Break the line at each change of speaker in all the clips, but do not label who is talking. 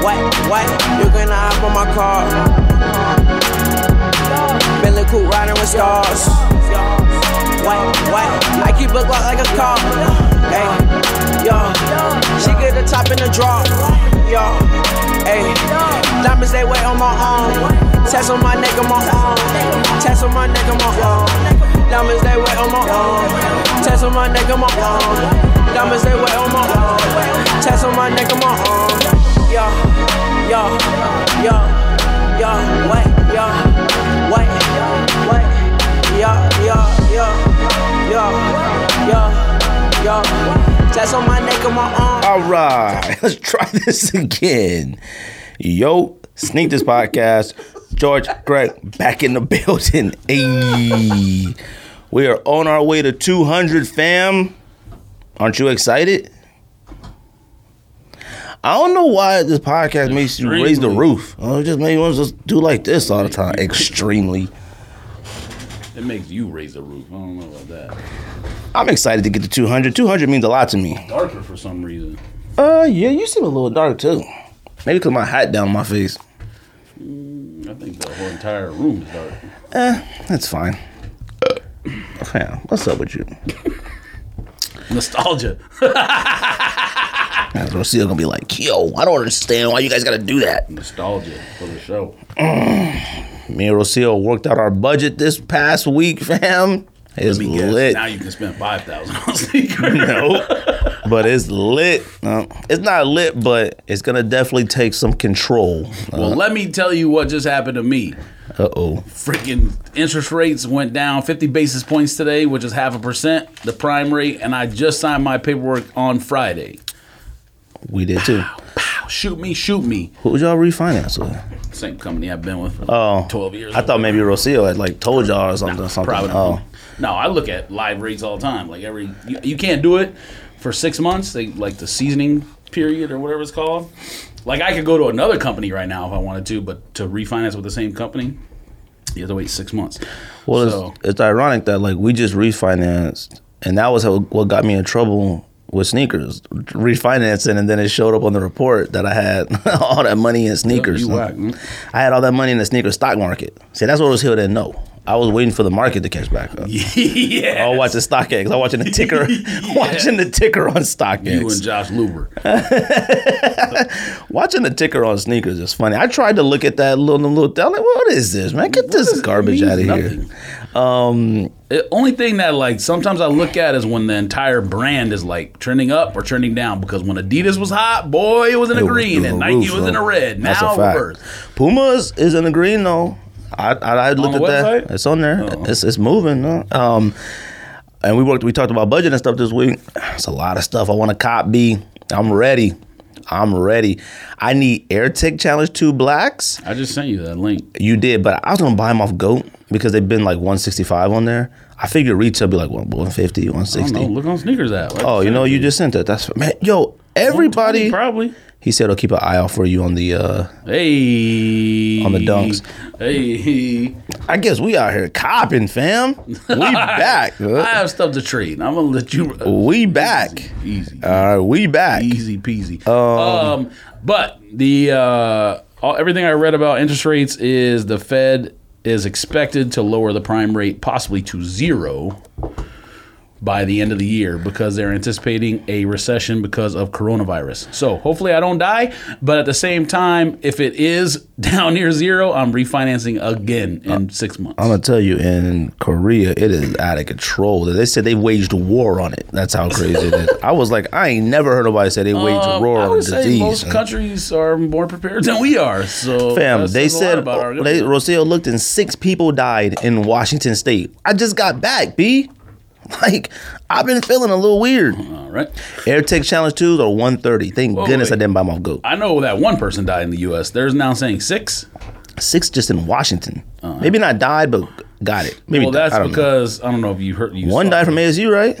What? You gonna hop on my car? Feeling cool riding with stars. What? What? I keep look like a car. Hey, yo. She get the top and the drop. Yo. Hey. Diamonds they wet on my arm. Test on my neck on my arm. Test on my neck on my arm. Diamonds they wet on my arm. Test on my neck on my arm. Diamonds they wet on my arm. Test on my neck on my arm. Yo. Yo. Yo. Yo. Wait. Yo. Wait. Wait. Yo. Yo. Yo. Yo. Yo. Yo. Test on my neck on my arm.
All right, let's try this again. Yo, sneak this podcast. George Greg back in the building. Ayy. We are on our way to 200, fam. Aren't you excited? I don't know why this podcast makes you raise the
Extremely.
roof. Oh, it just makes you want to just do like this all the time. Extremely.
It makes you raise the roof. I don't know about that.
I'm excited to get to 200. 200 means a lot to me.
Darker for some reason.
Uh, yeah, you seem a little dark too. Maybe because my hat down my face.
I think the whole entire room is dark.
That's fine. Fam, what's up with you?
Nostalgia.
That's what still gonna be like, yo, I don't understand why you guys gotta do that.
Nostalgia for the show.
Me and Rocio worked out our budget this past week, fam. It's
Let me guess,
lit.
Now you can spend five thousand on sneakers.
Nope. but it's lit. No, it's not lit, but it's gonna definitely take some control.
Well, let me tell you what just happened to me.
Uh oh.
Freaking interest rates went down 50 basis points today, which is half a percent, the prime rate, and I just signed my paperwork on Friday.
We did too.
Pow, shoot me, shoot me.
Who y'all refinance with?
Same company I've been with for
Oh.
12 years.
I thought maybe Rocio had like told y'all or something. something.
Probably.
Oh.
No, I look at live rates all the time. Like every, you, you can't do it for six months. They like the seasoning period or whatever it's called. Like I could go to another company right now if I wanted to, but to refinance with the same company, you have to wait six months.
Well,
So-
it's, it's ironic that like we just refinanced, and that was how, what got me in trouble with sneakers refinancing, and then it showed up on the report that I had all that money in sneakers.
you whack, hmm?
I had all that money in the sneaker stock market. See, that's what was here didn't know. I was waiting for the market to catch back up.
yeah.
I was watching StockX. I was watching the ticker, watching the ticker on StockX.
You and Josh Luber.
Watching the ticker on sneakers is funny. I tried to look at that little little. I'm like, what is this, man? Get this garbage out of here.
Um, The only thing that like sometimes I look at is when the entire brand is like trending up or trending down because when Adidas was hot, boy, it was in the
It was
green
through
and
the
Nike
roof,
was in the
bro.
red.
That's a
Now
fact.
reverse.
Pumas is in the green though. I I, I looked
the
at
website? Oh.
that. It's on there. It's it's moving. huh? Um, and we worked. We talked about budget and stuff this week. It's a lot of stuff. I want to cop B. I'm ready. I'm ready. I need AirTech Challenge Two Blacks.
I just sent you that link.
You did, but I was gonna buy them off Goat because they've been like 165 on there. I figured retail be like 150,
I don't
160.
know. Look on sneakers app.
Oh, you know, you just sent that. That's man, yo, everybody.
probably.
He said he'll keep an eye out for you on the uh
Hey.
On the dunks.
Hey.
I guess we out here copping, fam. We back.
I have stuff to trade. I'm gonna let you
We back.
easy.
All right, we back.
easy peasy. Um, but the uh, all, everything I read about interest rates is the Fed is expected to lower the prime rate possibly to zero by the end of the year because they're anticipating a recession because of coronavirus. So hopefully I don't die, but at the same time, if it is down near zero, I'm refinancing again in six months.
Uh, I'm gonna tell you, in Korea, it is out of control. They said they waged war on it. That's how crazy it is. I was like, I ain't never heard nobody say they waged
Um,
war
I
on
would say
disease.
most countries are more prepared than we are. So
Fam,
that
they
says a lot
said
about our-
they, Rocio looked and six people died in Washington State. I just got back, B. Like, I've been feeling a little weird.
all right.
AirTech Challenge 2s are 130. Thank goodness I
wait.
didn't buy my goat.
I know that one person died in the U.S. There's now saying six.
Six just in Washington. Maybe not died, but got it. Maybe
Uh-huh. Well,
died.
that's
I don't know.
because I don't know if you heard. You
One
saw-
died from ASU, right?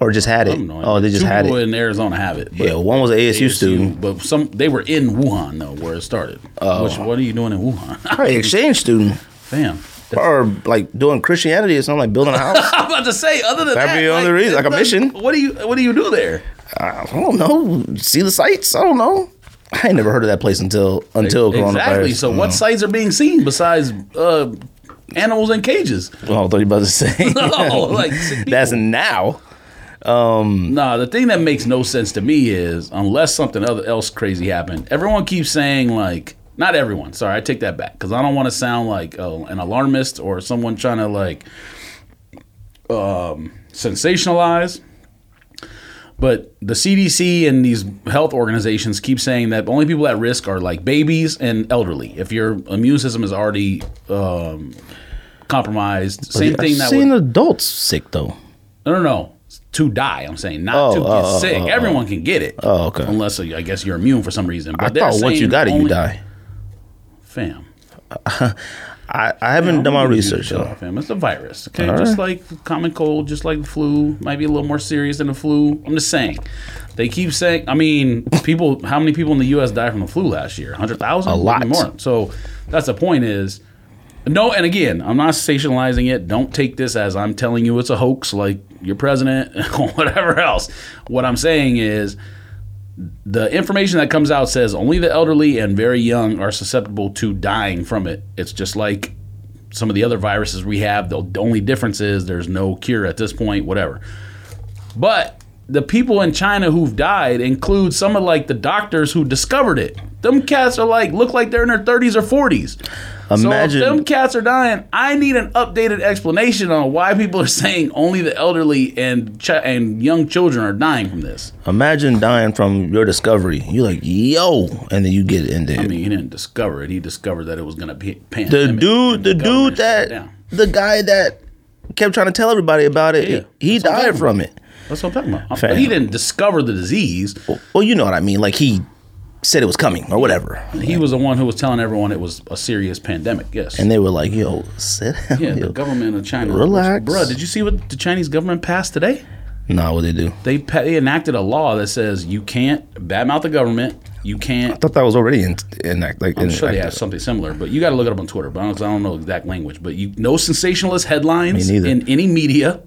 Or just had
I
it.
don't know.
Oh, they just
Two
had
people
it.
in Arizona have it. but
Yeah, one was an ASU,
ASU,
student.
but some they were in Wuhan though, where it started.
Oh.
Which what are you doing in Wuhan?
Probably exchange student.
Damn.
Or like doing Christianity or something, like building a house.
I'm about to say. Other than
That'd
that,
be the only reason, like a
it doesn't-
mission.
What do you What do you do there?
I don't know. See the sights? I don't know. I ain't never heard of that place until until coronavirus. Oh.
Exactly. So, what sites are being seen besides uh, animals in cages?
Oh, I thought you were about to say.
No, like sick
That's now.
Nah, the thing that makes no sense to me is unless something other else crazy happened. Everyone keeps saying like, not everyone. Sorry, I take that back because I don't want to sound like uh, an alarmist or someone trying to like um, sensationalize. But the CDC and these health organizations keep saying that the only people at risk are like babies and elderly. If your immune system is already um, compromised, same thing
I've
that would
seen adults sick though.
no, no, no. To die, I'm saying not
Oh,
to get
oh, oh,
sick.
oh, oh.
Everyone can get it.
Oh, okay.
Unless uh, I guess you're immune for some reason. But
I
they're
thought once
saying
you got it, you
only-
die.
Fam.
I, I haven't done my
Don't do
research
this,
though.
Fam. It's a virus. Okay.
All
just like common cold, just like the flu. Might be a little more serious than the flu. I'm just saying. They keep saying, I mean, people, how many people in the U.S. died from the flu last year? 100,000? A
lot.
More. So that's the point is, no, and again, I'm not sensationalizing it. Don't take this as I'm telling you it's a hoax, like your president or whatever else. What I'm saying is, the information that comes out says only the elderly and very young are susceptible to dying from it. It's just like some of the other viruses we have. The the only difference is there's no cure at this point, whatever. But the people in China who've died include some of like the doctors who discovered it. Them cats are like look like they're in their 30s or 40s.
Imagine-
so if them cats are dying. I need an updated explanation on why people are saying only the elderly and chi- and young children are dying from this.
Imagine dying from your discovery. You like yo, and then you get it in there.
I mean, he didn't discover it. He discovered that it was gonna be a
the
pandemic.
dude, the
government
dude
shut it
that,
down.
the guy that kept trying to tell everybody about it,
Yeah,
he
that's what I'm
died
talking
from it.
That's what I'm talking about.
Fam.
But he didn't discover the disease.
Well, you know what I mean. Like he said it was coming or whatever,
He was the one who was telling everyone it was a serious pandemic. Yes.
and they were like, "Yo, sit down."
yeah,
yo.
the government of China.
relax.
Bruh, did you see what the Chinese government passed today?
nah, what they do?
They, pa- they enacted a law that says you can't badmouth the government. You can't.
I thought that was already in, in act. Like, in,
I'm sure they
act-
have something similar, but you got to look it up on Twitter. But I don't, I don't know exact language. But you no sensationalist headlines
Me neither.
in any media.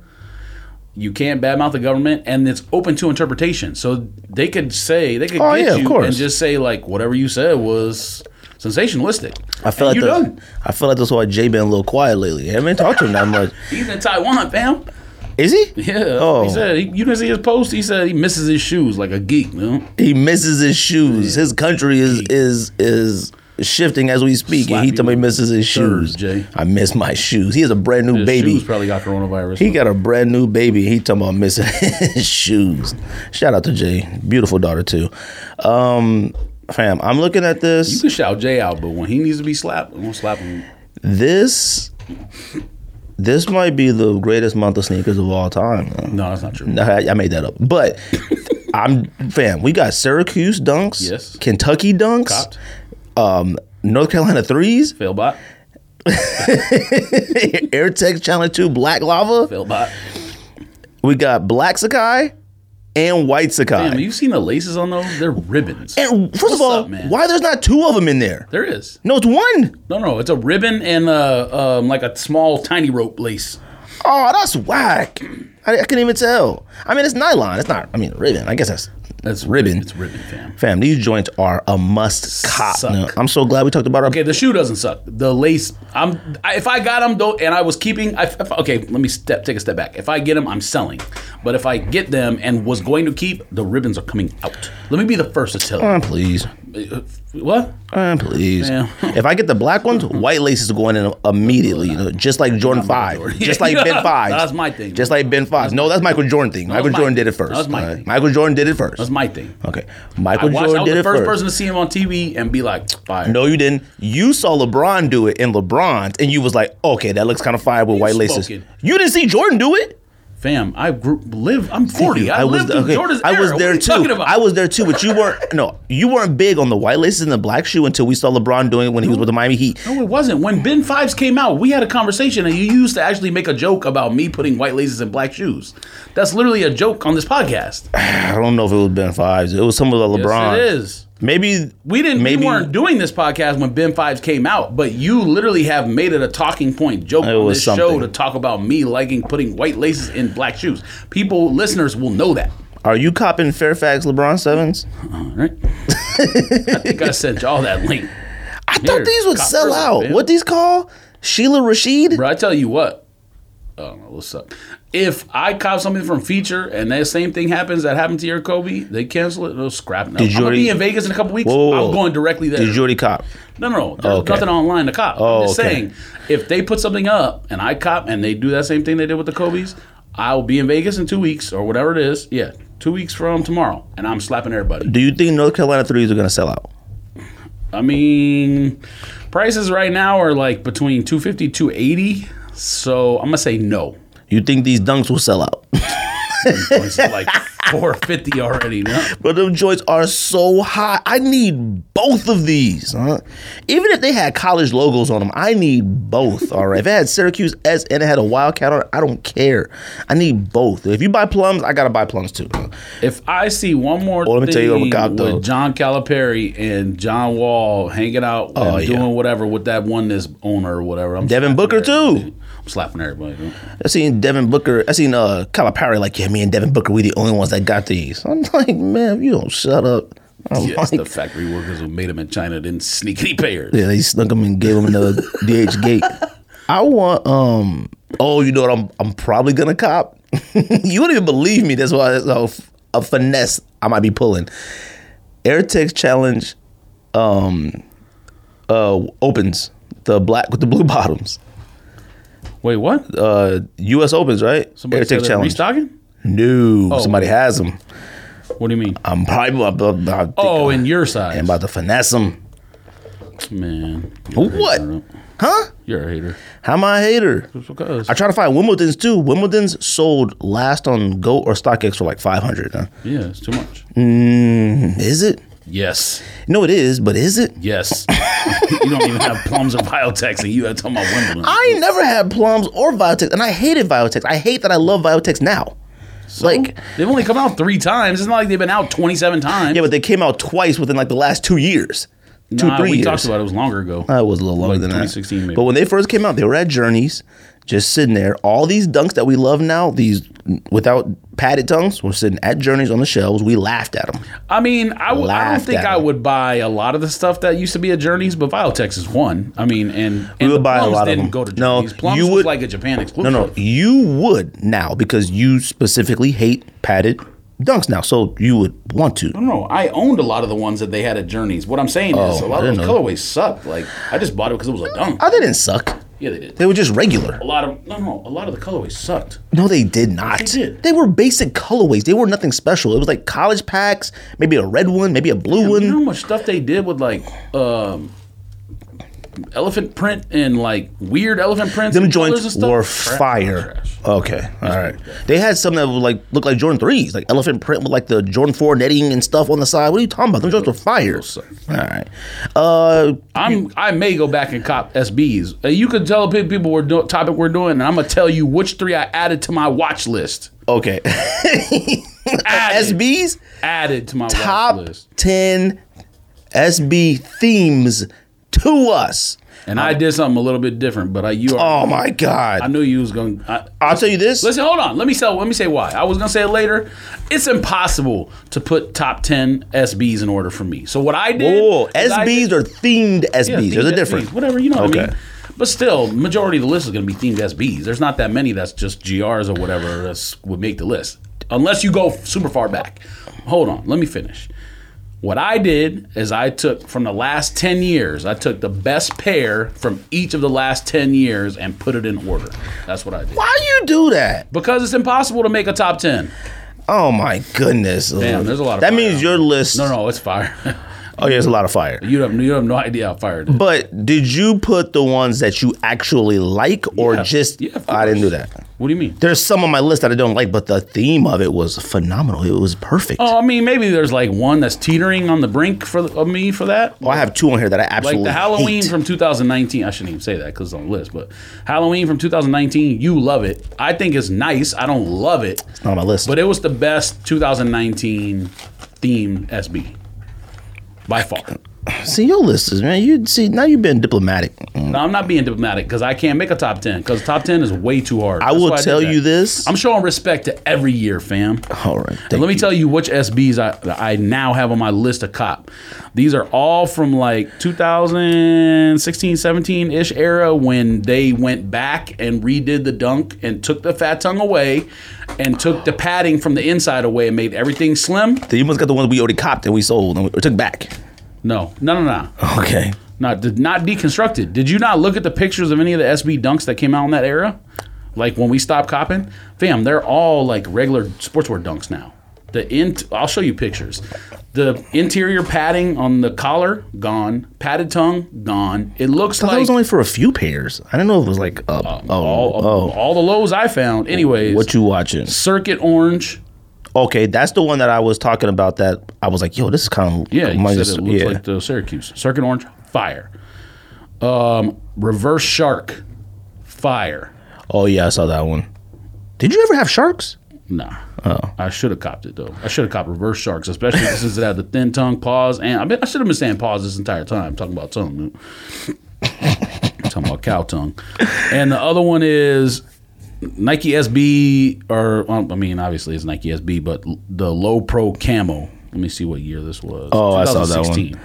You can't badmouth the government, and it's open to interpretation. So they could say they could
Oh,
get
yeah, of
you
course.
and just say like whatever you said was sensationalistic.
I feel like
And you
the,
done.
I feel like that's why Jay been a little quiet lately. I haven't talked to him that much.
He's in Taiwan, fam.
Is he?
Yeah.
Oh.
He said he, you didn't see his post. He said he misses his shoes like a geek. Man.
He misses his shoes. His country is is is shifting as we speak,
Slap
and he
you
told me he misses his shoes.
Jay.
I miss my shoes. He has a brand new
His
baby.
shoes probably got coronavirus.
He got a brand new baby. He talking about missing his shoes. Shout out to Jay, beautiful daughter too. Um, fam, I'm looking at
you
this.
can shout Jay out, but when he needs to be slapped, I'm gonna slap him.
This, this might be the greatest month of sneakers of all time. man.
No, that's not true.
No, I, I made that up. But I'm fam. We got Syracuse dunks,
Yes.
Kentucky dunks,
Copped.
um, North Carolina threes,
Failbot.
Air Tech Challenge Two, Black Lava.
Failbot.
We got Black Sakai and White Sakai.
Damn, have you seen the laces on those? They're ribbons.
and first of
What's
all,
up, man?
why there's not two of them in there?
There is.
No, it's one.
No, no, it's a ribbon and uh, um, like a small, tiny rope lace.
Oh, that's whack. I, I couldn't even tell. I mean, it's nylon. It's not. I mean, ribbon. I guess that's
That's
ribbon.
It's ribbon, fam.
Fam, these joints are a must cop.
Suck.
Now, I'm so glad we talked about our
Okay, the shoe doesn't suck. The lace, I'm. I, if I got them, though, and I was keeping, I, if- okay, let me step, take a step back. If I get them, I'm selling. But if I get them and was going to keep, the ribbons are coming out. Let me be the first to tell you.
Uh, please.
Uh, What?
Uh, please.
Damn.
If I get the black ones, white laces are going in immediately. You know, just like Jordan Five,
Jordan.
just like Ben Five.
That's my thing.
Just like Ben Five. No, that's Michael Jordan thing. Michael
that's my
Jordan
thing.
did it first.
That's my
alright?
thing.
Michael Jordan did it first.
That's my thing.
okay.
I,
Michael
watched, I
Jordan
was
did
the
it
first
first.
person to see him on TV and be like, fire.
No, you didn't. You saw LeBron do it in LeBron's, and you was like, okay, that looks kind of fire with white laces.
spoken.
You didn't see Jordan do it.
Fam, I grew, live. I'm 40. I, lived through
okay,
Jordan's
I was
era.
there
what are you
too.
Talking about?
I was there too, but you weren't. No, you weren't big on the white laces and the black shoe until we saw LeBron doing it when he was with the Miami Heat.
No, it wasn't. When Ben Fives came out, we had a conversation, and you used to actually make a joke about me putting white laces and black shoes. That's literally a joke on this podcast.
I don't know if it was Ben Fives. It was some of the LeBron.
Yes, it is.
Maybe
We didn't.
Maybe-
we weren't doing this podcast when Ben Fives came out, but you literally have made it a talking point joke on
was
this
something.
show to talk about me liking putting white laces in black shoes. People, listeners, will know that.
Are you copping Fairfax LeBron sevens?
All right. I think I sent y'all that link.
I thought these would
cop
sell
first,
out.
man.
What these call? Sheila Rashid?
Bro, I tell you what. Oh, what's up? If I cop something from Feature and that same thing happens that happened to your Kobe, they cancel it. They'll scrap it.
Did you
I'm gonna
already-
be in Vegas in a couple weeks.
Whoa, whoa, whoa.
I'm going directly there.
Did you already cop?
No, no, no. There's
Okay.
nothing online to cop.
Oh,
I'm just
okay.
saying, if they put something up and I cop and they do that same thing they did with the Kobe's, I'll be in Vegas in two weeks or whatever it is. Yeah, two weeks from tomorrow, and I'm slapping everybody.
Do you think North Carolina threes are gonna sell out?
I mean, prices right now are like between 250 280 So I'm gonna say no.
You think these dunks will sell out?
It's like 450 already. No.
But them joints are so hot. I need both of these. Huh? Even if they had college logos on them, I need both. All right. If it had Syracuse S and it had a Wildcat on it, I don't care. I need both. If you buy plums, I gotta buy plums too.
If I see one more
let me
thing
tell you what we got, though.
with John Calipari and John Wall hanging out
Oh,
and
yeah.
doing whatever with that oneness owner or whatever, I'm
Devin
slapping
Booker,
everybody,
too.
dude. I'm slapping everybody. dude.
I seen Devin Booker. I seen uh Calipari like, yeah, me and Devin Booker, we the only ones that got these. I'm like, man, if you don't shut up. I'm
Yes,
like-
the factory workers who made them in China didn't sneak any pairs.
Yeah, they snuck him and gave him another DH gate. I want um oh, you know what I'm I'm probably gonna cop. you wouldn't even believe me. That's why that's how f- a finesse I might be pulling. Air Text Challenge um uh opens the black with the blue bottoms.
Wait, what?
Uh US opens, right? Air
said
Text
they're
Challenge.
restocking?
No,
Oh.
somebody has them.
What do you mean?
I'm probably about, about, about,
Oh,
I'm
in your size,
about to finesse them.
man. You're a hater,
What?
bro.
Huh?
You're a hater.
How am I a hater?
Just because.
I try to find Wimbledon's too. Wimbledon's sold last on Go or StockX for like five hundred. Huh?
yeah, it's too much.
Is it?
Mm. Yes,
No, it is, but is it?
yes. you don't even have plums or biotechs, and you are talking about Wimbledon.
I ain't never had plums or Viotex, and I hated Viotex. I hate that I love Viotex now. Like,
They've only come out three times. It's not like they've been out 27 times.
yeah, but they came out twice within like the last two years, two
Nah,
three
we
years.
talked about it. It was longer ago.
Uh, it was a little longer
Like
than that.
2016 maybe.
But when they first came out, they were at Journeys, just sitting there. All these dunks that we love now, these without padded tongues, were sitting at Journeys on the shelves. We laughed at them.
I mean, I, w- I don't
Laughed
think
at
I
it.
would buy a lot of the stuff that used to be at Journeys, but Viotex is one. I mean, and, and
would
the
buy a
Plums
lot of them.
didn't go to
No,
Journeys. Plums
you
was
would-
like a Japan
No,
exclusive.
no, you would now because you specifically hate padded dunks now, so you would want to.
no, no. I owned a lot of the ones that they had at Journeys. What I'm saying is,
Oh,
a lot
I
of
didn't
those
know
colorways sucked. Like, I just bought it because it was a dunk.
Oh, they didn't suck.
Yeah, they did.
They were just regular.
A lot of no, no. A lot of the colorways sucked.
No, they did not.
They did.
were basic colorways. They were nothing special. It was like college packs, maybe a red one, maybe a blue one.
You know how much stuff they did with like um, elephant print and like weird elephant prints.
Them
and colors and
joints
stuff?
were
Trash,
fire.
trash.
Okay, all right. They had some that would like look like Jordan threes, like elephant print with like the Jordan four netting and stuff on the side. What are you talking about? Them joints were fire. All right. Uh,
I'm I may go back and cop SBs. Uh, You can tell pe- people we're do- topic we're doing, and I'm gonna tell you which three I added to my watch list.
okay.
Added,
SBs.
added to my
top
watch list.
10 SB themes to us.
And I did something a little bit different, but I you are,
Oh my
I
God.
knew you was gonna. I,
I'll tell you this.
Listen, hold on. Let me say. Let me say why. I was gonna say it later. It's impossible to put top ten SBs in order for me. So what I did,
Oh,
is
SBs
I did-
are themed SBs.
yeah,
There's a
themed
difference.
SBs, Whatever you know. What I
Okay.
mean? But still, majority of the list is gonna be themed SBs. There's not that many that's just GRs or whatever that's would make the list, unless you go super far back. Hold on. Let me finish. What I did is I took from the last 10 years, I took the best pair from each of the last 10 years and put it in order. That's what I did.
Why you do that?
Because it's impossible to make a top ten.
Oh my goodness.
Damn, there's a lot of
That
fire
means
out
your list.
No, no, it's fire.
Oh, yeah, it's a lot of fire.
you have you have no idea how fire it is.
But did you put the ones that you actually like or
Yeah.
just.
Yeah, of
I didn't do
course.
that.
What do you mean?
There's some on my list that I don't like, but the theme of it was phenomenal. It was perfect.
Oh, I mean, maybe there's like one that's teetering on the brink for of me for that.
Well, I have two on here that I absolutely
Like the Halloween
hate.
from 2019. I shouldn't even say that because it's on the list. But Halloween from 2019, you love it. I think it's nice. I don't love it,
It's not on my list.
but it was the best 2019 themed SB by far.
See your list is man. You see now you've been diplomatic.
No, I'm not being diplomatic because I can't make a top ten because top ten is way too hard.
I
That's
will
why did
tell
that.
you this.
I'm showing respect to every year, fam.
All right.
And
Oh, thank
let me
you.
tell you which SBs I I now have on my list of cop. These are all from like 2016, 17 ish era when they went back and redid the dunk and took the fat tongue away and took the padding from the inside away and made everything slim.
Then you must got the ones we already copped and we sold and we, or took back.
No, no, no, no.
Okay.
Not did not deconstructed. Did you not look at the pictures of any of the SB dunks that came out in that era? Like when we stopped copping, fam, they're all like regular sportswear dunks now. The in I'll show you pictures. The interior padding on the collar gone, padded tongue gone. It looks
I thought it
like
was only for a few pairs. I didn't know it was like up. oh,
all,
oh.
all the lows I found. Anyways,
What you watching?
circuit orange.
Okay, that's the one that I was talking about. That I was like, yo, this is kind of
Yeah, you
reminds
said it
us-
looks
yeah.
like the Syracuse. Circuit orange, fire. Um, reverse shark, fire.
oh yeah, I saw that one. Did you ever have sharks?
Nah.
Oh.
I should have copped it though. I should have copped reverse sharks, especially since it had the thin tongue paws. And I mean, I should have been saying paws this entire time. talking about tongue. man. I'm talking about cow tongue. And the other one is Nike SB, or well, I mean, obviously it's Nike SB, but l- the Low Pro Camo. Let me see what year this was.
Oh, I saw that one.
2016.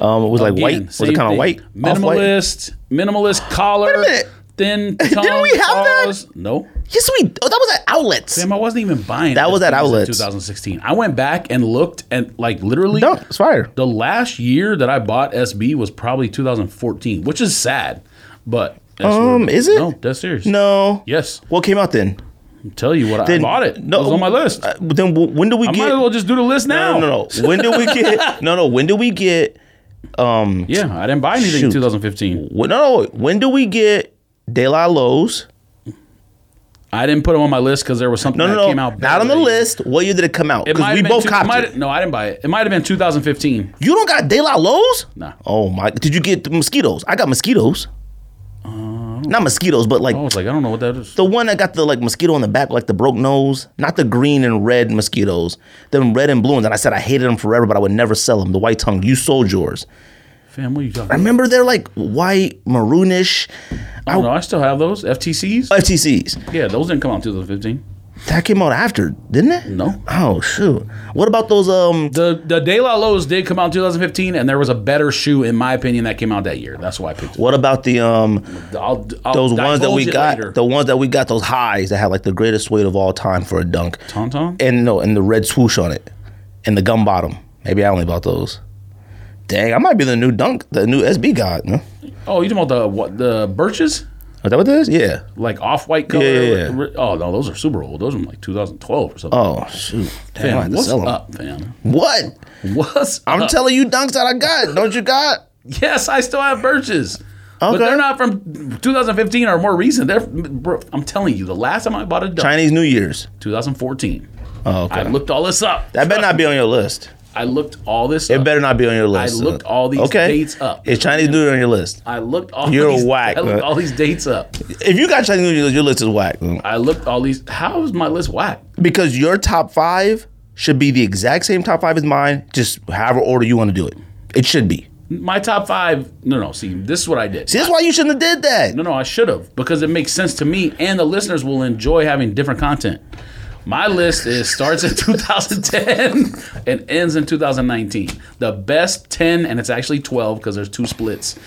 Um, it was like
Again,
white. Was
same
it kind
thing.
of white? Off white?
Minimalist, minimalist collar,
minute.
thin
Didn't
tongue.
we have that?
paws. No.
Yes, we. Oh, that was at outlets.
Damn, I wasn't even buying.
That was at
in
outlets.
2016. I went back and looked, and like literally,
No, it's fire.
the last year that I bought SB was probably 2014, which is sad. But that's
Um,
where-
is it?
No, that's serious.
No.
Yes,
What came out then?
I'll tell you what,
Then-
I bought it.
no,
No, it was on my list.
Uh, then w- when do we
I
get?
might as well just do the list now.
no, no, no. When do we get? no, no. When do we get?
Yeah, I didn't buy anything
Shoot.
in 2015.
When, no, no. When do we get De La Lowe's?
I didn't put them on my list because there was something
No,
that
no, no.
came out.
Not
better
on the
that year.
list. What year did it come out?
It
Because
might
we
have been
both
two-
copied
might-
it.
No, I didn't buy it. It might have been 2015.
You don't got De La Lowe's?
Nah.
Oh my! Did you get the mosquitoes? I got mosquitoes.
Uh,
Not mosquitoes, but like
I was like, I don't know what that is.
the one that got the like mosquito on the back, like the broke nose. Not the green and red mosquitoes. Them red and blue ones. And I said I hated them forever, but I would never sell them. The white tongue. You sold yours.
Fam, what are you talking?
I
about?
remember they're like white, maroonish.
I don't know. I still have those FTCs.
FTCs.
Yeah, those didn't come out in 2015.
That came out after, didn't it?
No.
Oh shoot! What about those? Um,
The the De La Lowe's did come out in 2015, and there was a better shoe, in my opinion, that came out that year. That's why I picked it.
what about the um?
I'll, I'll
Those ones that
divulge
we
it
got,
Oh, later.
the ones that we got, those highs that had like the greatest weight of all time for a dunk,
Tauntaun?
and no, and the red swoosh on it, and the gum bottom. Maybe I only bought those. Dang, I might be the new dunk, the new SB god. No?
Oh, you talking about the what the birches?
Is that what that is? Yeah.
Like off white color.
Yeah, yeah, yeah.
Ri- Oh no, those are super old. Those are from like 2012 or something.
Oh shoot! Damn, I
fam,
have to
what's
sell 'em.
up, Uh, fam?
What?
What's
I'm
up?
telling you, dunks that I got. Don't you got?
Yes, I still have birches. But
Okay.
they're not from 2015 or more recent. They're, bro, I'm telling you, the last time I bought a dunk,
Chinese New Year's.
2014.
Oh, okay.
I looked all this up.
that better not be on your list.
I looked all this.
It
up.
better not be on your list.
looked all these dates up.
Is Chinese New Year on your list?
I looked all
You're
these,
whack,
I looked
man.
all these dates up.
If you got Chinese New Year, your list is whack.
I looked all these. How is my list whack?
Because your top five should be the exact same top five as mine, just however order you want to do it. It should be.
My top five. No, no. See, this is what I did.
See, that's why you shouldn't have did that.
No, no. I should have because it makes sense to me, and the listeners will enjoy having different content. My list is starts in 2010 and ends in 2019. The best 10, and it's actually 12 because there's two splits.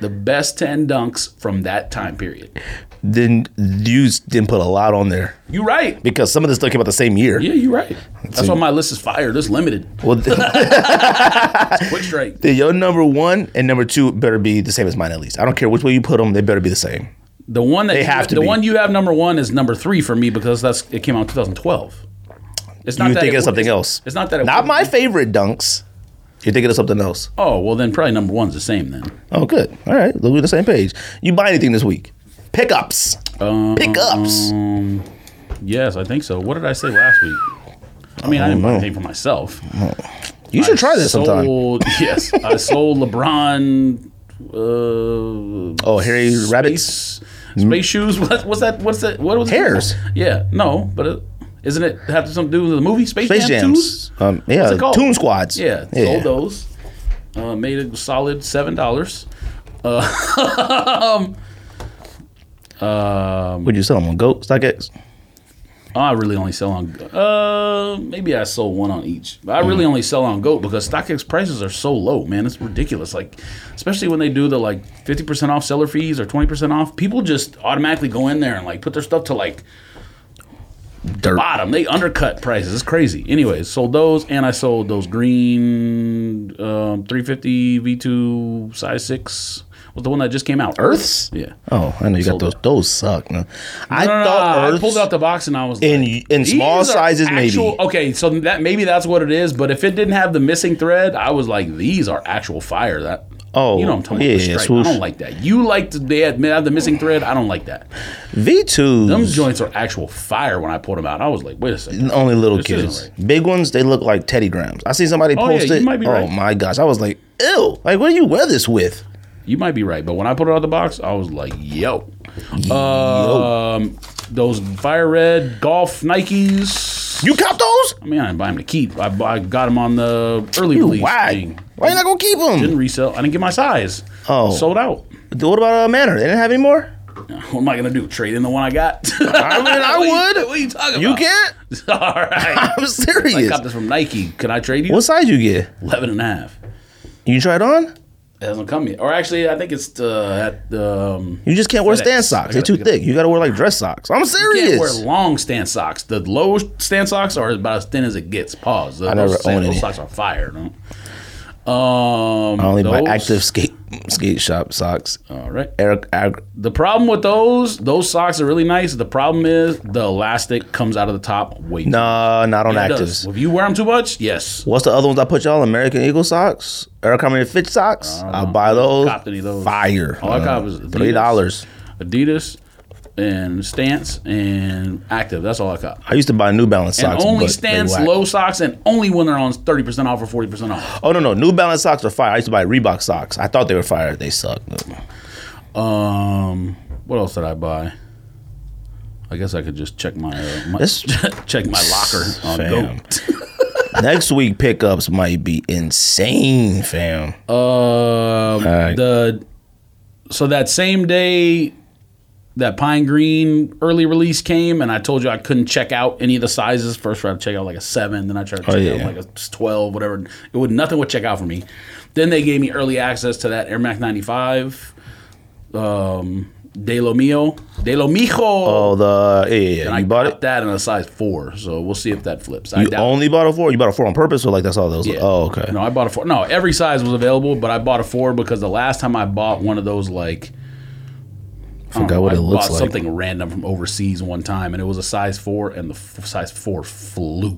The best 10 dunks from that time period.
Then you s- didn't put a lot on there
You right.
because some of this stuff came out the same year.
Yeah, you right. That's why my list is fired. It's limited.
Well, th-
Quick strike.
then your number one and number two better be the same as mine at least. I don't care which way you put them; they better be the same.
The one that you-
have to
the
be.
one you have number one is number three for me because that's it came out in 2012. It's not
You're
that
thinking
it-
of something else.
It's not that. It
Not
wouldn't
my
be-
favorite dunks. You're thinking of something else.
Oh well, then probably number one's the same then.
Oh, good. All right, look, we're on the same page. You buy anything this week? Pickups.
Um,
Pickups.
Yes, I think so. What did I say last week? I mean, I didn't buy
know.
anything for myself.
You should try this sometime.
sold, Yes, I sold LeBron. Uh,
Oh, Harry Rabbits.
space, space shoes. What, what's that? What's that? What was it?
Hairs.
Yeah, no, but it, isn't it have something to do with the movie Space,
Space
Jam 2s?
Jams. Um, yeah,
it called?
Tune Squads.
Yeah, sold those. uh, made a solid seven dollars.
Would you sell them on Goat StockX?
Oh, I really only sell on. Uh, maybe I sold one on each. But I really
Mm.
only sell on Goat because StockX prices are so low, man. It's ridiculous. Like, especially when they do the like fifty percent off seller fees or twenty percent off, people just automatically go in there and like put their stuff to like
Dirt.
bottom. They undercut prices. It's crazy. Anyways, sold those and I sold those green um, 350 V2 size six. Was the one that just came out.
Earths?
Yeah.
Oh, I know you got
Sold
those. Those suck. Man. I
No, no, no,
thought
no, Ah, I
Earths
pulled out the box and I was
in
like,
in small
these are
sizes
actual-
maybe.
Okay, so that maybe that's what it is. But if it didn't have the missing thread, I was like, these are actual fire. That
Oh,
you know, what I'm talking
yeah,
about the stripe.
swoosh.
I don't like that. You liked they had, they had the missing thread. I don't like that.
V
Them
two
joints are actual fire. When I pulled them out, I was like, wait a second.
only little
This isn't
kids. Big ones they look like Teddy Grahams. I see somebody
Oh, yeah,
post
you
it.
might be
oh
right.
my gosh! I was like, ew! Like, what do you wear this with?
You might be right, but when I put it out of the box, I was like, yo. Uh, Um, those fire red golf Nikes.
You cop those?
I mean, I didn't buy them to keep. I, I got them on the early
You
release
whack.
thing.
Why you not gonna keep them?
Didn't resell. I didn't get my size.
Oh.
sold out.
What about uh, Manor? They didn't have any more.
What am I gonna do? Trade in the one I got?
I mean, I
What you-
would.
What are you talking
You
about?
can't.
All right.
I'm
I
serious.
got this from Nike. Can I trade you?
What size you get?
11 and a half.
You try it on?
It hasn't come yet. Or actually, I think it's uh, at the. Um,
You just can't wear
FedEx.
stand socks. They're too
I gotta
thick. You gotta wear like dress socks. I'm serious.
can't wear long stand socks. The low stand socks are about as thin as it gets. Pause. Those,
I never
those sand-
owned
those
any.
socks are fire. No? Um,
I only buy
those-
active skate skate shop socks.
All right.
Eric, Eric
The problem with those, those socks are really nice. The problem is the elastic comes out of the top way. too
no, not on
It
actives.
does. If you wear them too much, yes.
What's the other ones I put y'all? American Eagle socks, Eric Carmen Fitch socks.
Uh,
I'll buy those.
Copped any of those.
Fire.
All I got was
Uh, three dollars.
Adidas and Stance and Active. That's all I got.
I used to buy New Balance
And
socks. but
only
they
Stance
whack.
low socks and only when they're on 30% off or 40% off.
Oh no no, New Balance socks are fire. I used to buy Reebok socks. I thought they were fire. They suck.
Um, what else did I buy? I guess I could just check my, uh, my
This-
check my locker on
Fam.
Goat.
Next week pickups might be insane, fam.
Oh. Um,
right.
the so that same day that Pine Green early release came, and I told you I couldn't check out any of the sizes. First, I tried to check out like a seven, then I tried to
Oh,
check
yeah.
out like a twelve, whatever. It would nothing would check out for me. Then they gave me early access to that Air Max ninety five, um, De Lo Mio, De Lo Mijo.
Oh the yeah yeah, yeah.
and I
You bought
got
it.
that in a size four, so we'll see if that flips. I
You
doubt
only bought a four. You bought a four on purpose, or like that's all that was.
Yeah.
Oh okay.
No, I bought a four. No, every size was available, but I bought a four because the last time I bought one of those, like, I don't
Forgot what
I
it looks
bought
like.
Something random from overseas one time, and it was a size four, and the f- size four flew.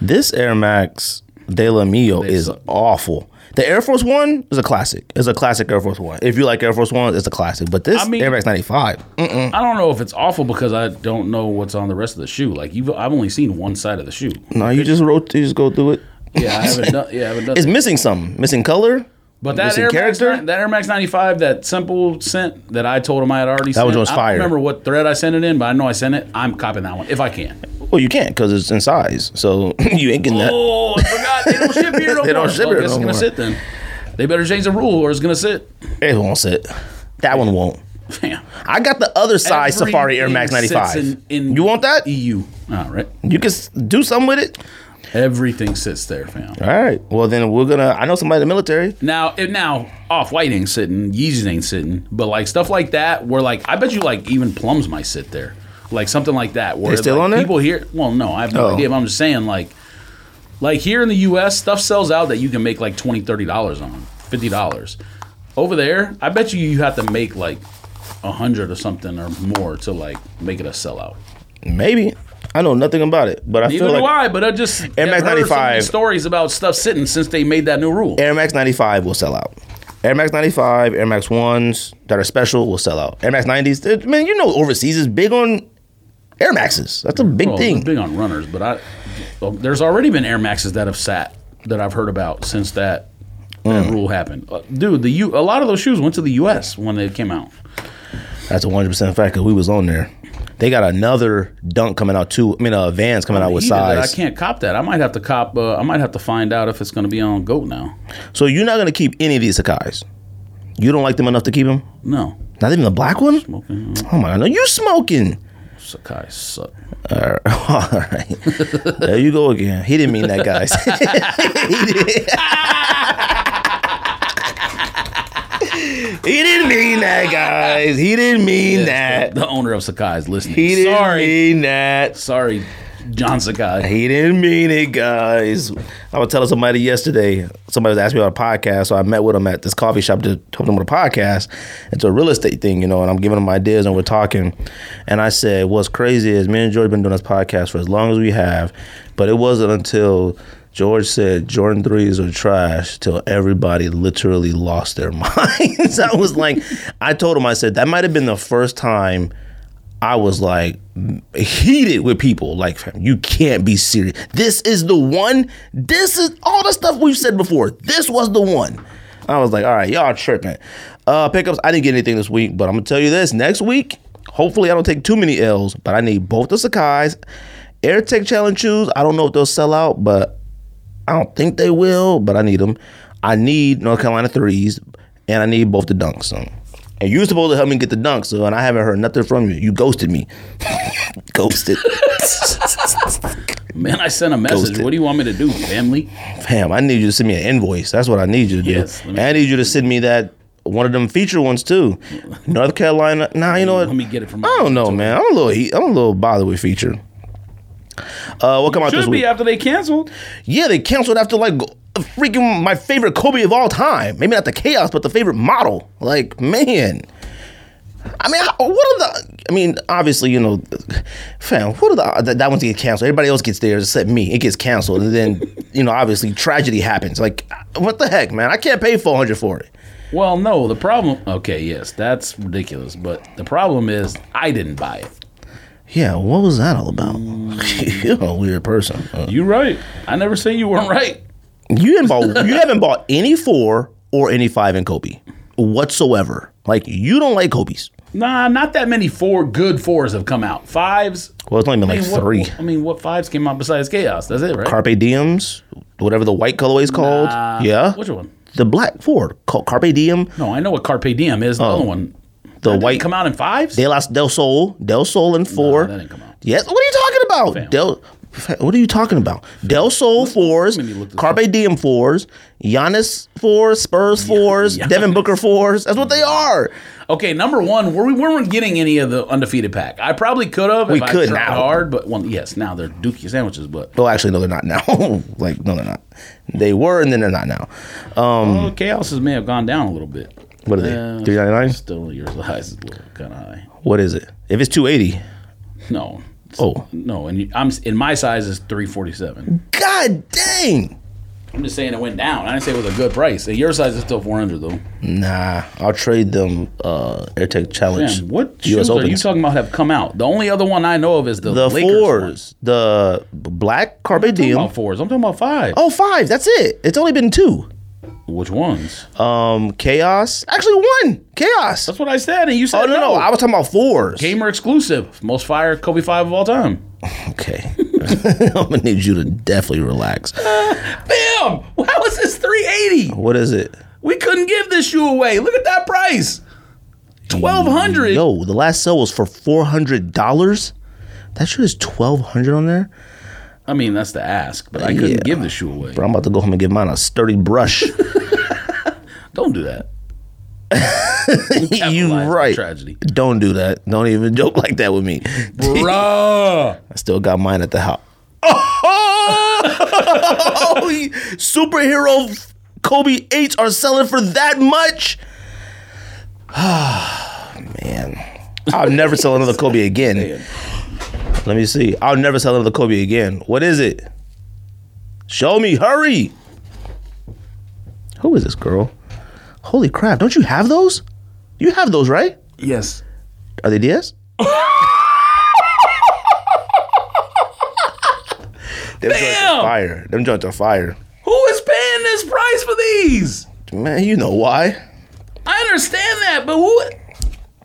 This Air Max De La Mio is
suck.
awful. The Air Force One is a classic. It's a classic Air Force One. If you like Air Force One, it's a classic. But this
I mean-
Air Max 95, mm,
I don't know if it's awful because I don't know what's on the rest of the shoe. Like, you've I've only seen one side of the shoe.
no, you just wrote, you just go through it.
Yeah, I haven't done. Yeah, I haven't done.
It's missing something. Missing color.
But that
missing
Air, Max,
character.
ni- that Air Max 95, that simple scent that I told him I had already
That
sent.
one was
I
fire.
don't remember what thread I sent it in, but I know I sent it. I'm copying that one if I can.
well, you can't because it's in size, so you ain't getting that.
Oh, I forgot. They don't ship
They
here no more.
don't ship
Well, I
here no
guess it's
more.
gonna sit then. They better change the rule or it's gonna sit.
It won't sit. That one won't.
Damn.
I got the other size Safari Air
Everything
Max
sits
95.
in- in
you want that?
EU. E All right.
You can s- do something with it.
Everything sits there, fam.
All right. Well, then we're gonna. I know somebody in the military.
Now, if now off white ain't sitting, Yeezys ain't sitting, but like stuff like that, where like I bet you like even plums might sit there, like something like that. Where
They still
like,
on there?
People here, well, no, I have no
Oh.
idea. But I'm just saying, like, like here in the U.S., stuff sells out that you can make like 20 dollars on, fifty dollars. Over there, I bet you you have to make like a hundred or something or more to like make it a sellout.
Maybe. I know nothing about it, but I
Neither
feel
do
like
I, but I just I've
Max
heard so many
95
stories about stuff sitting since they made that new rule.
Air Max 95 will sell out. Air Max 95, Air Max 1s that are special will sell out. Air Max 90s, eh, man, you know overseas is big on Air Maxes. That's a big
Well,
thing.
it's Oh, big on runners, but I well, there's already been Air Maxes that have sat that I've heard about since that, that
Mm.
rule happened. Uh, dude, the U, a lot of those shoes went to the U.S. when they came out.
That's a 100% fact because we was on there. They got another Dunk coming out too. I mean, a uh, Vans coming out with
He did that.
size.
I can't cop that. I might have to cop. Uh, I might have to find out if it's going to be on Goat now.
So you're not gonna keep any of these Sakai's. You don't like them enough to keep them.
No,
Not even the black one.
smoking uh,
Oh my god, no, you smoking.
Sakai suck.
All right. All right. there you go again. He didn't mean that, guys. he, did. he didn't mean that, guys. He didn't mean that.
The owner of Sakai is listening.
He didn't
sorry,
mean that.
sorry, John Sakai.
He didn't mean it, guys. I was telling somebody yesterday. Somebody was asking me about a podcast, so I met with him at this coffee shop to help them with a podcast. It's a real estate thing, you know, and I'm giving him ideas and we're talking. And I said, "What's crazy is me and George been doing this podcast for as long as we have, but it wasn't until." George said Jordan threes are trash till everybody literally lost their minds. I was like, I told him, I said that might have been the first time I was like heated with people. Like, fam, you can't be serious. This is the one. This is all the stuff we've said before. This was the one. I was like, all right, y'all tripping. Uh, pickups. I didn't get anything this week, but I'm gonna tell you this: next week, hopefully, I don't take too many L's. But I need both the Sakai's, Air Tech Challenge shoes. I don't know if they'll sell out, but I don't think they will. But I need them. I need North Carolina threes, and I need both the dunks. So. And you were supposed to help me get the dunks, so and I haven't heard nothing from you. You ghosted me. ghosted.
Man, I sent a message.
Ghosted.
What do you want me to do, family?
Fam, I need you to send me an invoice. That's what I need you to do.
Yes, let me-
And I need you to send me that one of them feature ones too. North Carolina. Nah, you know what?
Let me get it from.
I don't know, man. I'm a little heat. I'm a little bothered with feature. Uh, what come out this
Should
week?
be after they canceled.
Yeah, they canceled after like freaking my favorite Kobe of all time. Maybe not the chaos, but the favorite model. Like, man. I mean, I- what are the? I mean, obviously, you know, fam. What are the? That, that one's get canceled. Everybody else gets theirs except me. It gets canceled, and then you know, obviously, tragedy happens. Like, what the heck, man? I can't pay four hundred for it.
Well, no. The problem. Okay, yes, that's ridiculous. But the problem is, I didn't buy it.
Yeah, what was that all about? You're a weird person. Uh,
You right. Oh. I never said you weren't right.
You didn't bought. you haven't bought any four or any five in Kobe whatsoever. Like, you don't like Kobe's.
Nah, not that many four good fours have come out. Fives.
Well, it's only been
I
like
mean, what-
three.
I mean, what fives came out besides chaos? That's it, right?
Carpe diems, whatever the white colorway is called.
Uh,
yeah.
Which one?
The black Ford called Carpe Diem,
No, I know what Carpe Diem is. The other one.
Oh. the
That
white
didn't come out in fives.
Del As- Del Sol, Del Sol in four.
that didn't come out.
Yes, what are you talking about?
Fam.
Del, what are you talking about? Del Sol fours,
let me look this
Carpe Diem fours, Giannis fours, Spurs fours,
Giannis.
Devin Booker fours. That's what they are.
okay, number one, we weren't getting any of the undefeated pack. I probably could have.
We
if I
could
tried
now.
hard, but well, yes, now they're dookie sandwiches. But
Well, actually, no, they're not now. like, no, they're not. They were, and then they're not now. Um,
well, chaoses may have gone down a little bit.
what are they?
Uh,
Three ninety nine.
Still, your size is a little kind of high.
What is it? If it's two eighty,
No.
oh
No, and you, I'm in my size is 347.
god dang!
I'm just saying it went down. I didn't say it was a good price. And your size is still 400 though.
Nah, I'll trade them uh AirTech Challenge.
Man, what
US
shoes are you
Opens.
talking about have come out? The only other one I know of is the
The
Lakers One.
fours, the black carpet
I'm talking
diem.
about fours. I'm talking about five.
Oh, five. That's it. It's only been two.
Which ones?
Um, chaos. Actually, one chaos.
That's what I said, and you said
Oh no, no, I was talking about fours.
gamer exclusive, most fire Kobe five of all time.
Okay, I'm gonna need you to definitely relax.
Bam! Why was this 380?
What is it?
We couldn't give this shoe away. Look at that price. 1200.
Yo, the last sale was for four hundred dollars. That shit is twelve hundred on there.
I mean, that's the ask, but I couldn't
Yeah.
give the shoe away.
Bro, I'm about to go home and give mine a sturdy brush.
Don't do that.
you
Capitalize on
right.
Tragedy.
Don't do that. Don't even joke like that with me.
Bruh.
I still got mine at the house. Oh, superhero f- Kobe 8s are selling for that much? Man. I'll never sell another Kobe again. Let me see. I'll never sell another Kobe again. What is it? Show me. Hurry. Who is this girl? Holy crap. Don't you have those? You have those, right?
Yes.
Are they DS? Them joints are
Damn!
fire. Them joints are fire.
Who is paying this price for these?
Man, you know why.
I understand that, but who?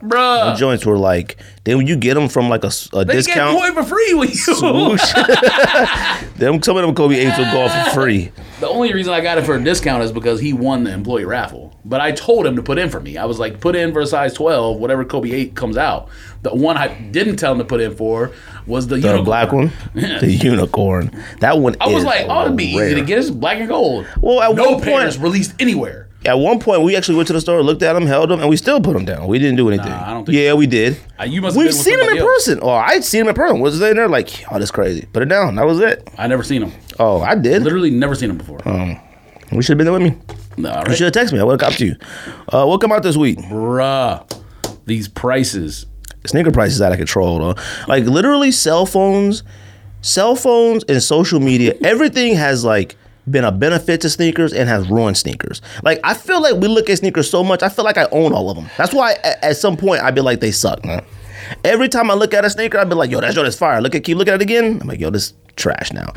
Bruh.
The joints were like, then when you get them from like a, s- a
They
discount,
get coin for free with you.
whoosh. them some of them Kobe eights will go off for free.
the only reason I got it for a discount is because he won the employee raffle. But I told him to put in for me. I was like, put in for a size twelve, whatever Kobe eight comes out. The one I didn't tell him to put in for was the,
The
unicorn.
black one, the unicorn. That one.
I was
is
like, oh, it'd be
rare.
easy to get. It's black and gold.
Well, at
no
one point-
pair is released anywhere.
At one point, we actually went to the store, looked at them, held them, and we still put them down. We didn't do anything.
Nah, I don't think-
yeah, we did.
Uh, you must have
We've
been with
seen them in
somebody else.
person. Oh, I'd seen them in person. Was in there like, oh, that's crazy. Put it down. That was it.
I never seen him.
Oh, I did.
Literally never seen him before.
Uh, We should have been there with me.
Nah, all
You
right.
should have texted me. I would have copped you. Uh, what come out this week?
Bruh. These prices.
Sneaker prices out of control though. Like literally, cell phones, cell phones, and social media. Everything has like been a benefit to sneakers and has ruined sneakers. Like I feel like we look at sneakers so much. I feel like I own all of them. That's why at, at some point I'd be like, they suck, man. Every time I look at a sneaker, I'd be like, yo, that joint is fire. Look at keep looking at it again. I'm like, yo, this trash now.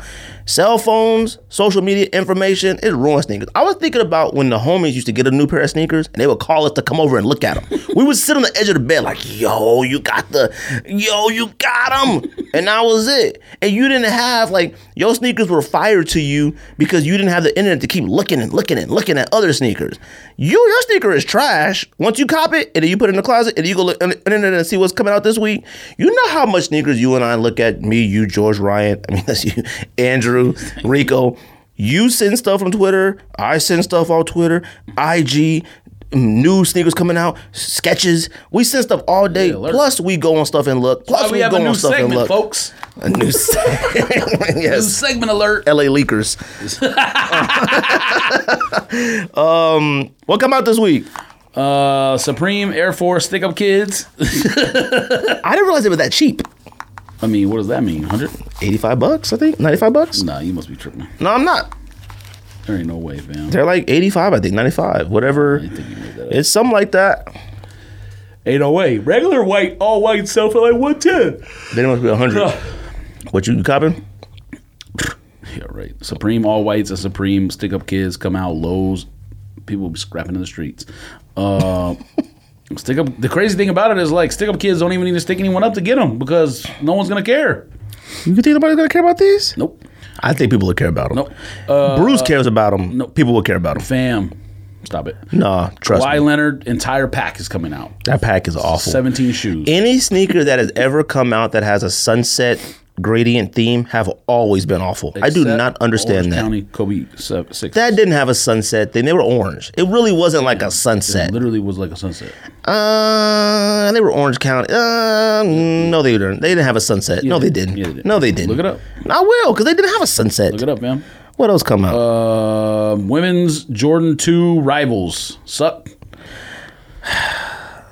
Cell phones, social media information, it ruins sneakers. I was thinking about when the homies used to get a new pair of sneakers and they would call us to come over and look at them. we would sit on the edge of the bed like, yo, you got the, yo, you got them. And that was it. And you didn't have, like, your sneakers were fired to you because you didn't have the internet to keep looking and looking and looking at other sneakers. You, your sneaker is trash. Once you cop it and then you put it in the closet and you go look on the internet and see what's coming out this week, you know how much sneakers you and I look at, me, you, George Ryan, I mean, that's you, Andrew, Rico. You send stuff on Twitter. I send stuff on Twitter, IG, new sneakers coming out, sketches. We send stuff all day.
alert.
Plus, we go on stuff and look. Plus,
Why Oh, we have
go
a
on
new
stuff and
segment,
look.
folks.
A new segment.
New
yes.
segment alert.
LA Leakers. um, what come out this week?
Uh, Supreme Air Force stick up kids.
I didn't realize it was that cheap.
I mean, what does that mean? 100?
85 bucks, I think. 95 bucks?
Nah, you must be tripping.
No, I'm not.
There ain't no way, fam.
They're like 85, I think, 95, whatever.
think you made that up.
It's something like that.
Ain't no way. Regular white, all white stuff for like 110.
Then it must be 100.
Ugh.
What you copping?
Yeah, right. Supreme all whites and Supreme stick up kids come out. Lowe's people will be scrapping in the streets. Uh, stick up. The crazy thing about it is like stick up kids don't even need to stick anyone up to get them because no one's gonna care.
You think nobody's gonna care about these?
Nope.
I think people will care about them.
Nope. Uh,
Bruce cares about them. No. People will care about them.
fam, stop it.
Nah, trust
Why
me.
Leonard entire pack is coming out.
That pack is awful.
Seventeen shoes.
Any sneaker that has ever come out that has a sunset gradient theme have always been awful. I do
Except
not understand
Orange
that.
County Kobe se- six.
That didn't have a sunset thing. They were orange. It really wasn't like a sunset.
literally was like a sunset.
Uh, they were Orange County. Uh, no, they didn't. They didn't have a sunset. no, they
they-
didn't.
yeah, they did.
No, they didn't.
Look it up.
I will, because they didn't have a sunset.
Look it up, fam.
What else come out?
Uh, women's Jordan two rivals suck.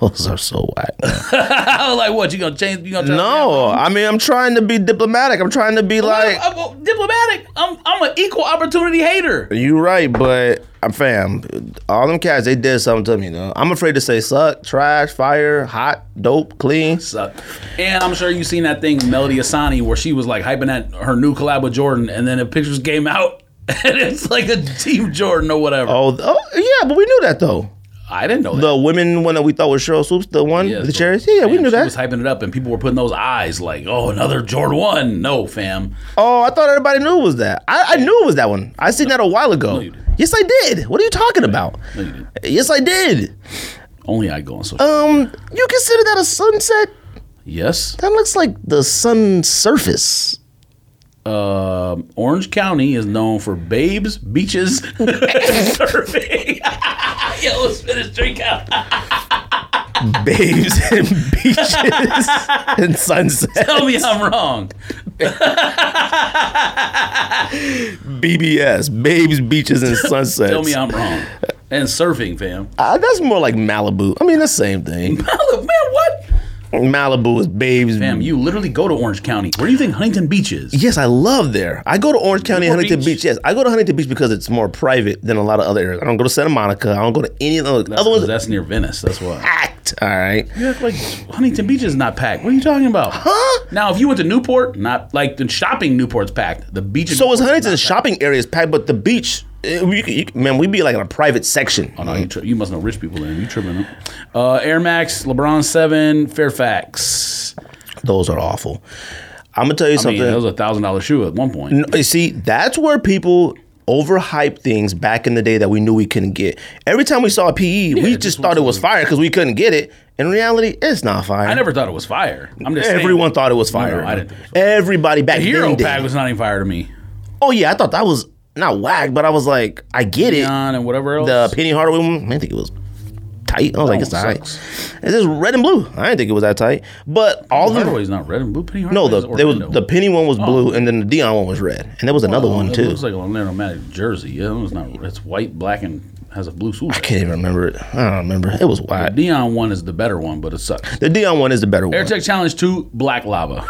Those are so whack.
I was like, what? You gonna change? You gonna try
no, I mean, I'm trying to be diplomatic. I'm trying to be like,
I'm, I'm diplomatic. I'm I'm an equal opportunity hater.
you right, but I'm fam. All them cats, they did something to me, though. I'm afraid to say suck, trash, fire, hot, dope, clean.
Suck. And I'm sure you've seen that thing Melody Asani where she was like hyping that her new collab with Jordan, and then the pictures came out, and it's like a Team Jordan or whatever.
Oh, th- oh, yeah, but we knew that, though.
I didn't know that.
The women one that we thought was Cheryl Swoops, the one,
Yeah,
the
so-
cherries. Yeah, yeah, we
Fam,
knew
she
that.
was hyping it up, and people were putting those eyes like, "Oh, another Jordan one." No, fam.
Oh, I thought everybody knew it was that. I, I knew it was that one. I seen that a while ago.
you didn't.
Yes, I did. What are you talking about?
No, you didn't.
Yes, I did.
Only I go on social.
Um, you consider that a sunset?
yes.
That looks like the sun surface.
Um, Orange County is known for babes, beaches, and surfing. Yo, let's finish drink out.
Babes and beaches and sunset.
Tell me I'm wrong.
BBS. Babes, beaches, and sunsets.
Tell me I'm wrong. And surfing, fam.
Uh, that's more like Malibu. I mean, that's the same thing.
Look, man, what?
Malibu is babes.
Fam, you literally go to Orange County. Where do you think Huntington Beach is?
Yes, I love there. I go to Orange County,
Newport
Huntington
Beach?
Beach. Yes, I go to Huntington Beach because it's more private than a lot of other areas. I don't go to Santa Monica. I don't go to any of the other ones. That's
That's near Venice. That's why.
packed. All right.
You act like Huntington Beach is not packed. What are you talking about?
Huh?
Now, if you went to Newport, not like the shopping Newport's packed. The beach. in
So it's
Newport's
Huntington's
not packed.
shopping area is packed, but the beach it- you, you, man, we'd be like in a private section.
Oh, no, you, tri- you must know rich people then. You tripping up. Uh, Air Max, LeBron 7, Fairfax.
Those are awful. I'm gonna tell you
I mean,
something.
that was a $1,000 shoe at one point.
No, you see, that's where people overhype things back in the day that we knew we couldn't get. Every time we saw a PE, we just,
just
thought it was fire because we couldn't get it. In reality, it's not fire.
I never thought it was fire. I'm just saying.
Everyone thought it was fire.
I didn't think it was
Everybody back
Hero
then did.
pack was not even fire to me.
oh yeah, I thought that was not whack, but I was like, I get it.
Neon and whatever else.
The Penny Hardaway one, I didn't think it was tight. I was like,
one
it's alright.
sucks.
It's just red and blue. I didn't think it was that tight. But all the
Hardaway's not red and blue. Penny
no,
Hardaway's Oh.
the there was the Penny one was blue, and then the Dion one was red, and there was another one too.
It looks like a Orlando Magic jersey. Yeah, it's not. It's white, black, and has a blue swoosh.
I can't even remember it. I don't remember. It was wild.
Neon one is the better one, but it sucks.
The Dion one is the better one.
Air Tech Challenge two, black lava.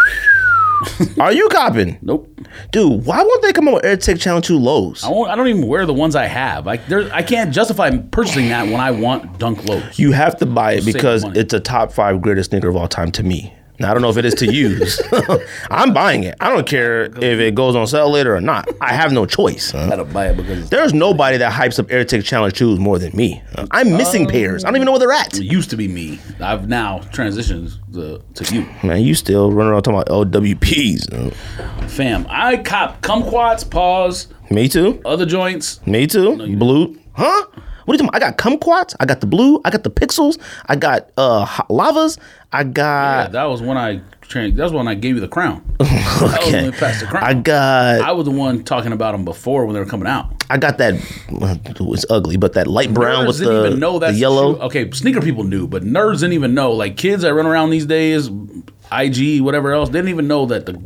Are you copping?
Nope.
Dude, why won't they come up with AirTech Challenge 2 lows?
I won't. I don't even wear the ones I have. I there. I can't justify purchasing that when I want Dunk Lows.
You have to buy it
Save
because
money.
it's a top five greatest sneaker of all time to me. Now, I don't know if it is to use. I'm buying it. I don't care if it goes on sale later or not. I have no choice. huh?
Gotta buy it because
There's nobody that hypes up AirTech Challenge 2s more than me. Uh, I'm missing pairs. I don't even know where they're at.
it used to be me. I've now transitioned the, to you,
Man, you still running around talking about LWPs. uh,
fam. I cop kumquats, paws,
Me too.
other joints.
Me too. blue. Huh? What are you talking about? I got kumquats. I got the blue. I got the pixels. I got uh hot lavas. I
Yeah,
got
that was when I. tra- That's when I gave you the crown. That was when we passed the crown.
I got
I was the one talking about them before when they were coming out.
I got that uh, it's ugly, but that light brown
Nerds
with
didn't
the,
even know
the
that's the
yellow.
shoe. Okay, sneaker people knew, but nerds didn't even know. Like kids that run around these days, IG, whatever else, they didn't even know that the uh,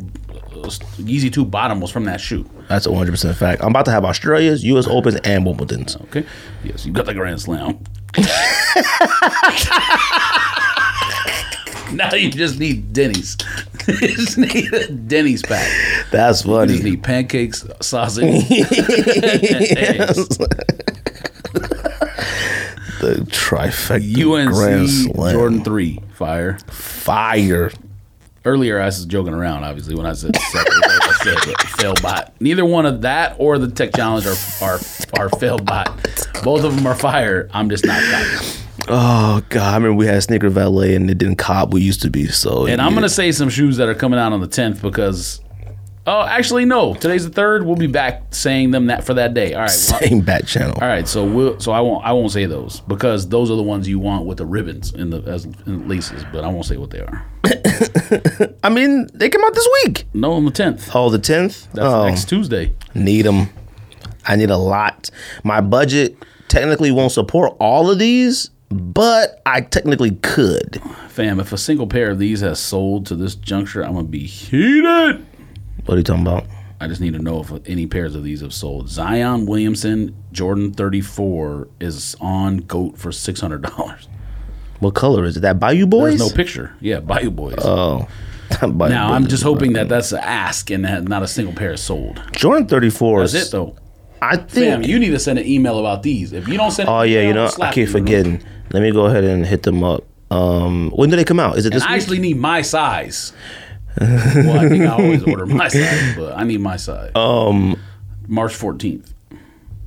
Yeezy Two bottom was from that shoe.
That's a 100% fact. I'm about to have Australia's, US Opens and Wimbledon's.
Okay, yes, you got the grand slam. now you just need Denny's. you just need a Denny's pack.
That's
You just
funny.
need pancakes, sausage, and eggs.
The trifecta grand
UNC
slam.
Jordan Three Fire.
fire.
earlier I was joking around, obviously, when I said, second, I said that fail bot. Neither one of that or the tech challenge are are, are fail bot. Both of them are fire. I'm just not copping.
Oh god, I remember we had sneaker valet and it didn't cop we used to be. So
And I'm gonna say some shoes that are coming out on the 10th because. Oh, actually, no. Today's the third. We'll be back saying them that for that day. All right. well,
same bat channel.
all right. So we'll. So I won't. I won't say those because those are the ones you want with the ribbons and the as and laces. But I won't say what they are.
I mean, they came out this week.
No, on the 10th.
Oh, the tenth.
That's
oh,
next Tuesday.
need them. I need a lot. My budget technically won't support all of these, but I technically could.
Fam, if a single pair of these has sold to this juncture, I'm gonna be heated.
What are you talking about?
I just need to know if any pairs of these have sold. Zion Williamson Jordan 34 is on goat for six hundred dollars.
What color is it? That Bayou Boys?
There's no picture. Yeah, Bayou Boys.
oh, Not Bayou
now I'm
Boys.
just hoping that that's an ask and that not a single pair is sold.
Jordan thirty four.
That's it though.
I think.
Fam, you need to send an email about these. If you don't send, an
oh yeah,
email,
you know
I'll slap
I keep
you, you know?
forgetting. Let me go ahead and hit them up. Um, when do they come out? Is it this
And I
week?
actually need my size. well, I think I always order my size, but I need my size.
Oh.
Um, March 14th.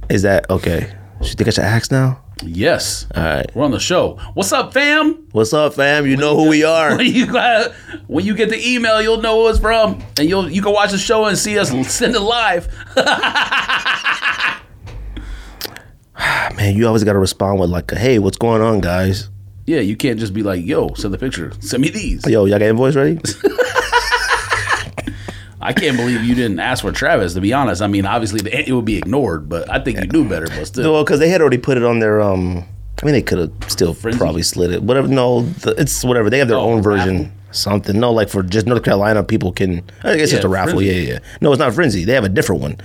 Is that okay? You think I should ask now?
Yes.
All right.
We're on the show. What's up, fam?
What's up, fam? You know who we are.
When you, got- when you get the email, you'll know who it's from, and you'll you can watch the show and see us send it live.
Man, you always got to respond with like, "Hey, what's going on, guys?
Yeah, you can't just be like, "Yo, send the picture. Send me these."
Yo, y'all got invoice ready?"
I can't believe you didn't ask for Travis. To be honest, I mean, obviously the, it would be ignored, but I think you knew better. But still,
well, because they had already put it on their. um I mean, they could have still probably slid it. Whatever. No, the, it's whatever. They have
Oh,
their own version. Something. No, like for just North Carolina, people can. I guess
Yeah,
it's a raffle.
Frenzy.
Yeah, yeah. No, it's not frenzy. They have a different one.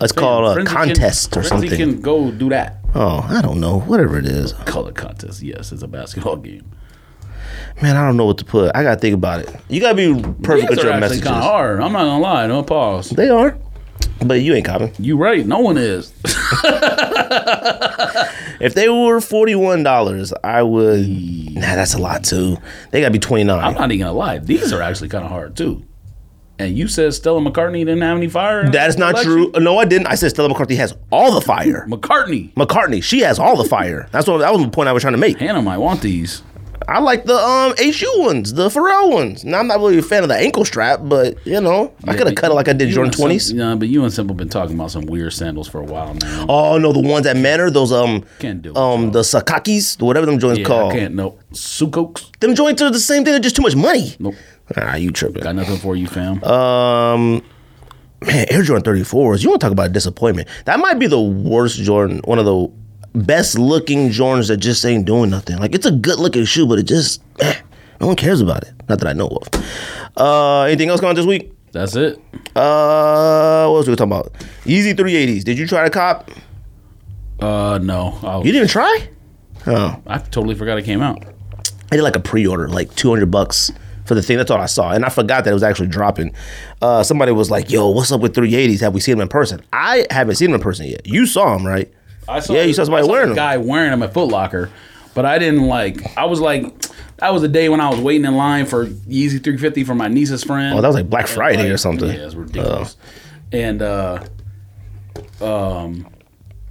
It's called a
Frenzy can-
contest or
Frenzy
something.
Can go do that
oh, I don't know. Whatever it is,
color contest. Yes, it's a basketball game.
man. I don't know what to put. I gotta think about it. You gotta be perfect
These
with
are
your
actually
messages.
kind of hard. I'm not gonna lie. No pause.
They are, but you ain't copying.
You right. No one is.
If they were forty one dollars, I would. Nah, that's a lot too. They gotta be twenty
I'm
nine.
not even gonna lie. These are actually kind of hard too. And you said Stella McCartney didn't have any fire.
That is not
election?
true. No, I didn't. I said Stella McCartney has all the fire.
McCartney.
McCartney, she has all the fire. That's what that was the point I was trying to make.
Hannah might want these.
I like the um HU ones, the Pharrell ones. Now I'm not really a fan of the ankle strap, but you know, I could have cut it like I did
You
during
and Sim-
twenties.
Nah, but you and Simple been talking about some weird sandals for a while now.
Oh no, the ones that matter, those um
Can't do it,
um the Sakakis, whatever them joints
yeah,
called.
I can't. No, Sukokes.
Them joints are the same thing, they're just too much money.
Nope.
Ah, you tripping.
Got nothing for you, fam.
Um, man, Air Jordan 34s. You want to talk about a disappointment? That might be the worst Jordan, one of the best looking Jordans that just ain't doing nothing. Like it's a good looking shoe, but it just eh, no one cares about it. Not that I know of. Uh, anything else going on this week?
That's it.
Uh, what else we talking about? Easy 380s. Did you try to cop?
Uh, no. Oh,
You didn't try? Oh,
I totally forgot it came out.
I did like a pre-order, like 200 bucks for the thing. That's all I saw. And I forgot that it was actually dropping. Uh, somebody was like, yo, what's up with 380s? Have we seen them in person? I haven't seen them in person yet. You saw them, right?
I saw
Yeah, you saw somebody
I
wearing
a
'em.
guy wearing them at Foot Locker, but I didn't like. I was like, that was the day when I was waiting in line for Yeezy 350 for my niece's friend.
Oh, that was like Black Friday
Like,
or something.
Yeah, it's ridiculous. And uh, um,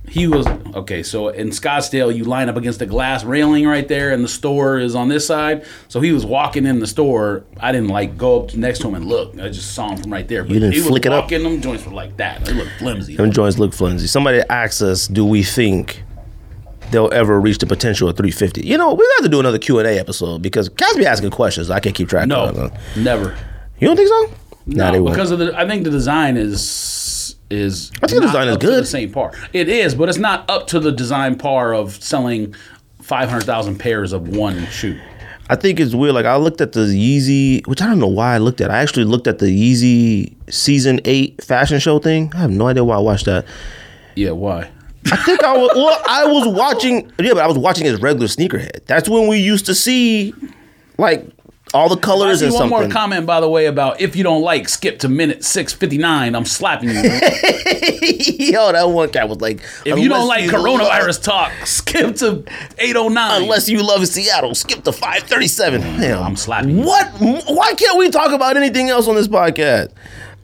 he was okay. So in Scottsdale, you line up against the glass railing right there, and the store is on this side. So he was walking in the store. I didn't like go up next to him and look. I just saw him from right there. But
You didn't
he was
flick it up?
walking, Them joints were like that. They looked flimsy.
Them joints look flimsy. Somebody asked us, do we think they'll ever reach the potential of 350? You know, we have to do another Q&A episode because cats be asking questions. I can't keep track
No,
of them.
never.
You don't think so? nah,
No,
they won't.
because of the. I think the design is is. I
think the design is good.
the same par. It is, but it's not up to the design par of selling five hundred thousand pairs of one shoe.
I think it's weird. Like I looked at the Yeezy, which I don't know why I looked at. I actually looked at the Yeezy season eight fashion show thing. I have no idea why I watched that.
Yeah, why?
I think I was well, I was watching yeah, but I was watching his regular sneakerhead. That's when we used to see like all the
I
colors
see
and
one more
something.
comment, by the way, about if you don't like, skip to minute six fifty nine. I'm slapping you. if
Yo, that one cat was like,
you don't
unless
like
you
coronavirus talk, skip to eight oh
love-
nine.
unless you love Seattle, skip to five thirty seven. Damn,
I'm slapping you.
What? Why can't we talk about anything else on this podcast?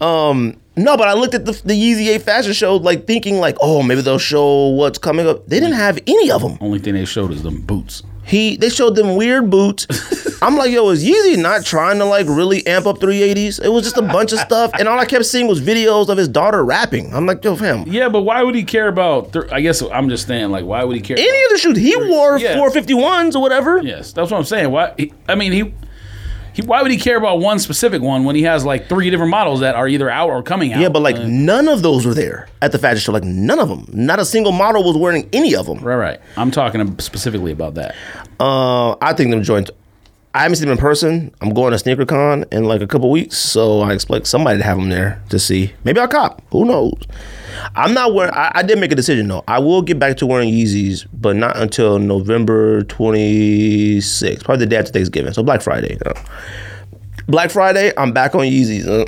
Um, no, but I looked at the, the Yeezy 8 fashion show, like thinking, like, oh, maybe they'll show what's coming up. They didn't have any of them.
only thing they showed is them boots.
He they showed them weird boots. I'm like, yo, is Yeezy not trying to like really amp up 380s? It was just a bunch of stuff, and all I kept seeing was videos of his daughter rapping. I'm like, yo, fam.
Yeah, but why would he care about? Th- I guess I'm just saying, like, why would he care? about-
Any of the shoes he wore,
Yeah.
451s or whatever.
Yes, that's what I'm saying. Why? He, I mean, he, he. Why would he care about one specific one when he has like three different models that are either out or coming out?
Yeah, but like none of those were there at the fashion show. Like none of them. Not a single model was wearing any of them.
right, right. I'm talking specifically about that.
Uh, I think them joints. I haven't seen them in person. I'm going to SneakerCon in like a couple weeks, so I expect somebody to have them there to see. Maybe I'll cop. Who knows? I'm not wearing. I, I did make a decision though. I will get back to wearing Yeezys, but not until November 26th, probably the day after Thanksgiving, so Black Friday. uh. Black Friday, I'm back on Yeezys. uh.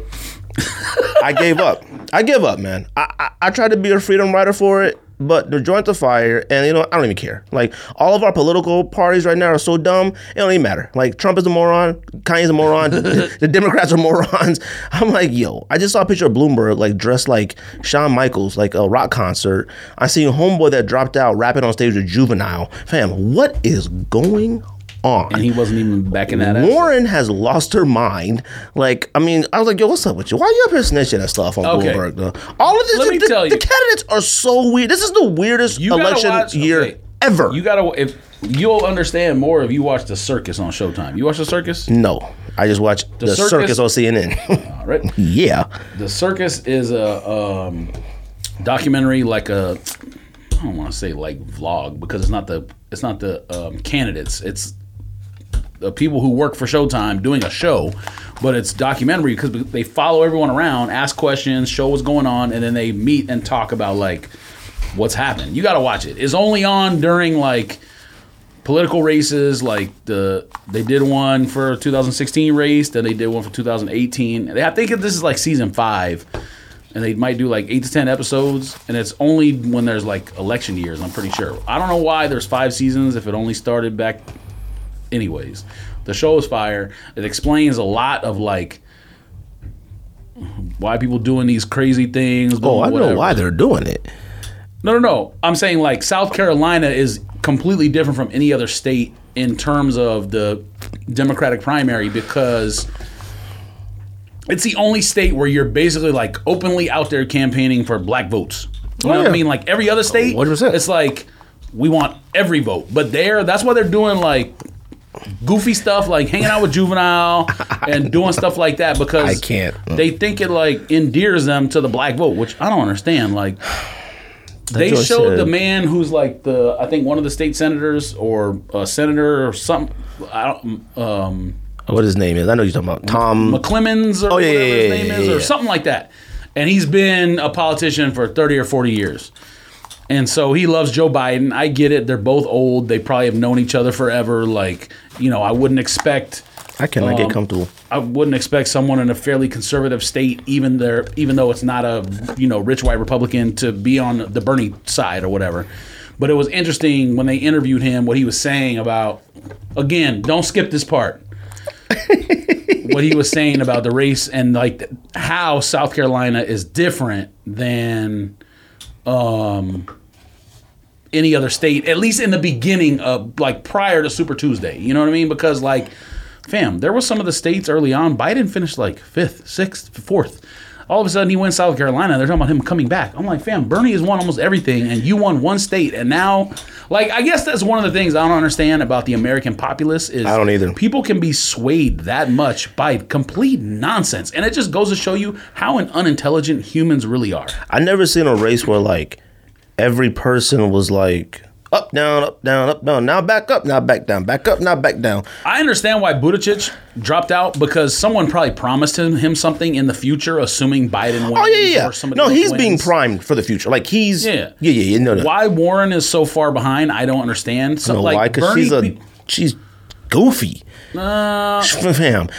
I gave up. I give up, man. I, I I tried to be a freedom rider for it, but the joints are fire, and you know I don't even care. Like all of our political parties right now are so dumb, it don't even matter. Like Trump is a moron, Kanye's a moron, the, the Democrats are morons. I'm like, yo, I just saw a picture of Bloomberg like dressed like Shawn Michaels, like a rock concert. I seen homeboy that dropped out rapping on stage with Juvenile. Fam, what is going on?
And he wasn't even backing that out.
Warren has lost her mind. Like, I mean, I was like, yo, what's up with you? Why you up here snitching and stuff on
Okay.
Bloomberg? Though? All of this,
Let
the,
me
the-
tell
the
you.
candidates are so weird. This is the weirdest
gotta
election
watch-
year
okay.
ever.
You gotta if you'll understand more if you watch the circus on Showtime. You watch the circus,
no, I just watched the, circus,
circus-
on CNN.
All right?
yeah,
The circus is a um, documentary, like a I don't want to say like vlog because it's not the it's not the um, candidates. It's the people who work for Showtime doing a show, but it's documentary because they follow everyone around, ask questions, show what's going on, and then they meet and talk about like what's happened. You got to watch it. It's only on during like political races. Like the they did one for 2016 race, then they did one for 2018. And I think this is like season five. And they might do like eight to ten episodes, and it's only when there's like election years. I'm pretty sure. I don't know why there's five seasons if it only started back anyways the show is fire it explains a lot of like Why people doing these crazy things?
Oh,
doing
I know
whatever.
why they're doing it.
No, no, no. I'm saying like South Carolina is completely different from any other state in terms of the Democratic primary because it's the only state where you're basically like openly out there campaigning for black votes. You know
Oh,
what I
yeah. Oh,
mean? Like every other state,
100%.
it's like we want every vote. But there, that's why they're doing like goofy stuff like hanging out with juvenile and doing stuff like that because
I can't.
they think it like endears them to the black vote, which I don't understand. Like they
what I
showed the
said.
man who's like the I think one of the state senators or a senator or something. I don't um
What his name is? I know you're talking about Tom.
Clemens or
Oh, yeah,
whatever
yeah,
his
yeah,
name
yeah,
is
yeah.
or something like that. And he's been a politician for 30 or 40 years. And so he loves Joe Biden. I get it. They're both old. They probably have known each other forever. Like, you know, I wouldn't expect
I cannot get comfortable.
I wouldn't expect someone in a fairly conservative state, even there, even though it's not a you know rich white Republican, to be on the Bernie side or whatever. But it was interesting when they interviewed him what he was saying about. Again, don't skip this part. what he was saying about the race and like how South Carolina is different than any other state, at least in the beginning of like prior to Super Tuesday. You know what I mean? Because like, fam, there was some of the states early on. Biden finished like fifth, sixth, fourth. All of a sudden, he wins South Carolina. They're talking about him coming back. I'm like, fam, Bernie has won almost everything, and you won one state, and now, like, I guess that's one of the things I don't understand about the American populace is
I don't either.
people can be swayed that much by complete nonsense, and it just goes to show you how an unintelligent humans really are.
I never seen a race where like every person was like up down up down up down now back up now back down back up now back down.
I understand why Buttigieg dropped out because someone probably promised him, him something in the future, assuming Biden wins.
Oh yeah, yeah.
or somebody
No,
else
he's being
wins.
primed for the future. Like he's
Yeah.
yeah, yeah, yeah. No, no.
Why Warren is so far behind, I don't understand. So,
No,
like,
why? Because she's
Bernie-
a she's goofy. Fam.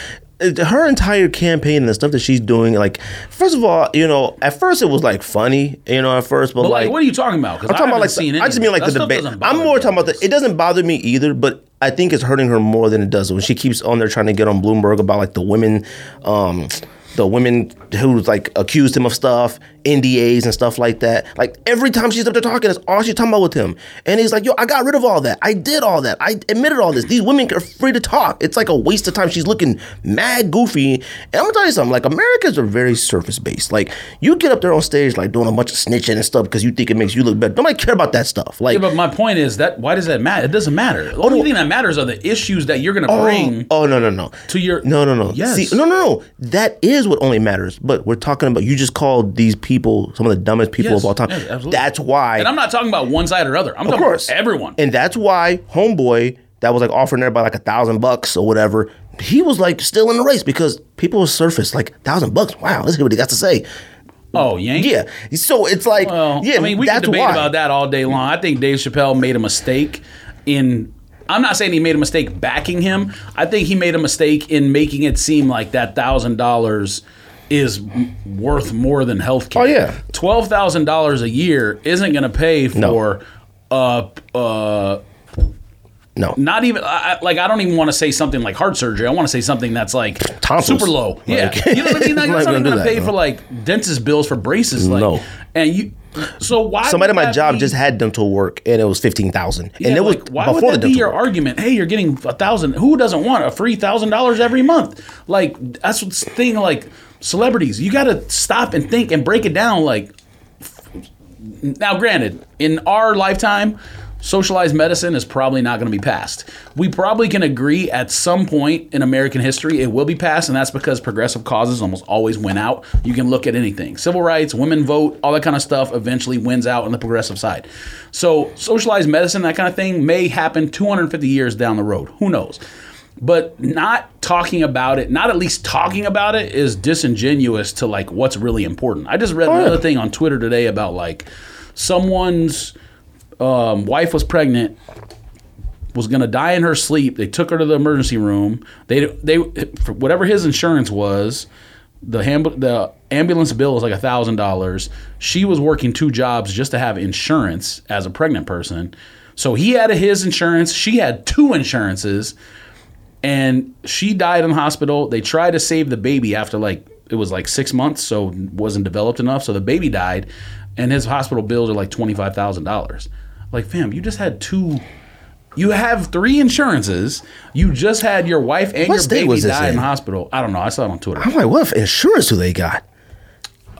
Her entire campaign and the stuff that she's doing, like, first of all, you know, at first it was like funny, you know, at first, but,
But,
like,
like, what are you talking about? Because
I'm talking about like
seen
the, I
any
just
of
mean
it.
like
That
the
stuff
debate.
doesn't
I'm
bother
more
me.
talking about the. It doesn't bother me either, but I think it's hurting her more than it does when she keeps on there trying to get on Bloomberg about like the women, um, the women who's like accused him of stuff, NDAs and stuff like that. Like every time she's up there talking, that's all she's talking about with him. And he's like, "Yo, I got rid of all that. I did all that. I admitted all this. These women are free to talk. It's like a waste of time. She's looking mad goofy." And I'm gonna tell you something. Like Americans are very surface based. Like you get up there on stage like doing a bunch of snitching and stuff because you think it makes you look better. Nobody care about that stuff. Like
Yeah, but my point is that why does that matter? It doesn't matter. The only thing that matters are the issues that you're going to bring
Oh, oh, no no no
to your.
no no no
Yes.
See, no no no that is what only matters. But we're talking about you just called these people some of the dumbest people
Yes,
of all time.
yes, absolutely.
that's why
And I'm not talking about one side or other. I'm talking
course.
about everyone.
and that's why homeboy that was like offering everybody like a thousand bucks or whatever. He was like still in the race because people were surface like thousand bucks. Wow, let's hear what he got to say.
oh, Yankee.
Yeah, so it's like
Well,
yeah.
I mean, we can
that's
debate
why.
about that all day long. I think Dave Chappelle made a mistake in. I'm not saying he made a mistake backing him. I think he made a mistake in making it seem like that thousand dollars is m- worth more than health care.
Oh, yeah.
twelve thousand dollars a year isn't going to pay for. Uh, uh,
No,
not even I, I- like I don't even want to say something like heart surgery. I want to say something that's like
Tonsils.
super low. Yeah,
Like-
you know what I mean. Like,
I'm
that's
not
not even
gonna do
going to
that,
pay
no.
for like dentist bills for braces. Like,
No.
and you. So why
somebody at
would
my
that
job
be-
just had dental work and it was fifteen thousand and
Yeah,
it was
like, why
before
would that
the
be
dental
your
work.
argument? Hey, you're getting a thousand. Who doesn't want a free thousand dollars every month? Like that's what's the thing. Like celebrities, you got to stop and think and break it down. Like now, granted, in our lifetime, socialized medicine is probably not going to be passed. We probably can agree at some point in American history it will be passed, and that's because progressive causes almost always win out. You can look at anything civil rights, women vote, all that kind of stuff eventually wins out on the progressive side. So, socialized medicine, that kind of thing, may happen 250 years down the road. Who knows? But not talking about it, not at least talking about it, is disingenuous to like what's really important. I just read another thing on Twitter today about like someone's um, wife was pregnant, was gonna die in her sleep. They took her to the emergency room. They they for whatever his insurance was, the hamb- the ambulance bill was like thousand dollars. She was working two jobs just to have insurance as a pregnant person. So he had his insurance. She had two insurances and she died in the hospital. They tried to save the baby after like it was like six months, so wasn't developed enough. So the baby died, and his hospital bills are like twenty five thousand dollars. Like, fam, you just had two. You have three insurances. You just had your wife and
What
your
state
baby
was this
die in
in?
the hospital. I don't know. I saw it on Twitter.
I'm like, what insurance do they got?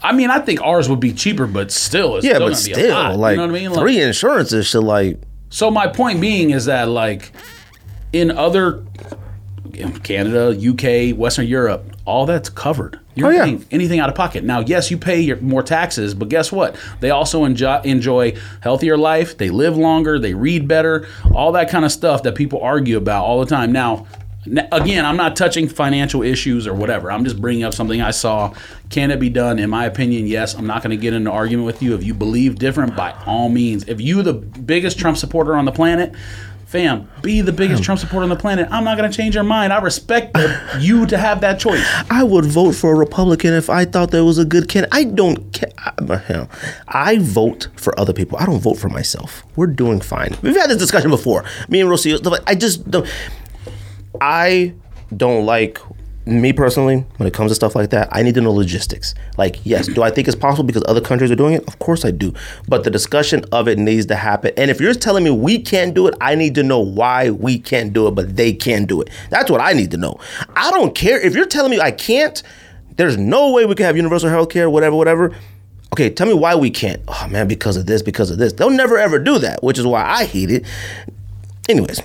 I mean, I think ours would be cheaper, but still, it's
Yeah,
still
but
gonna be a
still,
lot,
like
you know what I mean? Like,
three insurances should like
So my point being is that like in other in Canada, UK, Western Europe, all that's covered. You're
Oh, yeah.
paying anything out of pocket. Now, yes, you pay your, more taxes, but guess what? They also enjoy, enjoy healthier life. They live longer. They read better. All that kind of stuff that people argue about all the time. Now, n- again, I'm not touching financial issues or whatever. I'm just bringing up something I saw. Can it be done? In my opinion, yes. I'm not going to get into an argument with you. If you believe different, by all means. If you the biggest Trump supporter on the planet, Fam, be the biggest Trump supporter on the planet. I'm not going to change your mind. I respect the, you to have that choice.
I would vote for a Republican if I thought there was a good candidate. I don't care. I, I vote for other people. I don't vote for myself. We're doing fine. We've had this discussion before. Me and Rosie. I just don't. I don't like me personally when it comes to stuff like that. I need to know logistics. Like, yes, do I think it's possible because other countries are doing it? Of course I do. But the discussion of it needs to happen. And if you're telling me we can't do it, I need to know why we can't do it, but they can do it. That's what I need to know. I don't care if you're telling me I can't. There's no way we can have universal health care, whatever, whatever. Okay, tell me why we can't. Oh man, because of this, because of this. They'll never ever do that, which is why I hate it. Anyways,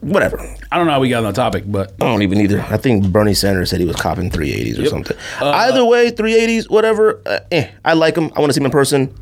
whatever.
I don't know how we got on the topic, but
I don't even either. I think Bernie Sanders said he was copping 380s or something.
Uh,
either way, 380s, whatever. Uh, eh, I like him. I want to see him in person.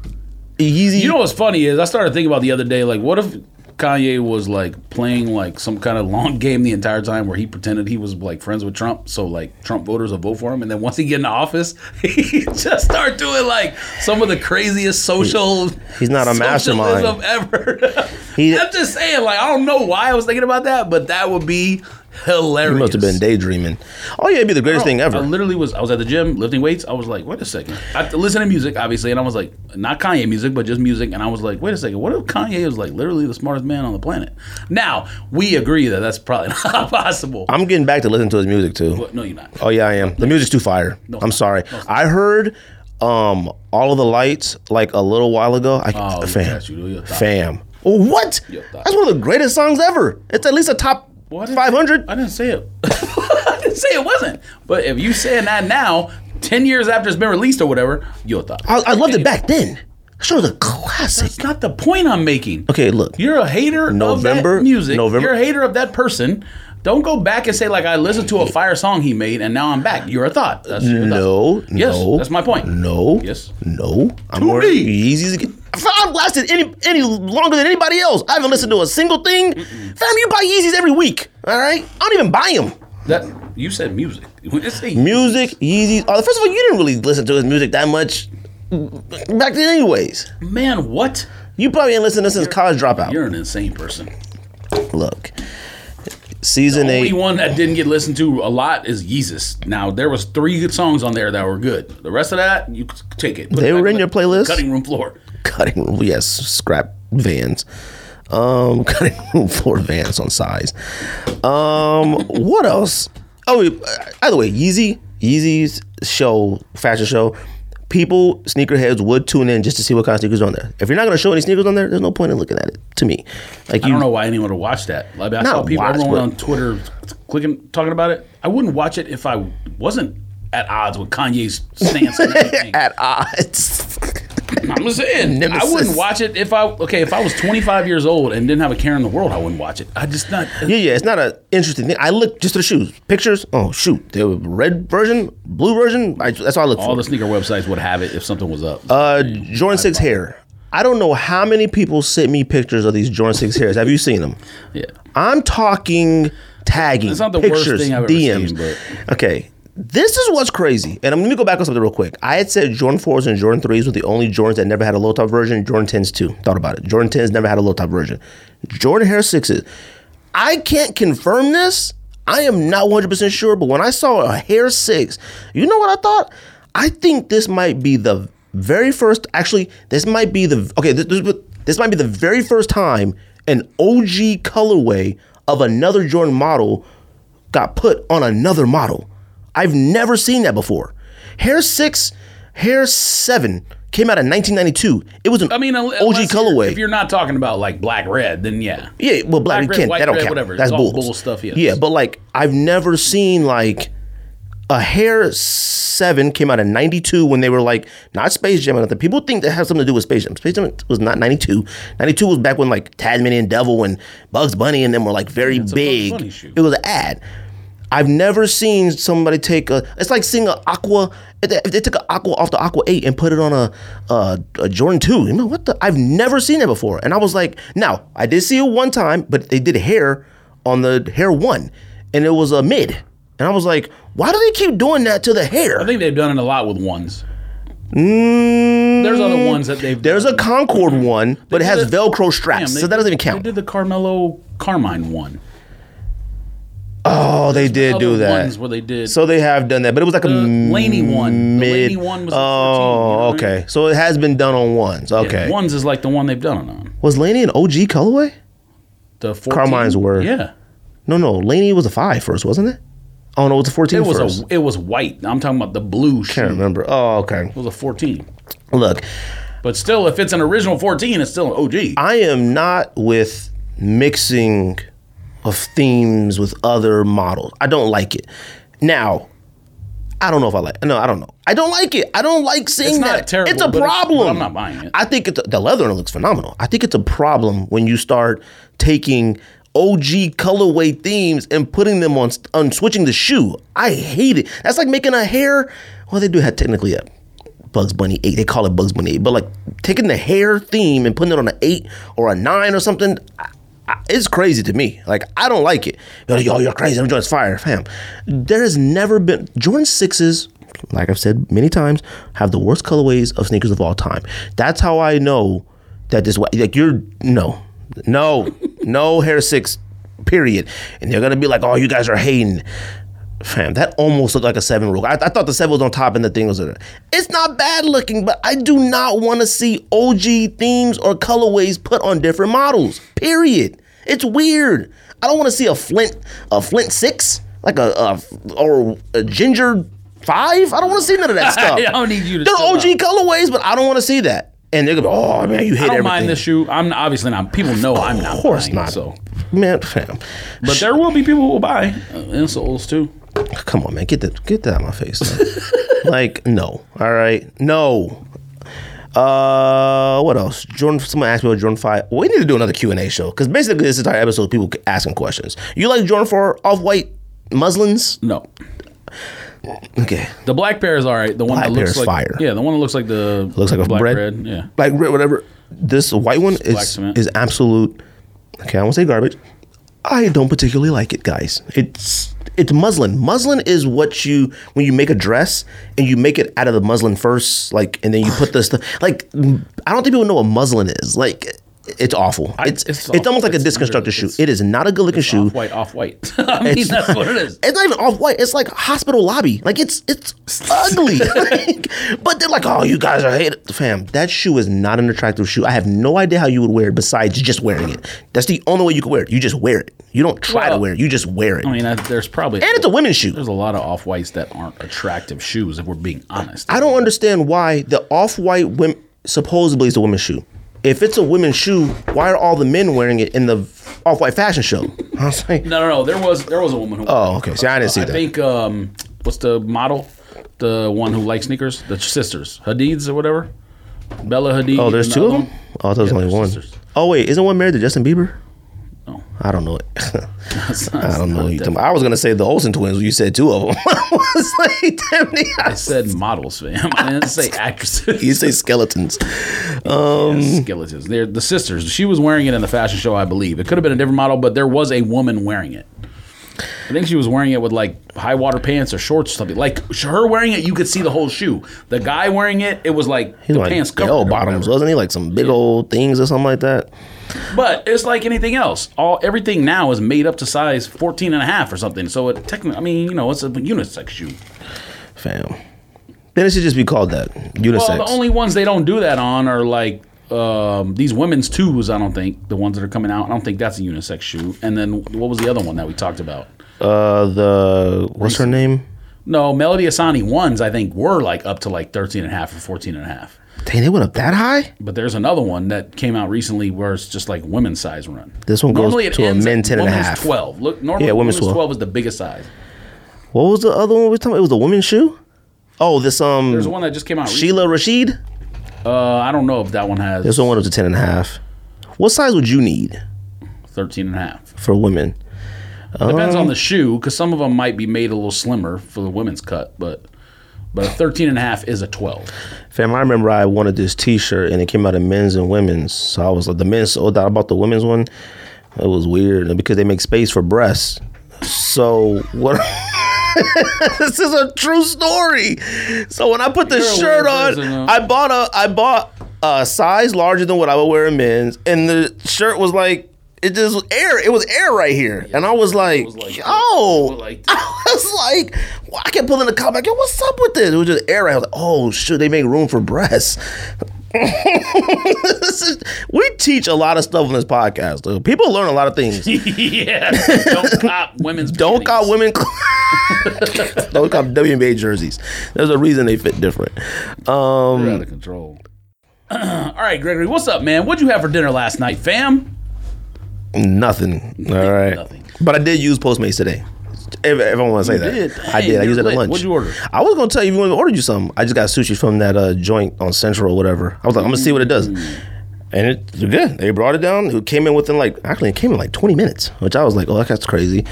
Yeezy.
you know what's funny is I started thinking about the other day, like, what if Kanye was like playing like some kind of long game the entire time where he pretended he was like friends with Trump, so like Trump voters will vote for him, and then once he get in the office, he just start doing like some of the craziest social.
He's not a mastermind.
socialism ever.
He-
I'm just saying, like, I don't know why I was thinking about that, but that would be hilarious.
he must have been daydreaming. Oh, yeah, it'd be the greatest thing
I
ever.
literally was. I was at the gym lifting weights. I was like, wait a second. I listened to music, obviously, and I was like, not Kanye music, but just music. And I was like, wait a second. What if Kanye is like literally the smartest man on the planet? Now we agree that that's probably not possible.
I'm getting back to listen to his music, too.
but no, you're not.
Oh, yeah, I am. The music's too fire. I'm sorry. I heard um, All of the Lights like a little while ago. I,
Oh, you
fam.
trash, you do your thought.
Fam. Oh, what?
thought.
That's one of the greatest songs ever. It's at least a top
Well, I didn't-
500.
I didn't say it. I didn't say it wasn't. But if you saying that now, ten years after it's been released or whatever, your thought.
I, I loved it back then. That show was a classic.
That's not the point I'm making.
Okay, look.
You're a hater of
November-
that music.
November-
You're a hater of that person. Don't go back and say like I listened to a fire song he made and now I'm back. You're a thought. That's your
No,
thought. Yes,
no,
that's my point.
No,
Yes.
no. I'm more
me.
Yeezys again. Fam, I've lasted any any longer than anybody else. I haven't listened to a single thing. Fam, you buy Yeezys every week. All right, I don't even buy them.
That you said music. When it's a-
Music, Yeezys. Oh, first of all, you didn't really listen to his music that much back then, anyways.
man, what?
You probably ain't listened to since college dropout.
You're an insane person.
Look, season
The only
eight.
one that didn't get listened to a lot is Yeezus. Now there was three good songs on there that were good. The rest of that you could take it. Put
They
it back
were in
on
your
the
playlist?
Cutting room floor.
cutting room. Yes, scrap vans. Um, cutting room floor vans on size. Um, what else? Oh, either way, Yeezy, Yeezy's show, fashion show. People, sneakerheads would tune in just to see what kind of sneakers are on there. If you're not going to show any sneakers on there, there's no point in looking at it. To me, like
I
you,
don't know why anyone would watch that. Like, I saw
Not
people,
watch,
everyone
but-
on Twitter clicking, talking about it. I wouldn't watch it if I wasn't at odds with Kanye's stance. on everything.
at odds.
I'm just saying,
Nemesis.
I wouldn't watch it if I okay. If I was 25 years old and didn't have a care in the world, I wouldn't watch it. I just not.
yeah, yeah, it's not an interesting thing. I look just at the shoes, pictures. Oh shoot, the red version, blue version. I, that's all I look for.
All the sneaker websites would have it if something was up.
Uh, Jordan Six hair. I don't know how many people sent me pictures of these Jordan Six hairs. Have you seen them?
yeah,
I'm talking tagging.
It's not the worst
pictures,
thing I've ever
DMs.
seen,
Okay. This is what's crazy. And I'm let me go back on something real quick. I had said Jordan 4s and Jordan 3s were the only Jordans that never had a low top version. Jordan 10s too. Thought about it. Jordan 10s never had a low top version. Jordan Hair 6s. I can't confirm this. I am not 100% sure, but when I saw a Hair 6, you know what I thought? I think this might be the very first actually this might be the okay, this, this, this might be the very first time an OG colorway of another Jordan model got put on another model. I've never seen that before. Hair six, hair seven came out in 1992. It was an
I mean, un-
OG
unless you're-
colorway.
If you're not talking about like black red, then yeah.
Yeah, well, black,
Black,
you
red,
can't.
white,
that don't
red,
count.
whatever.
That's
It's all
bull
bull stuff, yes.
Yeah, but like I've never seen like a hair seven came out in '92 when they were like not Space Jam or nothing. People think that has something to do with Space Jam. Space Jam was not '92. '92 was back when like Tasmanian Devil and Bugs Bunny and them were like very
a Bugs
big.
Bunny shoe.
It was an ad. I've never seen somebody take a. It's like seeing an Aqua. If they, if they took an Aqua off the Aqua Eight and put it on a, a, a Jordan Two, you know what? The, I've never seen that before. And I was like, now I did see it one time, but they did hair on the hair one, and it was a mid. And I was like, why do they keep doing that to the hair?
I think they've done it a lot with ones. There's other ones that they've.
Mm. There's a
done.
Concord one, but it
They
has
did a-
Velcro
Damn,
straps,
they
so that
did-
doesn't even
They
count.
did the Carmelo Carmine one.
Oh, they did
Other
do that.
Ones where they did.
So they have done that, but it was like a
the Laney one. The
mid.
Laney one was. a 14, you know
oh,
what I
okay.
mean?
So it has been done on ones. Okay.
Ones is like the one they've done it on.
Was Laney an OG colorway?
The 14,
Carmine's were-
Yeah.
No, no. Laney was a five first, wasn't it? Oh no, it was a fourteen
It was
first.
a. It was white. I'm talking about the blue. Shoe.
I can't remember. Oh, okay.
It was a 14.
Look,
But still, if it's an original 14, it's still oh, an OG.
I am not with mixing of themes with other models. I don't like it. Now, I don't know if I like. No, I don't know. I don't like it. I don't like seeing
It's not
that.
terrible,
it's a
but it's-
problem.
but I'm not buying it.
I think it's the leather on it looks phenomenal. I think it's a problem when you start taking OG colorway themes and putting them on, on switching the shoe. I hate it. That's like making a hair. Well, they do have technically a Bugs Bunny eight. They call it Bugs Bunny eight, but like taking the hair theme and putting it on an eight or a nine or something. I, I, it's crazy to me. Like I don't like it. They're like, Yo, you're crazy. I'm Jordan's fire, fam. There has never been Jordan sixes like I've said many times, have the worst colorways of sneakers of all time. That's how I know that this way. Like you're no, no, no hair six, period. And they're gonna be like, oh, you guys are hating. Fam, that almost looked like a seven rule. I, I thought the seven was on top and the thing was. There. It's not bad looking, but I do not want to see OG themes or colorways put on different models. Period. It's weird. I don't want to see a Flint, a Flint six, like a, a or a ginger five. I don't want to see none of that stuff.
I don't need you to
They're
chill
OG colorways, but I don't want to see that. And they're gonna be, oh man, you hit
I don't
everything.
mind this shoe. I'm obviously not. People know I'm not. Of
course
buying,
not.
So,
man, fam.
but there will be people who will buy uh, insoles too.
Come on, man, get that get that out of my face. man. like, no. All right. No. Uh what else? Jordan someone asked me about Jordan 5. We need to do another Q&A show cuz basically this entire episode is people asking questions. You like Jordan 4 off-white muslins?
No,
Okay.
the black pair is all right. The one
Black
that
pair
looks
is
like
fire.
yeah, the one that looks like the
Looks like a
black
bread.
red. Yeah,
Like red whatever. This white one
black
is
cement.
is absolute Okay, I won't say garbage. I don't particularly like it, guys. It's it's muslin. Muslin is what you when you make a dress and you make it out of the muslin first, like, and then you put the stuff. Like, mm, I don't think people know what muslin is. Like, it's awful. it's
it's
it's,
awful.
almost like a
It's
disconstructed
literally-
shoe.
it's-
It is not a good looking shoe.
off white, off white. I mean,
It's
that's
not-
what it is.
It's not even off white. It's like hospital lobby. Like it's it's ugly. Like, but they're like, oh, you guys are hated, fam. That shoe is not an attractive shoe. I have no idea how you would wear it besides just wearing it. That's the only way you can wear it. You just wear it. You don't try
Well,
to wear it. You just wear it.
I mean, I, there's probably
and it's a women's shoe.
there's a lot of off whites that aren't attractive shoes. If we're being honest,
I don't understand why the off white women supposedly is a women's shoe. If it's a women's shoe, why are all the men wearing it in the off white fashion show? I was like,
No, no, no. There was there was a woman who.
oh, okay. See, I didn't see
I
that.
think um, what's the model? The one who likes sneakers, the sisters, Hadid's or whatever. Bella Hadid.
Oh, there's
and the
two of
other
them. Oh, there's
Yeah,
only
they're
one.
sisters.
Oh wait, isn't one married to Justin Bieber?
No.
I don't know it.
It's not-
I don't
it's
know.
not
who you
that-
talking about. I was gonna say the Olsen twins. You said two of them. I was like, damn, they-
I said models, fam. I didn't say actresses.
you say skeletons. Mm-hmm.
Skeletons. They're the sisters. She was wearing it in the fashion show, I believe. It could have been a different model, but there was a woman wearing it. I think she was wearing it with like high water pants or shorts or something. Like sh- her wearing it, you could see the whole shoe. The guy wearing it, it was like
He's
the
like
pants covered.
bell
or
bottoms,
whatever.
wasn't he? Like some big old things or something like that.
But it's like anything else. All everything now is made up to size 14 and a half or something. So it technically, I mean, you know, it's a unisex shoe.
Fam. Then it should just be called that. Unisex.
Well, the only ones they don't do that on are like um, these women's twos. I don't think the ones that are coming out. I don't think that's a unisex shoe. And then what was the other one that we talked about?
uh, the what's her name?
No, Melody Asani ones, I think, were like up to like 13 and a half or 14 and a half.
Dang, they went up that high?
But there's another one that came out recently where it's just like women's size run.
This one goes
it
to a
ends
men
at
10 and a
women's
half.
12. Look, normally
Yeah,
women's,
women's
12.
12.
is the biggest size.
What was the other one we were talking about? It was a woman's shoe? Oh, this um
There's one that just came out. recently.
Sheila Rashid?
Uh, I don't know if that one has
This one went up to ten and a half. What size would you need
13 and a half.
for women?
Depends on the shoe because some of them might be made a little slimmer for the women's cut, but but a 13 and a half is a 12.
Fam, I remember I wanted this T-shirt and it came out in men's and women's. So I was like, the men's sold out. I bought the women's one. It was weird because they make space for breasts. So what? this is a true story. So when I put the
You're a
shirt
weird
on,
person, huh?
I bought a I bought a size larger than what I would wear in men's, and the shirt was like. It just was air. It was air right here, and I was like,
like this.
"Yo!"
It was like this.
I was like, well, I kept pulling the cop back. Yo, what's up with this? It was just air. right. I was like, "Oh shoot, they make room for breasts." This is- we teach a lot of stuff on this podcast. Dude. People learn a lot of things.
yeah. Don't cop women's
Don't
panties.
cop women. Don't cop WNBA jerseys. There's a reason they fit different. Um,
You're out of control. All right, Gregory, what's up, man? What'd you have for dinner last night, fam?
nothing. All right.
Nothing.
But I did use Postmates today. If, if I want to say that,
did?
I
Dang,
did. I
you're
used it at
lit.
lunch.
What'd you order?
I was gonna tell you if you wanted to order you some. I just got sushi from that uh, joint on Central or whatever. I was like, I'm gonna see what it does.
Mm.
And it it's good. They brought it down. It came in within like actually it came in like 20 minutes, which I was like, oh that's crazy.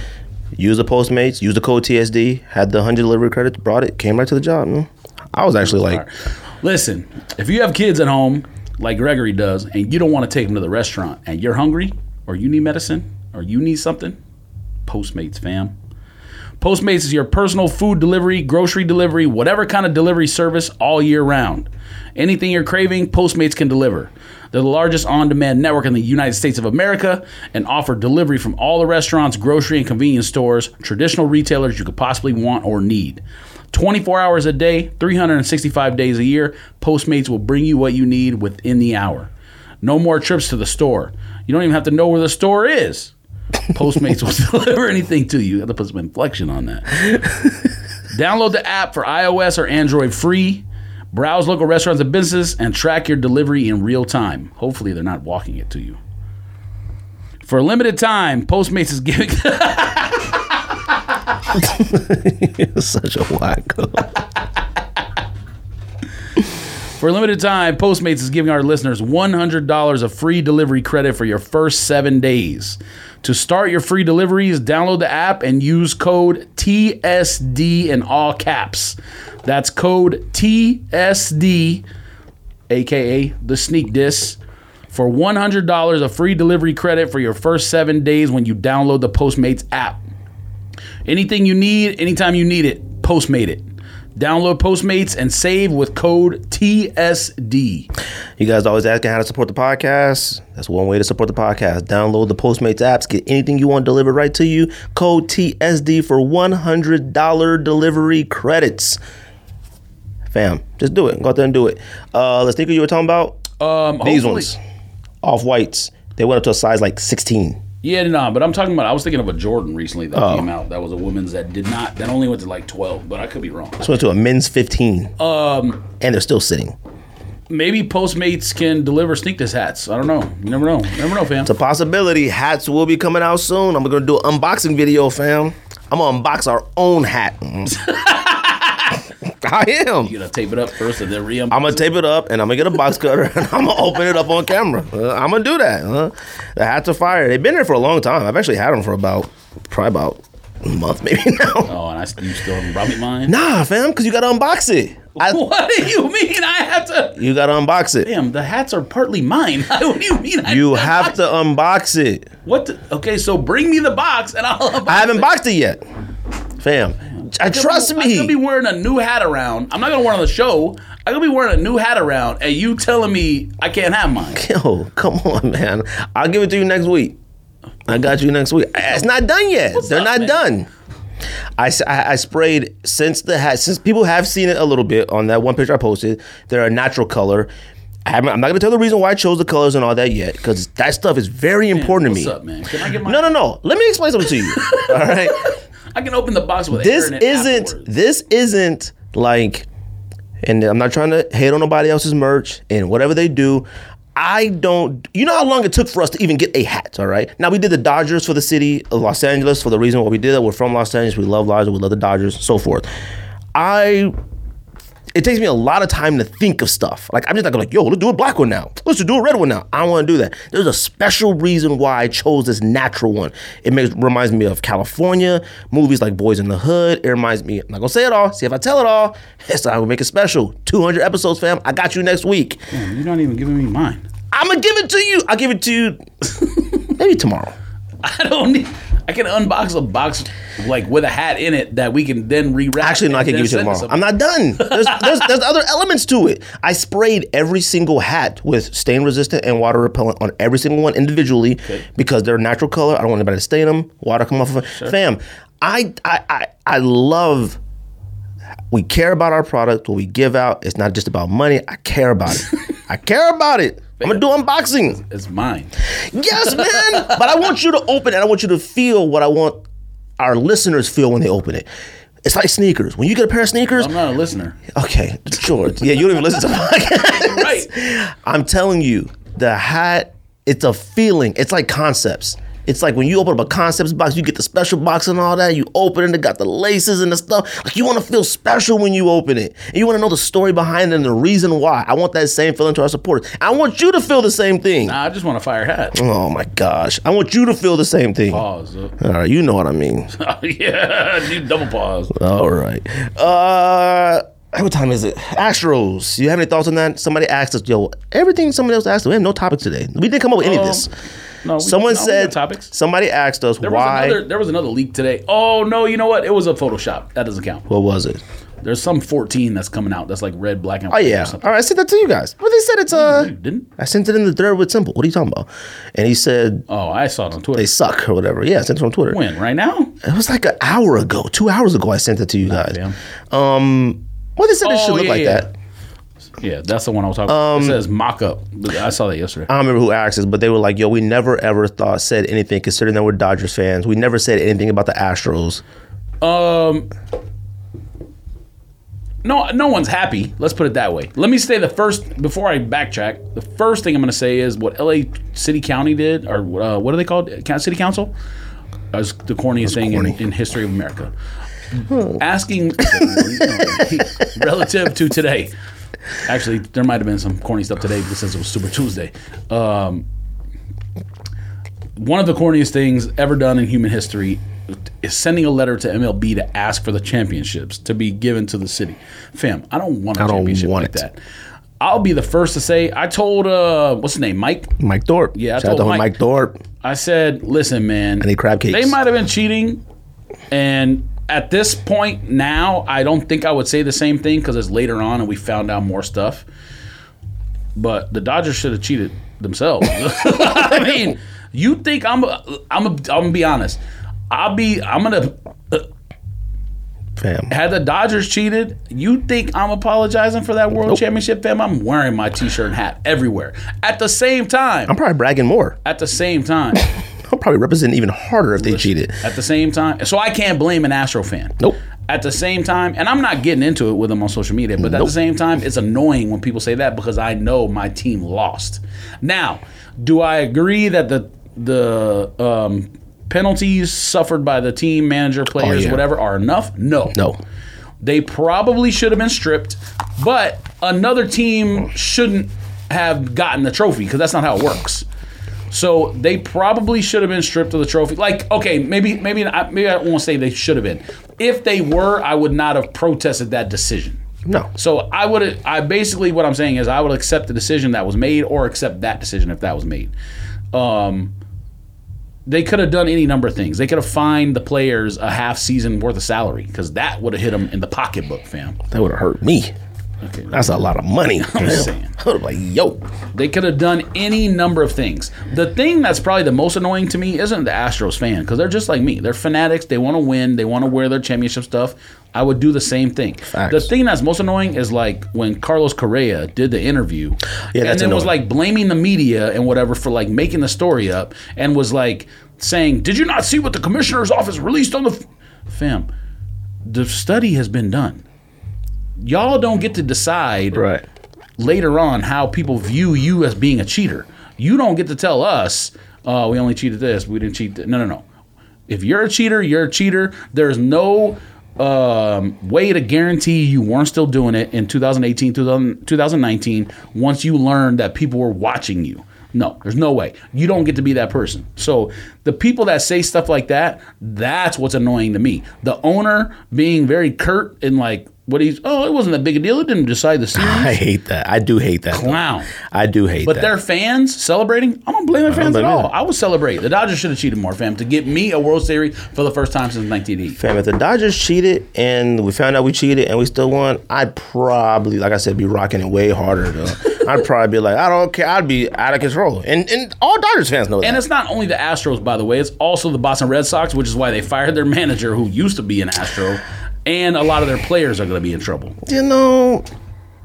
Use the Postmates, use the code TSD, had the hundred delivery credits, brought it, came right to the job. man. I was actually like,
Listen, if you have kids at home, like Gregory does, and you don't want to take them to the restaurant and you're hungry or you need medicine or you need something, Postmates, fam. Postmates is your personal food delivery, grocery delivery, whatever kind of delivery service all year round. Anything you're craving, Postmates can deliver. They're the largest on demand network in the United States of America and offer delivery from all the restaurants, grocery, and convenience stores, traditional retailers you could possibly want or need. 24 hours a day, 365 days a year, Postmates will bring you what you need within the hour. No more trips to the store. You don't even have to know where the store is. Postmates will deliver anything to you. I had to put some inflection on that. Download the app for iOS or Android free. Browse local restaurants and businesses and track your delivery in real time. Hopefully, they're not walking it to you. For a limited time, Postmates is giving.
such a wacko.
For a limited time, Postmates is giving our listeners $100 of free delivery credit for your first seven days. To start your free deliveries, download the app and use code TSD in all caps. That's code TSD, aka the sneak disc, for $100 of free delivery credit for your first seven days when you download the Postmates app. Anything you need, anytime you need it, Postmate it. Download Postmates and save with code TSD.
You guys always asking how to support the podcast. That's one way to support the podcast. Download the Postmates apps, get anything you want delivered right to you. Code TSD for $100 delivery credits. Fam, just do it. Go out there and do it. Uh, the sneaker you were talking about,
Um,
these
hopefully-
ones, off whites. They went up to a size like 16.
Yeah, nah, but I'm talking about. I was thinking of a Jordan recently that
Oh.
came out. That was a woman's that did not. That only went to like 12, but I could be wrong.
This went to a men's 15. Um, and they're still sitting.
Maybe Postmates can deliver sneak this hats. I don't know. You never know. You never know, fam.
It's a possibility. Hats will be coming out soon. I'm gonna do an unboxing video, fam. I'm gonna unbox our own hat. Mm-hmm. I
You
am.
gotta tape it up first and then re
I'm gonna tape it up and I'm gonna get a box cutter and I'm gonna open it up on camera. Uh, I'm gonna do that. huh? The hats are fire. They've been there for a long time. I've actually had them for about probably about a month maybe now.
Oh, and I you still haven't brought me mine.
Nah, fam, because you gotta unbox it. I,
What do you mean? I have to.
you gotta unbox it.
Damn, the hats are partly mine. what do you mean? I
You have to unbox it.
What? The, okay, so bring me the box and I'll.
I haven't boxed it yet, fam. I trust
I'm gonna
me.
be wearing a new hat around. I'm not gonna wear it on the show. I'm gonna be wearing a new hat around, and you telling me I can't have mine.
Yo, come on, man. I'll give it to you next week. I got you next week. It's not done yet. They're
up,
not
man?
done. I, s- I- I sprayed since the hat since people have seen it a little bit on that one picture I posted. They're a natural color. I haven't, I'm not gonna tell the reason why I chose the colors and all that yet because that stuff is very important
What's
to me.
up, man? Can I get my?
No, no, no. Let me explain something to you. all right.
I can open the box with
this
air in it
isn't
afterwards.
this isn't like and I'm not trying to hate on nobody else's merch and whatever they do. I don't you know how long it took for us to even get a hat, all right? Now we did the Dodgers for the city of Los Angeles for the reason why we did that. We're from Los Angeles, we love Los Angeles, we love the Dodgers, so forth. I it takes me a lot of time to think of stuff. Like I'm just not gonna like, yo, let's do a black one now. Let's just do a red one now. I don't want to do that. There's a special reason why I chose this natural one. It makes reminds me of California movies like Boys in the Hood. It reminds me. I'm not gonna say it all. See if I tell it all. It's time we make it special. 200 episodes, fam. I got you next week.
Damn, You're not even giving me mine.
I'm gonna give it to you. I'll give it to you maybe tomorrow.
I don't need. I can unbox a box like with a hat in it that we can then rewrap.
Actually, no, I
and
can
then
give it to you
send
tomorrow.
somebody.
I'm not done. There's, there's, there's other elements to it. I sprayed every single hat with stain resistant and water repellent on every single one individually because they're natural color. I don't want anybody to stain them. Water come off of it. Fam, I, I, I, I love. We care about our product. What we give out, it's not just about money. I care about it. I care about it. I'm gonna do unboxing.
It's mine.
Yes, man. but I want you to open it. I want you to feel what I want our listeners feel when they open it. It's like sneakers. When you get a pair of sneakers,
I'm not a listener.
okay, sure. Yeah, you don't even listen to podcasts.
Right.
I'm telling you, the hat, it's a feeling. It's like concepts. It's like when you open up a concepts box, you get the special box and all that. You open it, it got the laces and the stuff. Like you want to feel special when you open it. And you want to know the story behind it and the reason why. I want that same feeling to our supporters. I want you to feel the same thing.
Nah, I just want a fire hat.
Oh my gosh. I want you to feel the same thing.
Pause.
All right, you know what I mean.
yeah, dude, double pause.
All right. Uh what time is it? Astros. You have any thoughts on that? Somebody asked us, yo, everything somebody else asked us, we have no topic today. We didn't come up with any of this.
No, Um, we-
Someone
no, we
said
got topics.
somebody asked us
There
why
was another. There was another leak today. Oh no, you know what? It was a Photoshop. That doesn't count.
what was it?
There's some 14 that's coming out. That's like red, black, and
Oh
white. Or
yeah.
something.
All right, I sent that to you guys. But they said it's uh
You didn't?
I sent it in the third with simple. What are you talking about? And he said
Oh, I saw it on Twitter.
they suck or whatever. Yeah, I sent it on Twitter.
When? Right now?
It was like an hour ago, two hours ago I sent it to you guys.
damn.
Um well they said it
Oh,
should look
yeah,
like
yeah.
that.
Yeah, that's the one I was talking
Um,
about. It says mock up. I saw that yesterday.
I don't remember who asked us, but they were like, "Yo, we never ever thought said anything considering that we're Dodgers fans. We never said anything about the Astros."
Um, no, no one's happy. Let's put it that way. Let me say the first before I backtrack. The first thing I'm going to say is what L.A. City County did, or uh, what are they called? Coun- City Council. Is the corniest thing in, in history of America. Asking relative to today. Actually, there might have been some corny stuff today because since it was Super Tuesday. Um, one of the corniest things ever done in human history is sending a letter to MLB to ask for the championships to be given to the city. Fam, I don't want a
don't
championship
want
like
it.
that. I'll be the first to say. I told uh, what's his name, Mike.
Mike Thorpe.
Yeah, I
shout out to
told
Mike.
Mike.
Thorpe.
I said, listen, man. I
need crab cakes.
They might have been cheating. And at this point now, I don't think I would say the same thing because it's later on and we found out more stuff. But the Dodgers should have cheated themselves. I mean, you think I'm I'm I'm gonna be honest. I'll be I'm gonna
Fam.
had the Dodgers cheated, you think I'm apologizing for that world championship, fam? I'm wearing my t-shirt and hat everywhere. At the same time,
I'm probably bragging more.
at the same time.
I'll probably represent even harder if they cheated.
At the same time, so I can't blame an Astro fan.
Nope.
At the same time, and I'm not getting into it with them on social media, but at the same time, it's annoying when people say that because I know my team lost. Now, do I agree that the the um, penalties suffered by the team manager, players,
Oh, yeah.
whatever, are enough? No.
No.
They probably should have been stripped, but another team shouldn't have gotten the trophy because that's not how it works. So they probably should have been stripped of the trophy. Like, okay, maybe maybe I, maybe I won't say they should have been. If they were, I would not have protested that decision.
No.
So I would I basically what I'm saying is I would accept the decision that was made or accept that decision if that was made. Um they could have done any number of things. They could have fined the players a half season worth of salary because that would have hit them in the pocketbook, fam.
That would have hurt me.
Okay.
That's a lot of money. I'm
just saying.
I would have like, yo.
They could have done any number of things. The thing that's probably the most annoying to me isn't the Astros fan because they're just like me. They're fanatics. They want to win. They want to wear their championship stuff. I would do the same thing.
Facts.
The thing that's most annoying is like when Carlos Correa did the interview
Yeah,
and
that's
then was
annoying.
like blaming the media and whatever for like making the story up and was like saying, "Did you not see what the commissioner's office released on the?" f-" fam, the study has been done. Y'all don't get to decide
Right.
later on how people view you as being a cheater. You don't get to tell us, uh, we only cheated this, we didn't cheat. Th-. No, no, no. If you're a cheater, you're a cheater. There's no um, way to guarantee you weren't still doing it in 2018, 2000, 2019 once you learned that people were watching you. No, there's no way. You don't get to be that person. So the people that say stuff like that, that's what's annoying to me. The owner being very curt and like, what he's, oh, it wasn't that big a deal. It didn't decide the series.
I hate that. I do hate that. though.
Clown.
I do hate
But
that.
their fans celebrating, I don't blame their fans at
blame
all.
either.
I would celebrate. The Dodgers should have cheated more, fam, to get me a World Series for the first time since 1980.
Fam, if the Dodgers cheated and we found out we cheated and we still won, I'd probably, like I said, be rocking it way harder though. I'd probably be like, I don't care. I'd be out of control. And and all Dodgers fans know
And
that.
it's not only the Astros, by the way. It's also the Boston Red Sox, which is why they fired their manager, who used to be an Astro, and a lot of their players are going to be in trouble.
You know,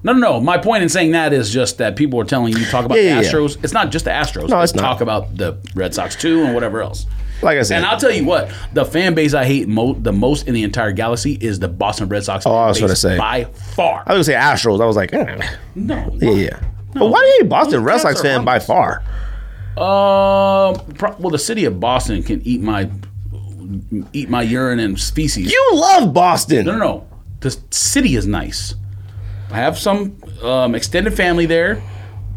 No, no, no. My point in saying that is just that people are telling you talk about
Yeah, yeah,
the
yeah.
Astros. It's not just the Astros.
No, it's not.
Talk about the Red Sox too and whatever else.
like I said,
And I'll tell you what, the fan base I hate mo- the most in the entire galaxy is the Boston Red Sox. Oh,
I was gonna say.
by far.
I was gonna say Astros. I was like, eh.
no,
yeah, yeah. but why do you hate Boston Red
Cats
Sox
are
fan by far?
Um, pro- well, the city of Boston can eat my eat my urine and feces.
You love Boston.
no, no, no. The s- city is nice. I have some um, extended family there,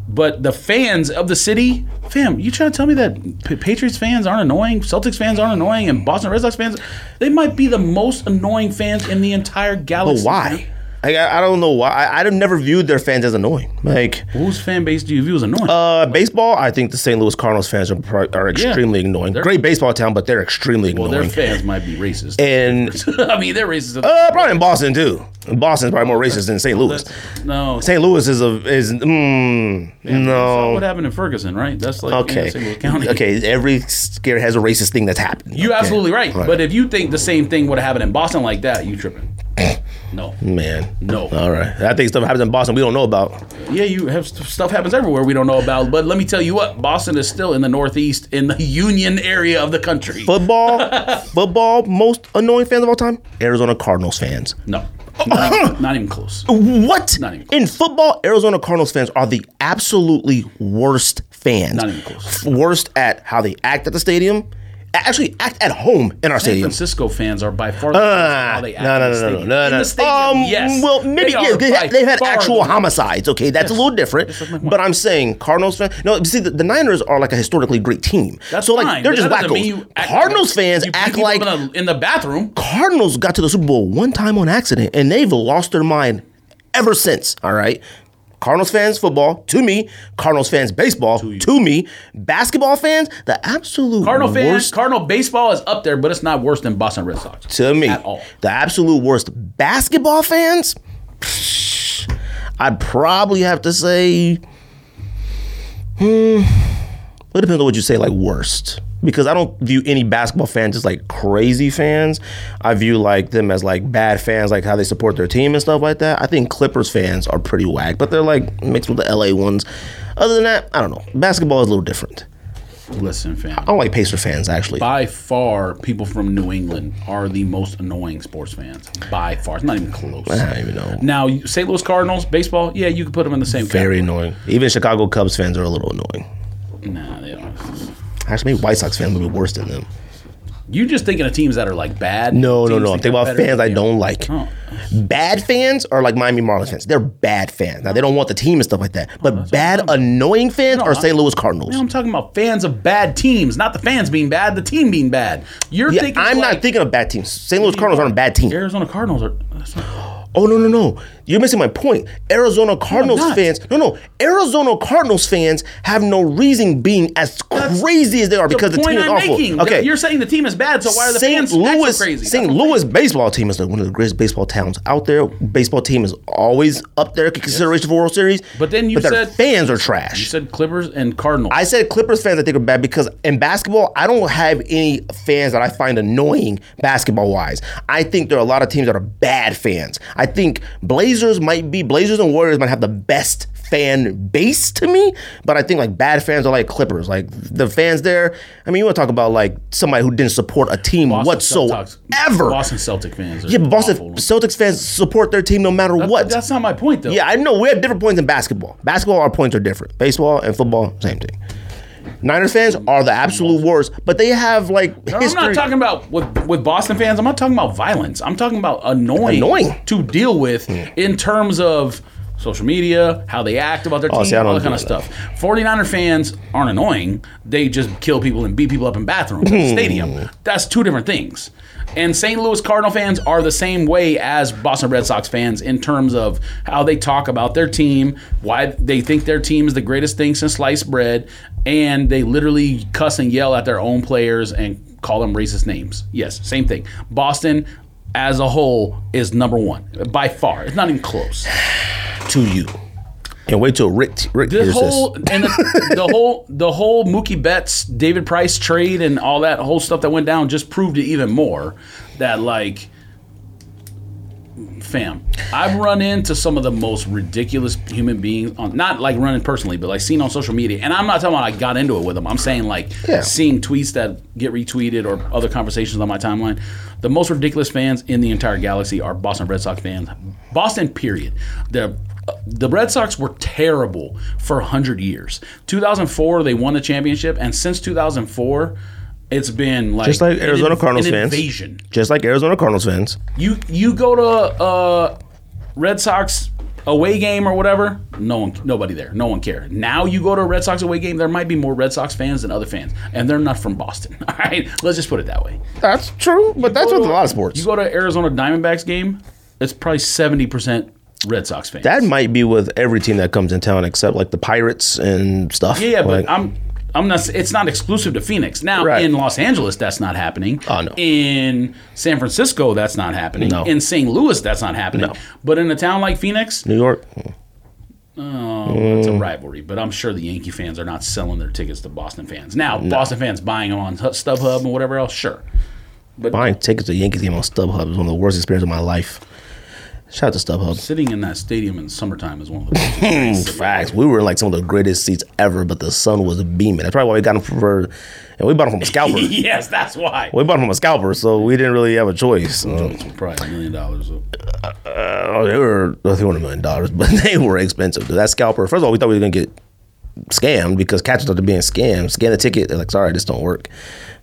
but the fans of the city, fam, you trying to tell me that P- Patriots fans aren't annoying, Celtics fans aren't annoying, and Boston Red Sox fans, they might be the most annoying fans in the entire
But
galaxy.
why? Like, I, I don't know why. I, I've never viewed their fans as annoying. Like
Whose fan base do you view as annoying?
uh, baseball, I think the St. Louis Cardinals fans are, pro- are extremely annoying.
They're-
Great baseball town, but they're extremely
well, their
annoying.
fans might be racist.
and
I mean, they're racist.
Uh, probably in Boston too. Boston's probably more racist than St. Louis.
no,
St. Louis is a is mm,
Saw
no
what happened in Ferguson, right? That's like
okay
in St. Louis County.
okay. Every scare has a racist thing that's happened.
You're
Okay.
absolutely right. But if you think the same thing would have happened in Boston like that, you tripping. No.
man,
No.
All right, I think stuff happens in Boston we don't know about.
Yeah, you have st- stuff happens everywhere we don't know about. But let me tell you what, Boston is still in the Northeast in the Union area of the country.
Football, football. Most annoying fans of all time, Arizona Cardinals fans.
no. Not even, not even close.
What
Not even close.
in football? Arizona Cardinals fans are the absolutely worst fans.
Not even close.
Worst at how they act at the stadium. Actually, act at home in our
San
stadium.
Francisco fans are by far the
Ah,
how they act
no,
in
no, no, no,
the stadium.
no,
In
no.
the stadium, yes.
Well, maybe
They
yeah,
are
they
by
have, they've had
far
actual
the-
homicides. Okay, that's a little different.
that's my point.
But I'm saying Cardinals fan. No, see, the, the Niners are like a historically great team.
That's
so like
fine,
they're
but
just
that doesn't mean you
wackos.
act
Cardinals
like-
fans
you beat
act
people
like
in the, in the bathroom.
Cardinals got to the Super Bowl one time on accident, and they've lost their mind ever since. All right. Cardinals fans, football, to me. Cardinals fans, baseball, to, me. Basketball fans, the absolute
Cardinal fans,
worst
Cardinal baseball is up there, but it's not worse than Boston Red Sox.
to me,
At all.
the absolute worst basketball fans, I'd probably have to say, hmm, it depends on what you say, like worst. Because I don't view any basketball fans as like crazy fans. I view like them as like bad fans, like how they support their team and stuff like that. I think Clippers fans are pretty whack, but they're like mixed with the LA ones. Other than that, I don't know. Basketball is a little different.
Listen, fam.
I don't like Pacer fans actually.
by far, people from New England are the most annoying sports fans. By far, it's not even close.
I don't even know.
Now, you- St. Louis Cardinals baseball, yeah, you could put them in the same.
Very annoying. Even Chicago Cubs fans are a little annoying.
category. Nah, they don't.
Actually, maybe White Sox fans would be worse than them.
You just thinking of teams that are like bad.
No, no,
teams
no.
that
I'm thinking
got
about
better.
fans I don't like.
Oh.
Bad fans are like Miami Marlins fans. They're bad fans. Now they don't want the team and stuff like that.
Oh,
But bad, annoying fans are
I-
St. Louis Cardinals.
No, I'm talking about fans of bad teams, not the fans being bad, the team being bad. You're
Yeah,
thinking.
I'm
like
not thinking of bad teams. St. Louis Cardinals aren't a bad team.
Arizona Cardinals are. that's not-
Oh no, no, no! You're missing my point. Arizona Cardinals
not.
fans, no, no. Arizona Cardinals fans have no reason being as crazy as they are because the,
point
team is
I'm
awful.
making.
Okay,
You're saying the team is bad, so why are the fans acting
Louis,
crazy? That's
St.
what I'm
Louis baseball team is like one of the greatest baseball towns out there. Baseball team is always up there in consideration for World Series.
But then you
their
said-
fans are
You
trash.
said Clippers and Cardinals.
I said Clippers fans I think are bad because in basketball I don't have any fans that I find annoying basketball wise. I think there are a lot of teams that are bad fans. I think Blazers might be Blazers and Warriors might have the best fan base to me, but I think like bad fans are like Clippers. Like the fans there, I mean, you want to talk about like somebody who didn't support a team whatsoever.
Boston Celtic fans. Are
Yeah, but Boston
awful.
Celtics fans support their team no matter what.
That's not my point though.
yeah, I know we have different points in basketball. Basketball, our points are different. Baseball and football, same thing. Niners fans are the absolute worst, but they have like
No, I'm
history.
not talking about with with Boston fans. I'm not talking about violence. I'm talking about annoying,
Annoying. Hmm.
to deal with in terms of social media, how they act about their
Oh,
team,
see, I
all
don't
that kind of
do that.
stuff. 49er fans aren't annoying. They just kill people and beat people up in bathrooms, at the
Hmm.
stadium. That's two different things. And St. Louis Cardinal fans are the same way as Boston Red Sox fans in terms of how they talk about their team, why they think their team is the greatest thing since sliced bread, and they literally cuss and yell at their own players and call them racist names. Yes, same thing. Boston as a whole is number one by far. It's not even close.
to you. And wait till Rick Rick
This
hears
whole
this.
and the, the whole the whole Mookie Betts David Price trade and all that whole stuff that went down just proved it even more that like fam I've run into some of the most ridiculous human beings on not like running personally but like seen on social media and I'm not talking about I got into it with them I'm saying like
Yeah.
seeing tweets that get retweeted or other conversations on my timeline the most ridiculous fans in the entire galaxy are Boston Red Sox fans Boston period the the Red Sox were terrible for 100 years. 2004, they won the championship, and since 2004, it's been like
Just like
an
Arizona
inv-
Cardinals
an
fans.
Invasion.
Just like Arizona Cardinals fans.
You you go to uh, Red Sox away game or whatever. No one, nobody there. No one care. Now you go to a Red Sox away game. There might be more Red Sox fans than other fans, and they're not from Boston. All right, let's just put it that way.
That's true, but that's with a lot of sports.
You go to Arizona Diamondbacks game. It's probably 70 percent Red Sox fans.
that might be with every team that comes in town except like the Pirates and stuff.
Yeah, yeah,
like,
but I'm I'm not. It's not exclusive to Phoenix. Now
Right.
in Los Angeles, that's not happening.
Oh, no.
In San Francisco, that's not happening.
No.
In St. Louis, that's not happening.
No.
But in a town like Phoenix,
New York.
it's
Mm.
a rivalry. But I'm sure the Yankee fans are not selling their tickets to Boston fans. Now Boston fans buying them on Hu- StubHub and whatever else, sure.
Buying tickets to Yankees game on StubHub is one of the worst experiences of my life. Shout out to StubHub.
Sitting in that stadium in summertime is one of the best experiences.
Facts. We were in, like some of the greatest seats ever, but the sun was beaming. That's probably why we got them for, and we bought them from a scalper. we
yes, that's why.
bought them from a scalper, so we didn't really have a choice. So,
Probably a million dollars.
oh, they were well, they weren't a million dollars, but they were expensive. That scalper. First of all, we thought we were gonna get scammed because cats started being scammed. Scan the ticket. They're like, sorry, this don't work,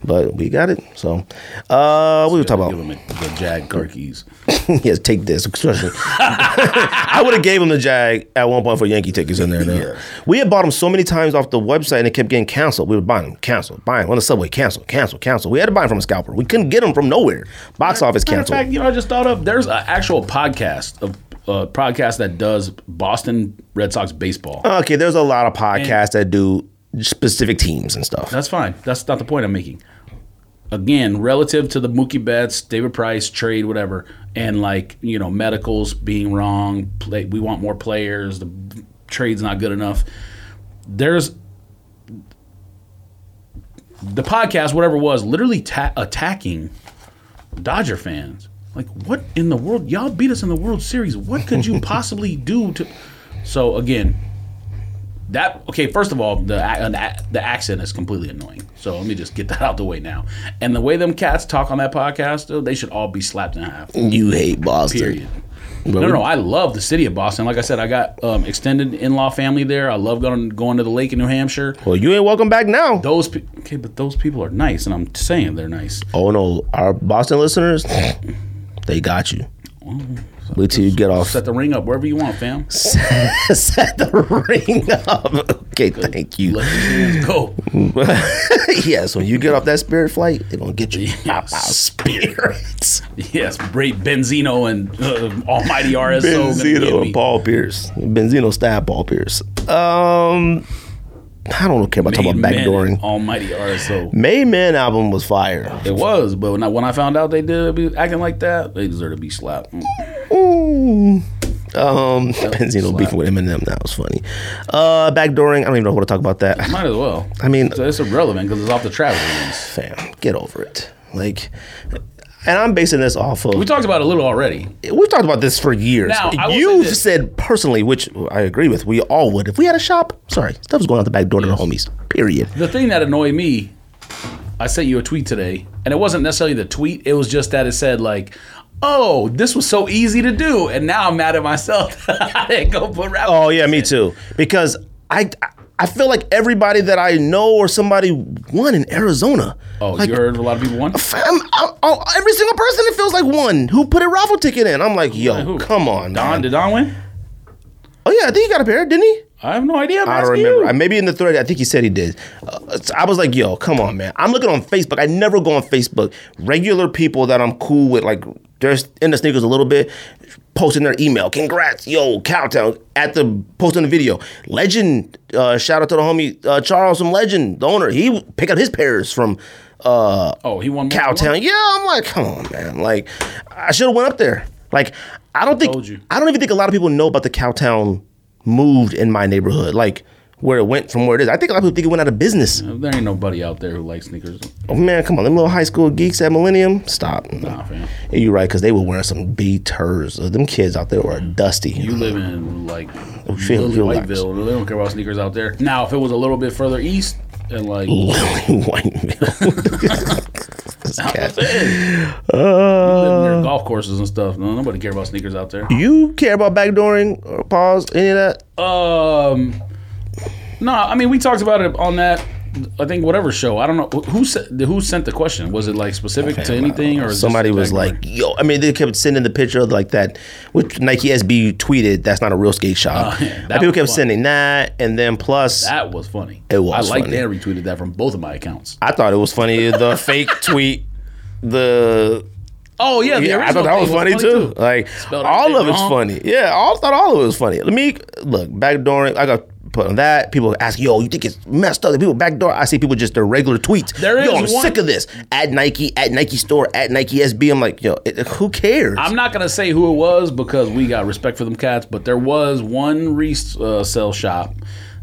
but we got it. So, uh, we were talking about.
Give them the Jag car keys.
yes, take this. especially- I would have gave him the jag at one point for Yankee tickets in there. though. We had bought them so many times off the website and it kept getting canceled. We were buying them, canceled, buying on the subway, canceled, canceled, canceled. We had to buy them from a scalper. We couldn't get them from nowhere. Box office
Matter of
canceled.
fact, you know, I just thought of there's an actual podcast, a, a podcast that does Boston Red Sox baseball.
okay, there's a lot of podcasts that do specific teams and stuff.
That's fine. That's not the point I'm making. Again, relative to the Mookie Betts, David Price trade, whatever, and like you know medicals being wrong. Play, we want more players. The trade's not good enough. There's the podcast, whatever it was, literally ta- attacking Dodger fans. Like, what in the world? Y'all beat us in the World Series. What could you possibly do to? So again, that okay. First of all, the a- an a- the accent is completely annoying. So let me just get that out the way now. And the way them cats talk on that podcast, though, they should all be slapped in half.
You hate Boston.
Period. No, no, I love the city of Boston. Like I said, I got um, extended in-law family there. I love going going to the lake in New Hampshire.
Well, you ain't welcome back now.
Those pe- okay, but those people are nice, and I'm saying they're nice.
Oh no, our Boston listeners, they got you. Wait till you get off.
Set the ring up wherever you want, fam.
set the ring up. Okay, thank you.
Let these hands go.
yes, when you get off that spirit flight, they're gonna get you.
Yeah,
Pop out spirits.
Yes, great Benzino and uh, Almighty RSO. gonna get
Benzino
me.
and Paul Pierce. Benzino stabbed Paul Pierce. Um, I don't care about talking about
Made men and
backdooring.
Almighty RSO.
May Man album was fire.
It was, but when I, when I found out they did be acting like that, they deserve to be slapped. Mm.
Ooh. Um, Benzino beefing with Eminem. That was funny. Uh, backdooring. I don't even know what to talk about that.
Might as well.
I mean-
so it's irrelevant because it's off the travel lanes.
Fam, get over it. Like, And I'm basing this off of
We talked about it a little already.
we've talked about this for years.
Now, I will say
You've
this.
said personally, which I agree with, we all would. If we had a shop, sorry, stuff was going out the back door to the homies. Period.
The thing that annoyed me, I sent you a tweet today, and it wasn't necessarily the tweet. It was just that it said like, "Oh, this was so easy to do," and now I'm mad at myself. I didn't go put rap.
Oh yeah, me too. Because I I feel like everybody that I know or somebody won in Arizona.
Oh,
like,
you heard a lot of people want.
fam, I- oh, every single person it feels like one who put a raffle ticket in. I'm like, yo,
who?
come on,
Don
man.
did Don win?
Oh yeah, I think he got a pair, didn't he?
I have no idea. I'm
I don't
asking
remember.
you.
I, maybe in the thread, I think he said he did. Uh, so I was like, yo, come on, man. I'm looking on Facebook. I never go on Facebook. Regular people that I'm cool with, like, they're in the sneakers a little bit, posting their email. Congrats, yo, Cowtown, at the posting the video. Legend, uh, shout out to the homie uh, Charles from Legend, the owner. He picked up his pairs from uh,
oh, he won. more than one?
Cowtown. Yeah, I'm like, come on, man. Like, I should have went up there. Like, I don't think
Told you.
I don't even think a lot of people know about the Cowtown moved in my neighborhood. Like where it went from where it is. I think a lot of people think it went out of business.
There ain't nobody out there who likes sneakers.
Oh man, come on, them little high school geeks at Millennium. Stop.
Nah, fam.
Yeah, You're right, because they were wearing some beaters. Them kids out there were dusty.
You live in like
feel-
Lily
feel
Whiteville. They don't care about sneakers out there. Now, if it was a little bit further east and like
Lily Whiteville. This cat. Uh,
living near golf courses and stuff, no, nobody care about sneakers out there.
you care about backdooring or pause, any of that?
Um, no, I mean we talked about it on that. I think whatever show. I don't know who sent who sent the question. Was it like specific to anything or just
Somebody was
backdoor?
like, "Yo," I mean, they kept sending the picture of like that, which Nike SB tweeted. That's not a real skate shop.
Oh, yeah,
And
that
people
was
kept
fun.
sending that, and then plus,
that was funny.
It was
I liked
funny.
and retweeted that from both of my accounts.
I thought it was funny the fake tweet. The
Oh yeah, the
yeah, I
original
thought that
thing
was funny, too. Like
Spelled
all of
everything
it's
wrong.
funny. Yeah, all thought all of it was funny. Let me look backdooring. I got put on that. People ask, "Yo, you think it's messed up?" that People backdoor. I see people just their regular tweets.
There
yo,
is
I'm
one-
sick of this. At Nike, at Nike store, at Nike SB. I'm like, yo, it, who cares?
I'm not gonna say who it was because we got respect for them cats, but there was one resale shop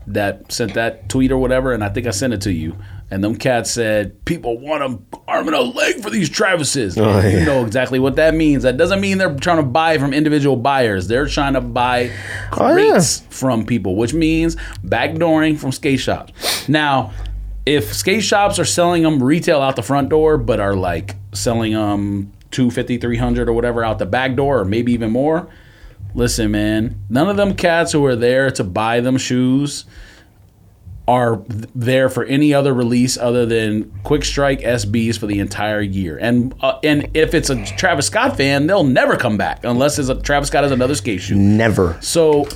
that sent that tweet or whatever, and I think I sent it to you. And them cats said people want a arm and a leg for these Travises. And You know exactly what that means. That doesn't mean they're trying to buy from individual buyers. They're trying to buy
Oh, yeah.
crates from people, which means backdooring from skate shops. Now, if skate shops are selling them retail out the front door, but are like selling them 250, 300 or whatever out the back door, or maybe even more, listen, man, none of them cats who are there to buy them shoes are th- there for any other release other than Quick Strike SBs for the entire year. And uh, and if it's a Travis Scott fan, they'll never come back unless it's a, Travis Scott has another skate shoe.
Never.
So,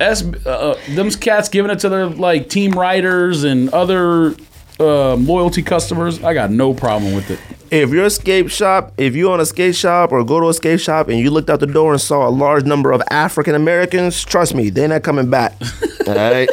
as uh, them cats giving it to their like team riders and other um, loyalty customers, I got no problem with it.
If you're a skate shop, if you own a skate shop or go to a skate shop and you looked out the door and saw a large number of African Americans, trust me, they're not coming back. All right.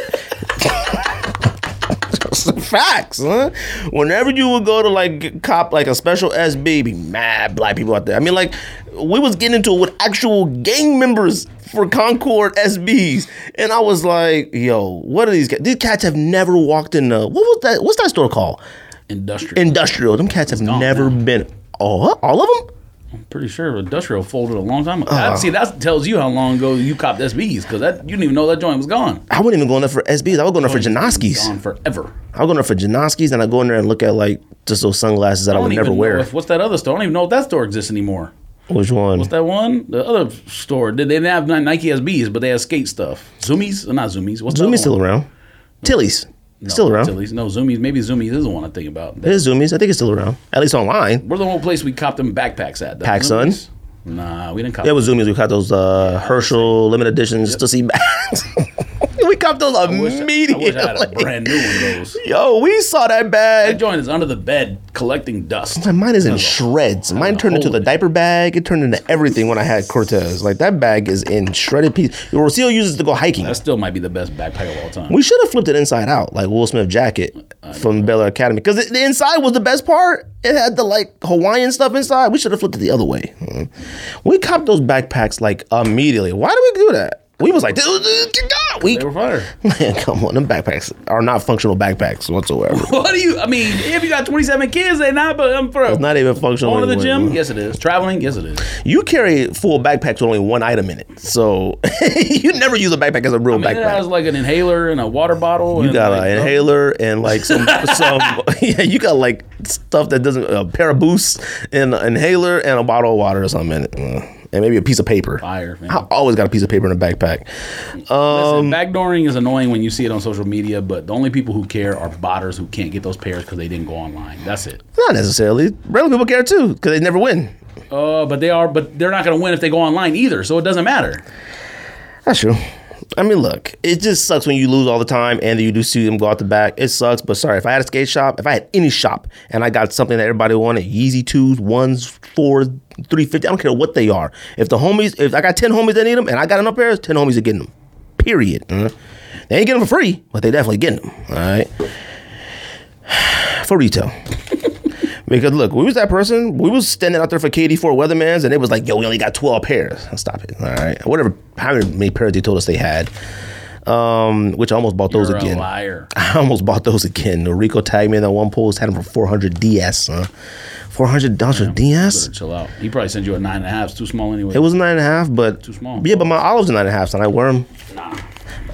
Some facts, huh? Whenever you would go to like cop like a special SB, be mad black people out there. I mean, like we was getting into it with actual gang members for Concord SBs, and I was like, "Yo, what are these guys? These cats have never walked in the what was that? What's that store called?
Industrial,
industrial. Them cats have never been all all of them.
I'm pretty sure industrial folded a long time ago.
Uh.
That- see, that tells you how long ago you copped SBs because that you didn't even know that joint was gone.
I wouldn't even go in there for SBs. I would go in there for Janoskis.
Gone forever.
I would go in there for Janoskis, and I go in there and look at like just those sunglasses that I,
I
would
don't
never
even
wear.
Know if, what's that other store? I don't even know if that store exists anymore.
Which one?
That one, the other store, did they didn't have Nike SBs, but they had skate stuff. Zoomies, Uh, not Zoomies. What's the other
Zoomies still
one?
around. Tilly's still
No,
around.
Tilly's. No, Zoomies. Maybe Zoomies is the one I think about.
It is Zoomies. I think it's still around. At least online.
We're the only place we copped them backpacks at.
Pac
Suns? Nah, we didn't cop.
It was Zoomies. We caught those uh, Herschel limited editions to see bags. we caught those
I wish, I
immediately.
wish I had a brand new one of those.
Yo, we saw that bag.
That joint is under the bed collecting dust.
My mine is in
Oh,
shreds. Mine turned into
hole
the
in it.
diaper bag. It turned into everything when I had Cortez. Like that bag is in shredded pieces. Rocio uses it to go hiking.
That still might be the best backpack of all time.
we should have flipped it inside out, like Will Smith jacket from Bella Academy, because the inside was the best part. It had the like Hawaiian stuff inside. We should have flipped it the other way. Mm. We copped those backpacks like immediately. Why do we do that? We was like, dude, dude, get out. we
They were fire.
man, come on, them backpacks are not functional backpacks whatsoever.
What do you? I mean, if you got 27 kids, they not. But I'm for
It's not even functional.
going to the
anyway.
gym. Yes, it is. Traveling. Yes, it is.
You carry full backpacks with only one item in it, so you never use a backpack as a real
It
backpack.
has like an inhaler and a water bottle.
You
and
got
like,
an inhaler and like some some yeah. You got like stuff that doesn't a pair of boots and an inhaler and a bottle of water or something in it, Mm. and maybe a piece of paper.
Fire, man.
I always got a piece of paper in a backpack.
Listen, backdooring is annoying when you see it on social media, but the only people who care are botters who can't get those pairs because they didn't go online. That's it.
Not necessarily. Regular people care too because they never win.
Uh, but they are, but they're not going to win if they go online either. So it doesn't matter.
That's true. I mean, look, it just sucks when you lose all the time and you do see them go out the back. It sucks, but sorry. If I had a skate shop, if I had any shop and I got something that everybody wanted, Yeezy twos, ones, fours, three fifty, I don't care what they are. If the homies, if I got ten homies that need them and I got enough pairs, ten homies are getting them. Period. Uh, They ain't getting them for free, but they definitely getting them. All right. For retail. Because look, we was that person. We was standing out there for KD for Weatherman's, and it was like, "Yo, we only got twelve pairs." Stop it. All right, whatever. How many pairs they told us they had? Um, which I almost bought those
You're a
again.
liar.
I almost bought those again. Rico tagged me in that one post, had them for four hundred DS. Huh? Four hundred dollars for DS.
Better chill out. He probably sent you a nine and a half. It's too small anyway.
It was nine and a half, but
Too small.
Yeah, but my olives are nine and a half, so I wear them.
Nah.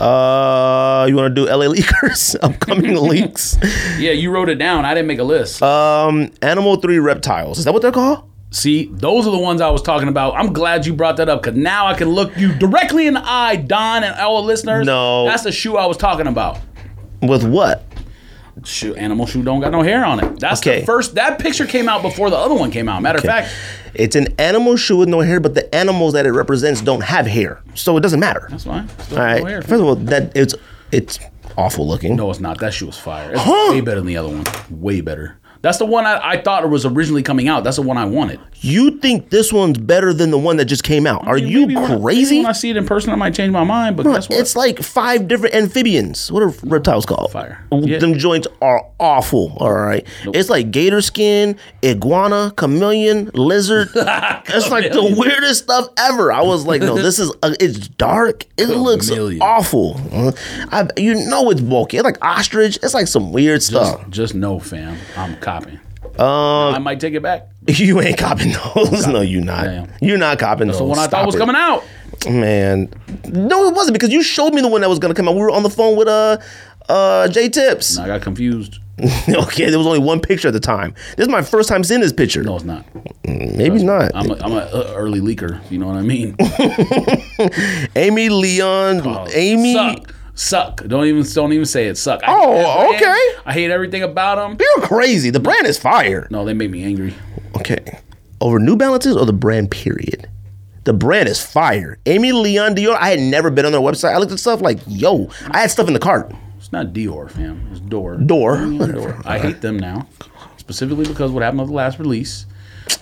Uh, you want to do LA leakers? Upcoming leaks.
Yeah, you wrote it down. I didn't make a list.
Um, Animal Three Reptiles. Is that what they're called?
See, those are the ones I was talking about. I'm glad you brought that up because now I can look you directly in the eye, Don, and all the listeners.
No.
that's the shoe I was talking about.
With what?
Shoe, animal shoe don't got no hair on it. That's
Okay.
the first. That picture came out before the other one came out. Matter of fact,
It's an animal shoe with no hair, but the animals that it represents don't have hair, so it doesn't matter.
that's fine. Still
All
no
right.
hair.
First of all, that it's it's awful looking.
No, it's not. That shoe was fire. It's way better than the other one. Way better. That's the one I, I thought was originally coming out. That's the one I wanted.
You think this one's better than the one that just came out? Are you
Maybe when I- maybe
crazy?
when I see it in person, I might change my mind. But guess what?
It's like five different amphibians. What are reptiles called?
Fire. Yeah.
Them joints are awful. All right. It's like gator skin, iguana, chameleon, lizard. it's like the weirdest stuff ever. I was like, no, this is uh, it's dark. It looks
Chameleon.
awful. Uh, I, you know it's bulky. It's like ostrich. It's like some weird stuff.
Just know, fam, I'm copying. Um, I might take it back.
you ain't copping those. No, you not.
Damn.
You're not copping those.
The one I
Stop
thought was
it.
coming out.
Man, no, it wasn't because you showed me the one that was gonna come out. We were on the phone with uh, uh, J Tips.
I got confused.
okay, there was only one picture at the time. This is my first time seeing this picture.
No, it's not.
Maybe not.
I'm a, I'm a uh, early leaker. You know what I mean? Uh,
Amy Leon,
Oh,
Amy.
suck, suck. Don't even don't even say it. Suck. I hate
Oh,
that brand.
okay.
I hate everything about them.
You're crazy. The brand is fire.
No, they make me angry.
Okay, over New Balances or the brand period. The brand is fire. Amy Leon Dior. I had never been on their website. I looked at stuff like, yo, I had stuff in the cart.
It's not Dior, fam. It's Door.
Door.
Yeah, Door. I hate them now, specifically because what happened with the last release.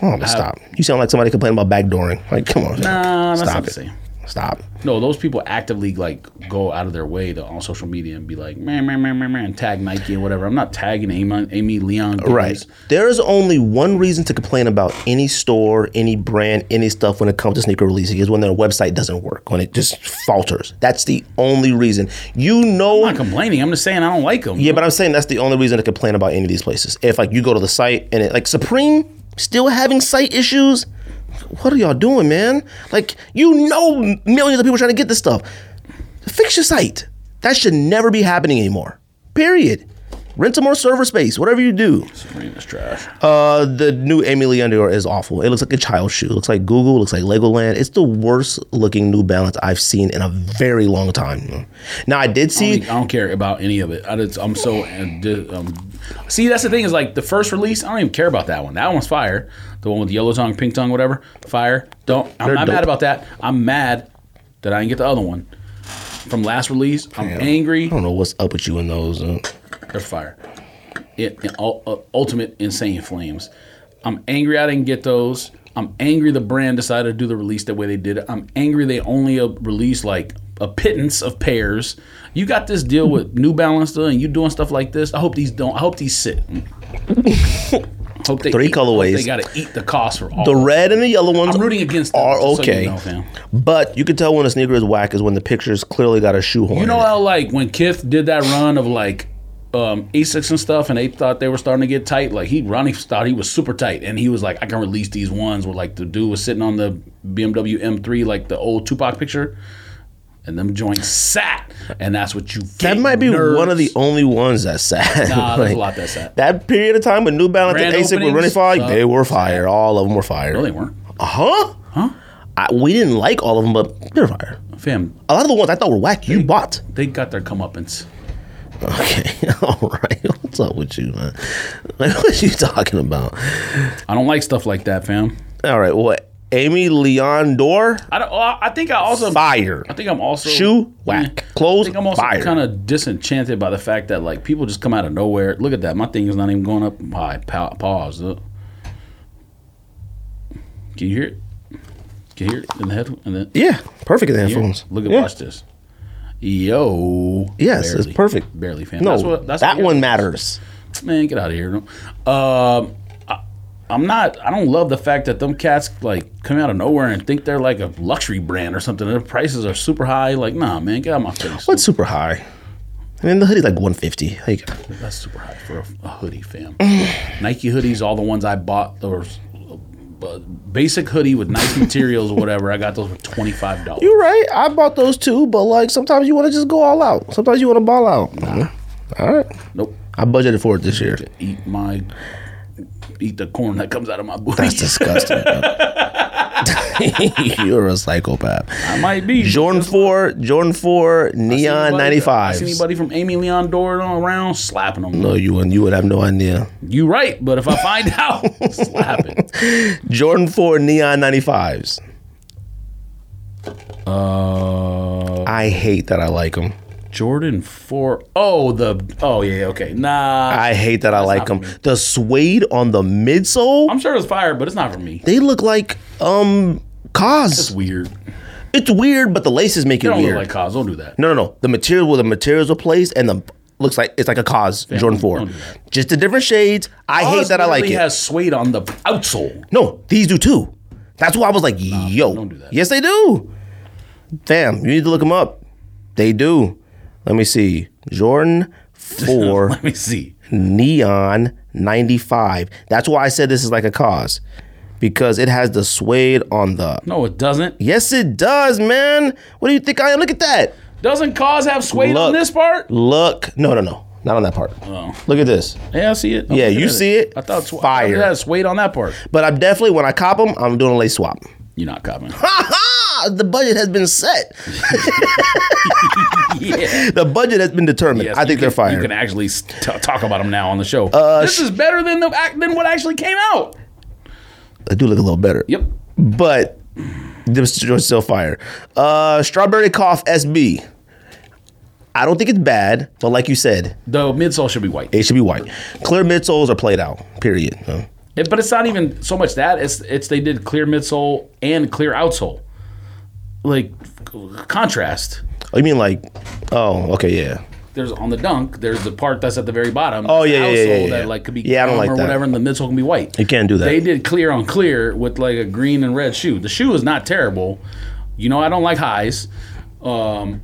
Oh, but stop. You sound like somebody complaining about backdooring. Like, come on.
Nah, that's
stop
not the
it.
same.
Stop.
No, those people actively like go out of their way to on social media and be like, man, man, man, man, man, and tag Nike and whatever. I'm not tagging Amy, Amy Leon. Dior.
Right. There is only one reason to complain about any store, any brand, any stuff when it comes to sneaker releasing is when their website doesn't work, when it just falters. That's the only reason. You know.
I'm not complaining. I'm just saying I don't like them.
yeah, but I'm saying that's the only reason to complain about any of these places. If like you go to the site and it like Supreme still having site issues, what are y'all doing, man? Like you know, millions of people trying to get this stuff. Fix your site. That should never be happening anymore. Period. Rent some more server space. Whatever you do.
Supreme is trash.
Uh, the new Amy Lee Underwear is awful. It looks like a child shoe. It looks like Google. It looks like Legoland. It's the worst looking New Balance I've seen in a very long time. Now I did
I
see.
don't- I don't care about any of it. I just, I'm so. Um, see, that's the thing is like the first release. I don't even care about that one. That one's fire. The one with yellow tongue, pink tongue, whatever. Fire. Don't. I'm not
dope.
mad about that. I'm mad that I didn't get the other one from last release. I'm angry.
I don't know what's up with you in those. uh,
They're fire. It, it- ul- uh, ultimate insane flames. I'm angry I didn't get those. I'm angry the brand decided to do the release the way they did it. I'm angry they only uh, released like a pittance of pairs. You got this deal with New Balance though, and you doing stuff like this. I hope these don't. I hope these sit. Hope they
Three
eat- hope They
colorways.
got to eat the cost for all.
The red and the yellow ones
I'm rooting against them,
are
just so you
okay,
know, fam.
but you can tell when a sneaker is whack is when the picture's clearly got a shoehorn.
You know
in it.
how like when Kith did that run of like um Asics and stuff, and they thought they were starting to get tight. Like he Ronnie thought he was super tight, and he was like, I can release these ones where like the dude was sitting on the BMW M3, like the old Tupac picture. And them joints sat, and that's what you get.
that might be
nerds.
one of the only ones that's sad.
Nah, there's a lot that's sad.
That period of time when New Balance
Grand
and ASIC were running
openings,
fire,
uh,
they were fire. All of them were fire.
No, they weren't,
Huh? Huh? I, we didn't like all of them, but they're fire.
fam.
A lot of the ones I thought were whack, you bought.
They got their comeuppance.
Okay, all right. What's up with you, man? Like, what you talking about?
I don't like stuff like that, fam.
All right, what? Amy Leondor,
I don't. oh, I think I also
fire.
I think I'm also
Shoe, whack.
I
Clothes,
think I'm also
fire.
kind of disenchanted by the fact that like people just come out of nowhere. Look at that, my thing is not even going up. I pa- pause. Look. Can you hear it? Can you hear it in the head? In the,
yeah, perfect in the
here?
headphones.
Look at
yeah.
watch this. Yo.
Yes, it's perfect.
Barely fan.
No,
that's what, that's
that
what-
one matters.
Man, get out of here. Um, I, I'm not. I don't love the fact that them cats like come out of nowhere and think they're like a luxury brand or something. And their prices are super high. Like, nah, man, get out of my face.
What's super high? I mean, the hoodie's like 150. Like,
That's super high for a, a hoodie, fam. Nike hoodies, all the ones I bought, those uh, basic hoodie with nice materials or whatever. I got those for twenty five dollars.
you're right. I bought those too, but like sometimes you want to just go all out. Sometimes you want to ball out. All right.
Nope.
I budgeted for it this year.
Eat my eat the corn that comes out of my
That's
booty.
disgusting. bro. You're a psychopath.
I might be
Jordan four, Jordan four, neon
Anybody-
ninety
I
five.
see anybody from Amy Leon Dora around slapping them.
No, you wouldn't. You would have no idea.
You right, but if I find out, slap it.
Jordan four, neon ninety fives.
Uh,
I hate that I like them.
Jordan four. Oh, the oh yeah okay nah.
I hate that I like them. The suede on the midsole.
I'm sure it's fire, but it's not for me.
they look like um
It's
cause.
weird.
It's weird, but the laces make
They
it
don't
weird.
look like cause. Don't do that.
no, no, no. The material where the materials were placed and the looks like it's like a cause. Jordan four,
don't do that.
just the different shades. I hate
Ours
that I like
literally
it.
has suede on the outsole.
No, these do too. That's why I was like, yo.
don't do that.
Yes, they do. Fam, you need to look them up. They do. Let me see. Jordan 4
Let me see.
Neon 95. That's why I said this is like a cause because it has the suede on the.
No, it doesn't.
Yes, it does, man. What do you think I am? Look at that.
Doesn't cause have suede on
Look.
this part?
Look. No, no, no. Not on that part.
Oh.
Look at this.
Yeah, I see it. I'm
Yeah,
looking
you
at
see it.
I thought sw- I
Fire.
thought it had suede on that part.
But I'm definitely, when I cop them, I'm doing a lace swap.
You're not copying.
Aha! The budget has been set.
yeah.
The budget has been determined.
Yes,
I
you
think they're
can-
fire.
You can actually s- t- talk about them now on the show. Uh, this is better than the act than what actually came out.
I do look a little better.
Yep.
But this joint's still fire. Uh, Strawberry Cough SB. I don't think it's bad, but like you said,
The midsole should be white,
it should be white. Clear midsoles are played out. Period. Uh,
It- but it's not even so much that it's it's they did clear midsole and clear outsole, like c- contrast.
Oh, you mean like? Oh, okay, yeah.
there's on the dunk, there's the part that's at the very bottom.
Oh,
the
yeah, yeah, yeah,
outsole
yeah, yeah.
That like could be
Yeah, I don't
chrome
like
or
that.
whatever, and the midsole can be white.
You can't do that.
They did clear on clear with like a green and red shoe. The shoe is not terrible. You know, I don't like highs. Um,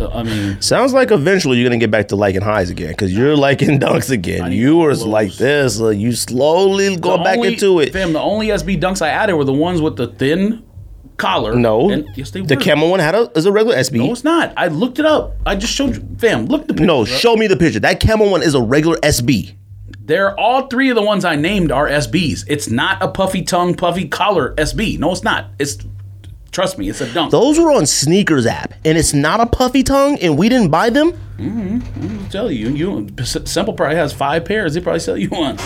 uh, I mean,
Sounds like eventually you're gonna get back to liking highs again because you're liking dunks again. You were like this. uh, you slowly
the
go back
only-
into it.
Fam, the only SB dunks I added were the ones with the thin collar.
No,
and, yes, they
the
were.
camel one had a is a regular SB.
No, it's not. I looked it up. I just showed you, fam. Look the
no,
pictures up.
show me the picture. That camel one is a regular SB.
They're all three of the ones I named are SBs. It's not a puffy tongue, puffy collar SB. No, it's not. It's trust me, it's a dunk.
Those were on sneakers app, and it's not a puffy tongue, and we didn't buy them.
I tell you, you Simple probably has five pairs. They probably sell you one.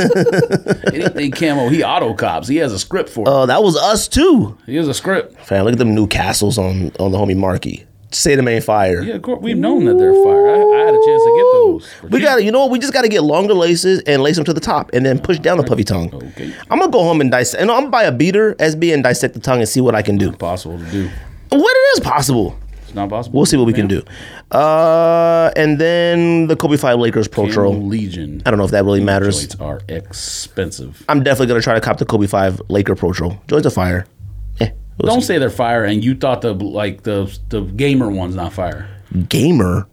Anything camo, he auto cops. He has a script for it.
Oh, that was us too.
he has a script.
Fam, look at them new castles on on the homie Marky. Say them ain't fire.
Yeah, of course. We've known that they're fire. I, I had a chance to get those. for
We
cheap.
gotta, you know what? We just gotta get longer laces and lace them to the top, and then push down the puffy tongue.
Okay.
I'm gonna go home and dissect. And I'm gonna buy a beater SB and dissect the tongue and see what I can do.
possible to do.
What it is possible?
It's not possible.
We'll see what we can do. Uh, and then the Kobe Five Lakers Pro Troll.
Legion.
I don't know if that really matters.
Joints are expensive.
I'm definitely gonna try to cop the Kobe Five Laker Pro Troll. Joins a fire. Eh, we'll
Don't say they're fire, and you thought the like the the gamer one's not fire.
see. gamer.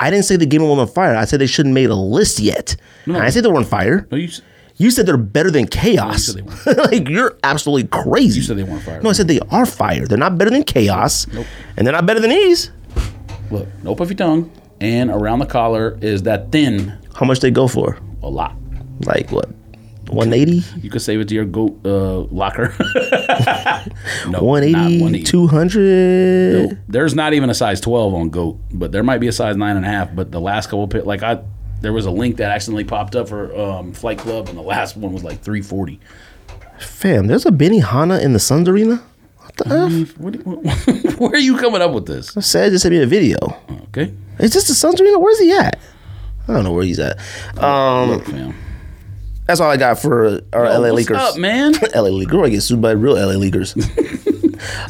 I didn't say the gamer was on fire. I said they shouldn't made a list yet. And I said they were on fire.
No, you s-
You said they're better than chaos.
said they
like you're absolutely crazy. You
said they weren't fire.
No, I said they are fire. They're not better than chaos, and they're not better than ease.
look, no puffy tongue, and around the collar is that thin
How much they go for?
a lot.
Like what? 180,
You could save it to your goat uh, locker. no,
180, 200.
There's not even a size 12 on goat, but there might be a size nine and a half. But the last couple pit, like I, there was a link that accidentally popped up for um, Flight Club, and the last one was like 340.
Fam, there's a Benihana in the Suns Arena. What the f?
What, what, where are you coming up with this?
Said just sent me a video.
Okay,
Is this the Suns Arena? Where's he at? I don't know where he's at. Um,
fam.
that's all I got for our LA
what's
Lakers.
up, man?
LA League. We're gonna get sued by real LA Leaguers.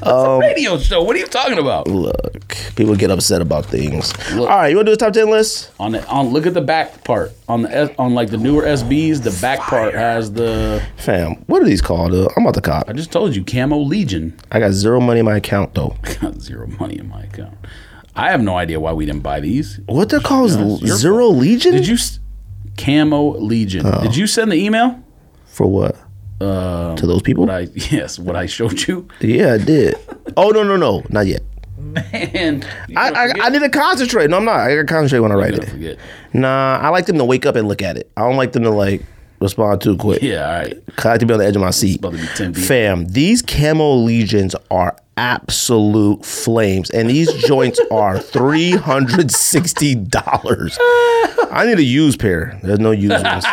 Radio show. What are you talking about?
Look, people get upset about things. All right, you wanna do a top ten list?
On the on, look at the back part on the S- on like the newer SBs. The back part has the.
Fam, what are these called? Uh, I'm about to cop.
I just told you, Camo Legion.
I got zero money in my account though.
Got zero money in my account. I have no idea why we didn't buy these.
What they're called? is
your
Zero Legion?
Did you s- Camo Legion?
Oh.
Did you send the email?
for what?
Um,
Uh, to those people?
What I yes, what I showed you.
yeah, I did. Oh no no no, not yet.
And
I, I, I need to concentrate. No, I'm not. I gotta concentrate when I write
Don't
it.
forget.
Nah, I like them to wake up and look at it. I don't like them to like respond too quick.
Yeah, all right.
'Cause I like to be on the edge of my seat.
about to be 10 deep.
Fam, these camo legions are absolute flames, and these joints are three hundred sixty dollars. I need a used pair. There's no used ones.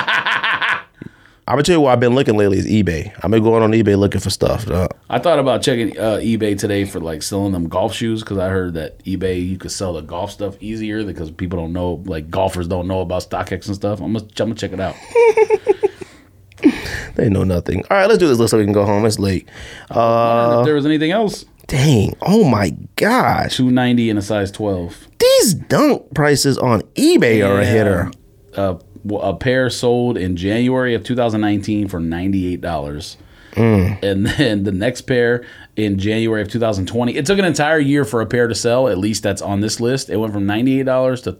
I'm gonna tell you what I've been looking lately is eBay. I've been going on eBay looking for stuff. Uh,
I thought about checking uh, eBay today for like selling them golf shoes because I heard that eBay you could sell the golf stuff easier because people don't know like golfers don't know about StockX and stuff. I'm gonna, I'm gonna check it out.
they know nothing. All right, let's do this list so we can go home. It's late. Uh,
if there was anything else,
Dang! Oh my gosh!
two ninety and a size twelve.
These dunk prices on eBay are a hitter.
Uh, well, a pair sold in January of 2019 for ninety eight dollars.
Mm.
And then the next pair in January of 2020. It took an entire year for a pair to sell. At least that's on this list. It went from $98 to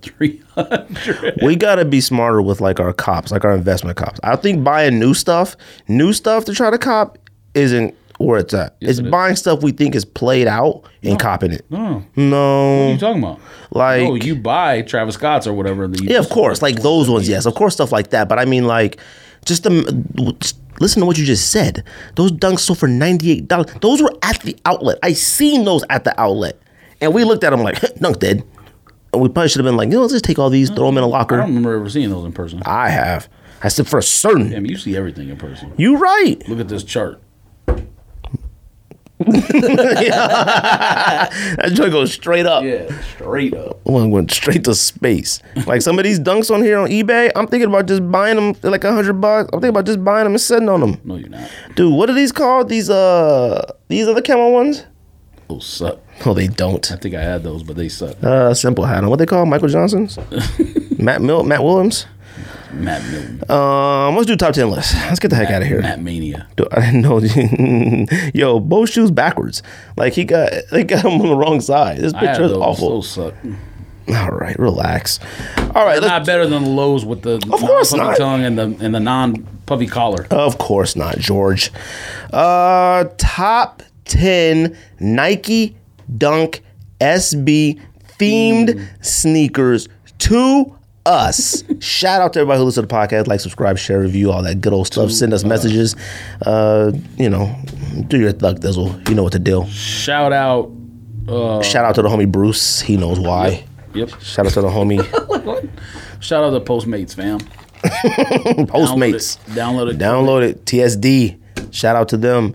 300
We gotta be smarter with like our cops, like our investment cops. I think buying new stuff, new stuff to try to cop isn't where it's at. it's buying stuff we think is played out and copping it.
Oh.
No,
you talking about?
Like-
oh, you buy Travis Scott's or whatever. and then you
yeah, of
just-
course, like those ones, yes, of course, stuff like that. But I mean, like, just the just listen to what you just said. Those dunks sold for ninety eight dollars. Those were at the outlet. I seen those at the outlet, and we looked at them like dunk dead. And we probably should have been like, you know, let's just take all these, throw them in a
I
locker.
don't remember ever seeing those in person.
I have. I said for certain.
Damn, you see everything in person.
You right.
Look at this chart.
That joint goes straight up.
Yeah, straight up.
One went straight to space. Like some of these dunks on here on eBay, I'm thinking about just buying them for like a hundred bucks. I'm thinking about just buying them and sitting on them.
No, you're not.
Dude, what are these called? These uh, these are the camo ones?
Those suck.
No, they don't.
I think I had those, but they suck.
Uh, simple hat on. What they call Michael Johnson's? Matt Mill, Matt Williams.
Matt Milton.
Um, let's do top ten list. Let's get the heck out of here.
Matt Mania.
Dude, I didn't know. Yo, both shoes backwards. Like he got, they got him on the wrong side. This
I had
picture is
those.
awful.
Those suck.
All right, relax. All right, let's
Not better than the lows with the of
course not.
tongue and the and the non puffy collar.
Of course not, George. Uh, top 10 Nike Dunk SB themed sneakers to us. Shout out to everybody who listens to the podcast. Like, subscribe, share, review, all that good old stuff. Send us messages. Uh, you know, do your thug dizzle. You know what to do.
Shout out.
Shout out to the homie Bruce. He knows why.
Yep.
Shout out to the homie
Shout out to Postmates, fam.
Postmates.
Download it.
Download
Download it.
it. TSD. Shout out to them.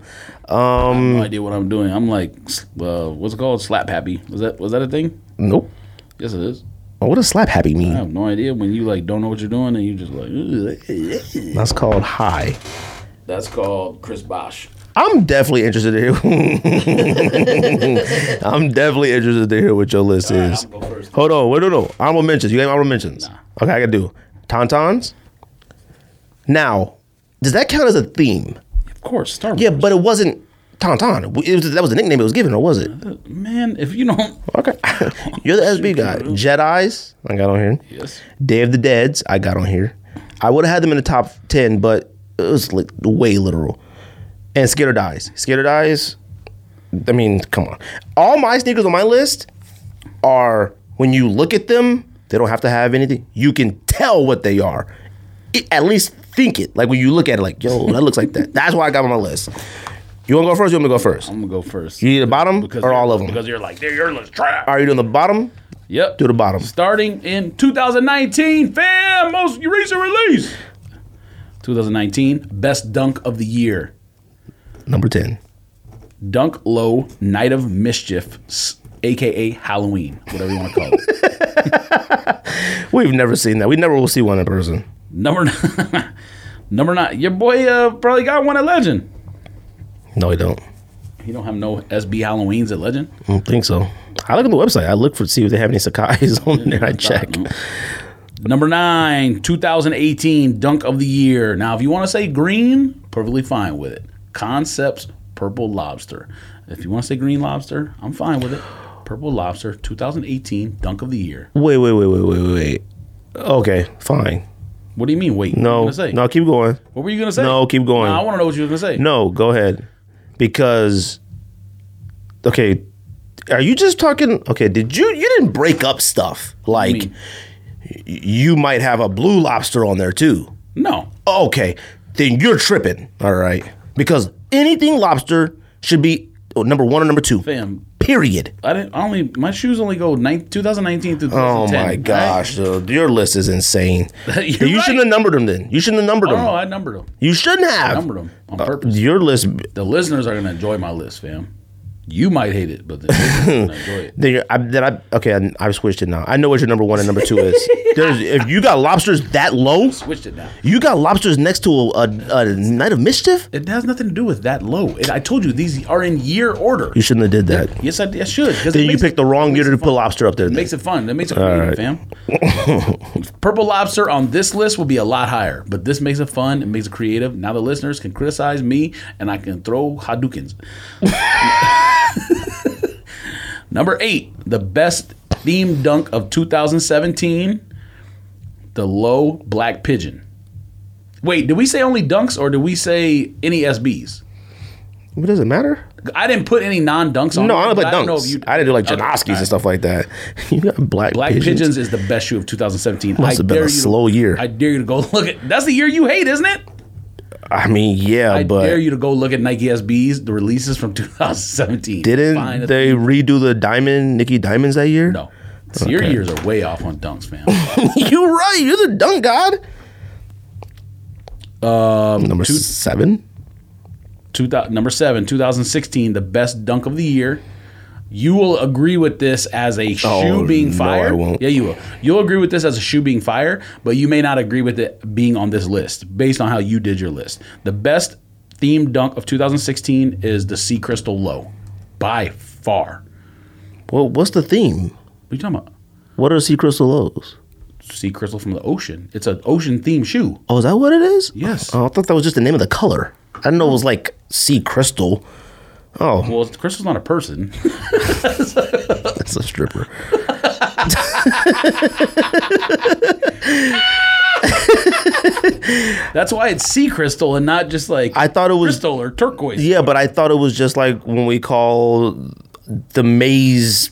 Um,
No idea what I'm doing. I'm like, uh, what's it called? Slap happy. Was that was that a thing?
nope.
Yes, it is.
Oh, what does slap happy mean?
I have no idea when you like don't know what you're doing and you just like "Ugh."
That's called high.
that's called Chris Bosch.
I'm definitely interested to hear. I'm definitely interested to hear what your list is.
I'll go first.
Hold on, wait, no, no. Honorable mentions. You have honorable mentions. Okay, I can do tauntauns. Now, does that count as a theme?
Of course, Star Wars.
Yeah, but it wasn't tauntaun. It was, that was the nickname it was given, or was it?
man, if you don't,
Okay, you're the SB guy. Jedi's I got on here.
yes,
Day of the Dead's I got on here. I would have had them in the top ten, but it was like way literal. And Skater Dies. Skater Dies. I mean, come on. All my sneakers on my list are when you look at them, they don't have to have anything. You can tell what they are. It- at least think it. Like when you look at it, like, yo, that looks like that. That's why I got 'em on my list. You wanna go first? Or you want me to go first?
I'm gonna go first.
You need the bottom or all of them?
Because you're like, they're your list. Try.
Are you doing the bottom?
Yep.
Do the bottom.
Starting in 2019, fam, most recent release. 2019, best dunk of the year.
Number ten.
Dunk Low, Night of Mischief, s- aka Halloween, whatever you want to call it.
We've never seen that. We never will see one in person.
number nine, number nine, your boy uh, probably got one at Legend.
No, we don't.
He don't have no SB Halloweens at Legend.
I don't think so. I look on the website. I look for see if they have any Sakai's on there. I check.
Number nine, 2018 Dunk of the Year. Now, if you want to say green, perfectly fine with it. Concepts Purple Lobster. If you want to say green lobster, I'm fine with it. Purple Lobster, 2018 Dunk of the Year.
Wait, wait, wait, wait, wait, wait, wait. Okay, fine.
What do you mean? Wait,
No,
what were you gonna say?
no, keep going.
What were you gonna say?
No, keep going.
Nah, I want to know what you were gonna say.
No, go ahead. Because, okay, are you just talking? Okay, did you you didn't break up stuff like
mean?
y- you might have a blue lobster on there too.
no.
okay, then you're tripping. All right. Because anything lobster should be oh, number one or number two.
Fam,
Period.
I didn't. I only my shoes only go nine, 2019 through 2010.
Oh my
right?
gosh, dude, your list is insane.
You're
you shouldn't
right.
have numbered them then. You shouldn't have numbered them.
Oh, I numbered them.
you shouldn't have.
Numbered them
Uh,
on purpose.
Your list,
the listeners are gonna enjoy my list, fam. You might hate it, but the listeners are gonna enjoy it.
then, you're, I, then I, okay, I, I've switched it now. I know what your number one and number two is. There's, if you got lobsters that low,
Switched it now.
you got lobsters next to a, a, a night of mischief?
It has nothing to do with that low. It, I told you these are in year order.
You shouldn't have did that.
Yes, I, I should. 'cause it
Then you
makes-
picked the wrong year to put lobster up there.
It
then.
makes it fun. That makes it fun,
right.
fam. Purple Lobster on this list will be a lot higher, but this makes it fun. It makes it creative. Now the listeners can criticize me, and I can throw Hadoukens. Number eight, the best theme dunk of 2017, the low black pigeon. Wait, did we say only dunks or did we say any SBs?
But does it matter?
I didn't put any non-dunks on.
No,
there,
I don't play dunks.
but
I,
don't know if you-
didn't do like
Okay,
Janoskis
all right.
and stuff like that. You got black,
Black
pigeons.
Pigeons. is the best shoe of 2017. I
Must have been a
dare you to-
slow year.
I dare you to go look at. That's the year you hate, isn't it?
I mean, yeah,
I
Uh, but
dare you to go look at Nike SBs, the releases from 2017.
didn't
Find a-
they redo the diamond Nikki Diamonds that year?
No, So your years are way off on dunks, man.
you're right. You're the dunk god. Um, number seven.
Two thou- number seven, 2016, the best dunk of the year. You will agree with this as a shoe
Oh,
being
no, I
fire.
won't.
Yeah, you will. You'll agree with this as a shoe being fire, but you may not agree with it being on this list based on how you did your list. The best themed dunk of 2016 is the Sea Crystal Low, by far.
Well, what's the theme?
What are you talking about?
What are sea crystal lows?
Sea crystal from the ocean. It's an ocean themed shoe.
Oh, is that what it is?
Yes.
Oh, I thought that was just the name of the color. I didn't know it was like sea crystal. Oh,
Well, crystal's not a person.
that's a stripper.
That's why it's sea crystal and not just like
I thought it was
crystal or turquoise.
Yeah, but I thought it was just like when we call the maze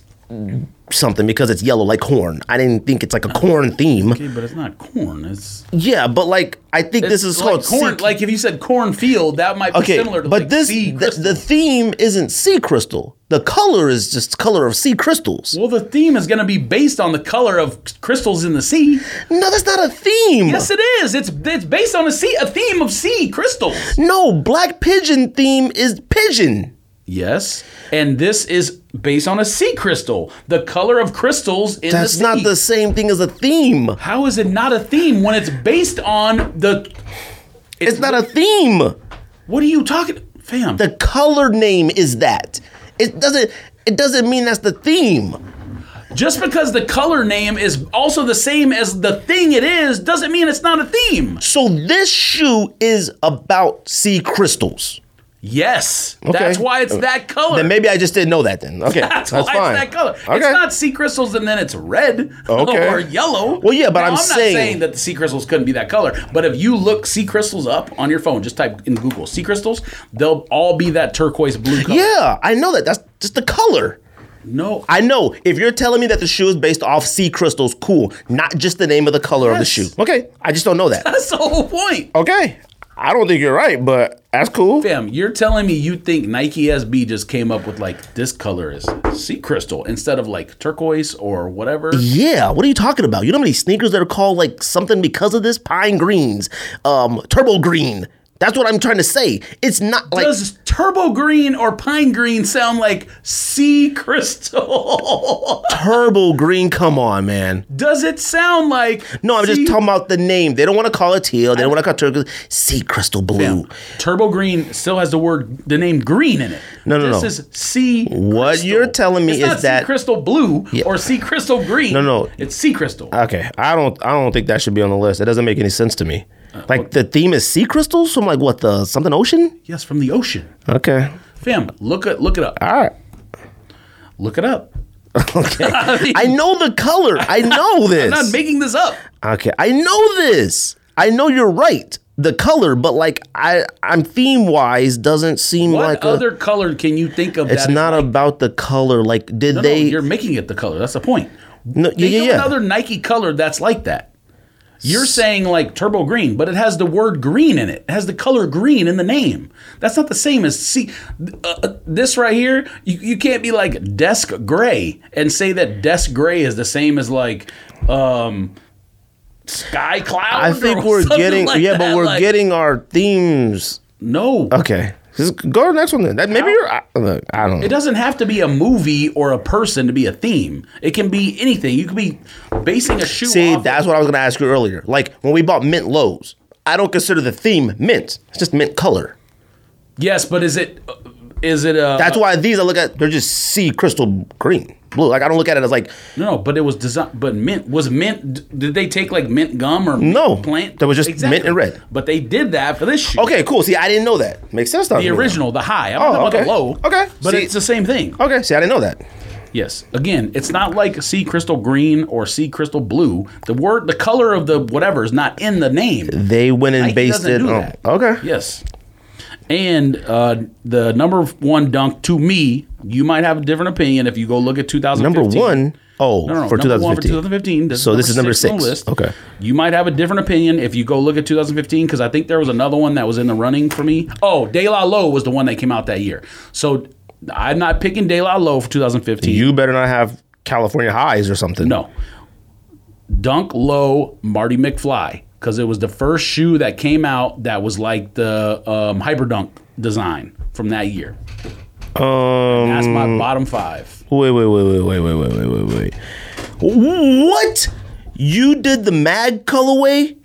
something because it's yellow like corn. I didn't think it's like a corn theme.
Okay, but it's not corn. It's
Yeah, but like I think this
It's
is
like
called
corn.
sea-
Like if you said cornfield, that might be
okay,
similar to
but
like
this
sea
th-
crystal.
the theme isn't sea crystal. The color is just color of sea crystals.
well, the theme is going to be based on the color of crystals in the sea.
No, that's not a theme.
Yes, it is. It's it's based on a sea a theme of sea crystals.
No, black pigeon theme is pigeon.
Yes, and this is based on a sea crystal, the color of crystals in
That's
the sea.
not the same thing as a theme.
How is it not a theme when it's based on the?
It's not a theme.
What are you talking? Fam.
The color name is that. It doesn't. It doesn't mean that's the theme.
Just because the color name is also the same as the thing it is doesn't mean it's not a theme.
So this shoe is about sea crystals.
Yes.
Okay.
That's why it's that color.
Then maybe I just didn't know that. Then okay,
that's,
that's,
why
fine.
it's that color.
Okay.
It's not sea crystals and then it's red
Okay.
or yellow.
Well, yeah, but
Now,
I'm
I'm
saying-
not saying that the sea crystals couldn't be that color. But if you look sea crystals up on your phone, just type in Google sea crystals, they'll all be that turquoise blue color.
yeah, I know that. That's just the color.
No,
I know. If you're telling me that the shoe is based off sea crystals, cool. Not just the name of the color of the
Yes.
shoe. Okay, I just don't know that.
that's the whole point.
Okay. I don't think you're right, but that's cool.
Fam, you're telling me you think Nike SB just came up with like this color is sea crystal instead of like turquoise or whatever?
Yeah, what are you talking about? You know how many sneakers that are called like something because of this? Pine greens, um, turbo green. That's what I'm trying to say. It's not like
Does turbo green or pine green sound like sea crystal?
turbo green. Come on, man.
Does it sound like
No, I'm
sea-
just talking about the name. They don't want to call it teal. They don't want to call it turquoise. Sea crystal blue.
Turbo green still has the word the name green in it.
No, no,
this
no.
is sea.
What
crystal.
you're telling me
It's
is
not sea
that-
crystal blue or sea crystal green.
No, no.
it's sea crystal.
Okay, I don't. I don't think that should be on the list. It doesn't make any sense to me.
Uh,
Like the theme is sea crystals from like what the something ocean?
yes, from the ocean.
Okay,
Fam, look it look it up.
all right.
Look it up. Okay,
I know the color. I know this.
I'm not making this up.
Okay, I know this. I know you're right. The color, but like I, I'm theme wise doesn't seem
What
like
other color can you think of?
a. It's
that is
not
like-
about the color. Like did
No, no,
they?
you're making it the color. That's the point.
no, yeah,
Think
yeah,
of
yeah.
another Nike color that's like that. You're saying like turbo green, but it has the word green in it. It has the color green in the name. That's not the same as see uh, uh, this right here. You, you can't be like desk gray and say that desk gray is the same as like um sky cloud.
I
or
think we're
something
getting
like
yeah,
that,
but we're
like-
getting our themes.
no.
Okay, just go to the next one then. That maybe you're. I, look, I don't know.
It doesn't have to be a movie or a person to be a theme. It can be anything. You could be basing a shoe.
See,
off of-
that's what I was gonna ask you earlier. Like when we bought mint lows, I don't consider the theme mint. It's just mint color.
yes, but is it uh, is it a
That's why these I look at they're just sea crystal green, blue. Like I don't look at it as like
No, no, but it was design. But mint was mint. d- Did they take like mint gum or mint
No,
plant?
there was just mint and red.
But they did that for this shoe.
okay, cool. See, I didn't know that. Makes sense. now to
the
me now.
original, the high. I'm
Oh,
not talking
okay.
about the low.
Okay,
but
see- Oh.
it's the same thing.
Okay, see, I didn't know that.
Yes. Again, it's not like sea crystal green or sea crystal blue. The word, the color of the whatever is not in the name.
They went and
Nike
based
doesn't
it
do
on.
that.
Okay.
Yes. And uh, the number one dunk to me, you might have a different opinion if you go look at 2015.
Number one. Oh,
No, no, no.
for
number
2015.
one for 2015.
So this is number
on the
six. Okay.
You might have a different opinion if you go look at 2015 because I think there was another one that was in the running for me. Oh, De La Low was the one that came out that year. So I'm not picking De La Low for 2015.
You better not have California highs or something.
no. Dunk Low Marty McFly because it was the first shoe that came out that was like the um, Hyperdunk design from that year.
Um.
That's my bottom five.
Wait, wait, wait, wait, wait, wait, wait, wait, wait, wait. What? You did the mag colorway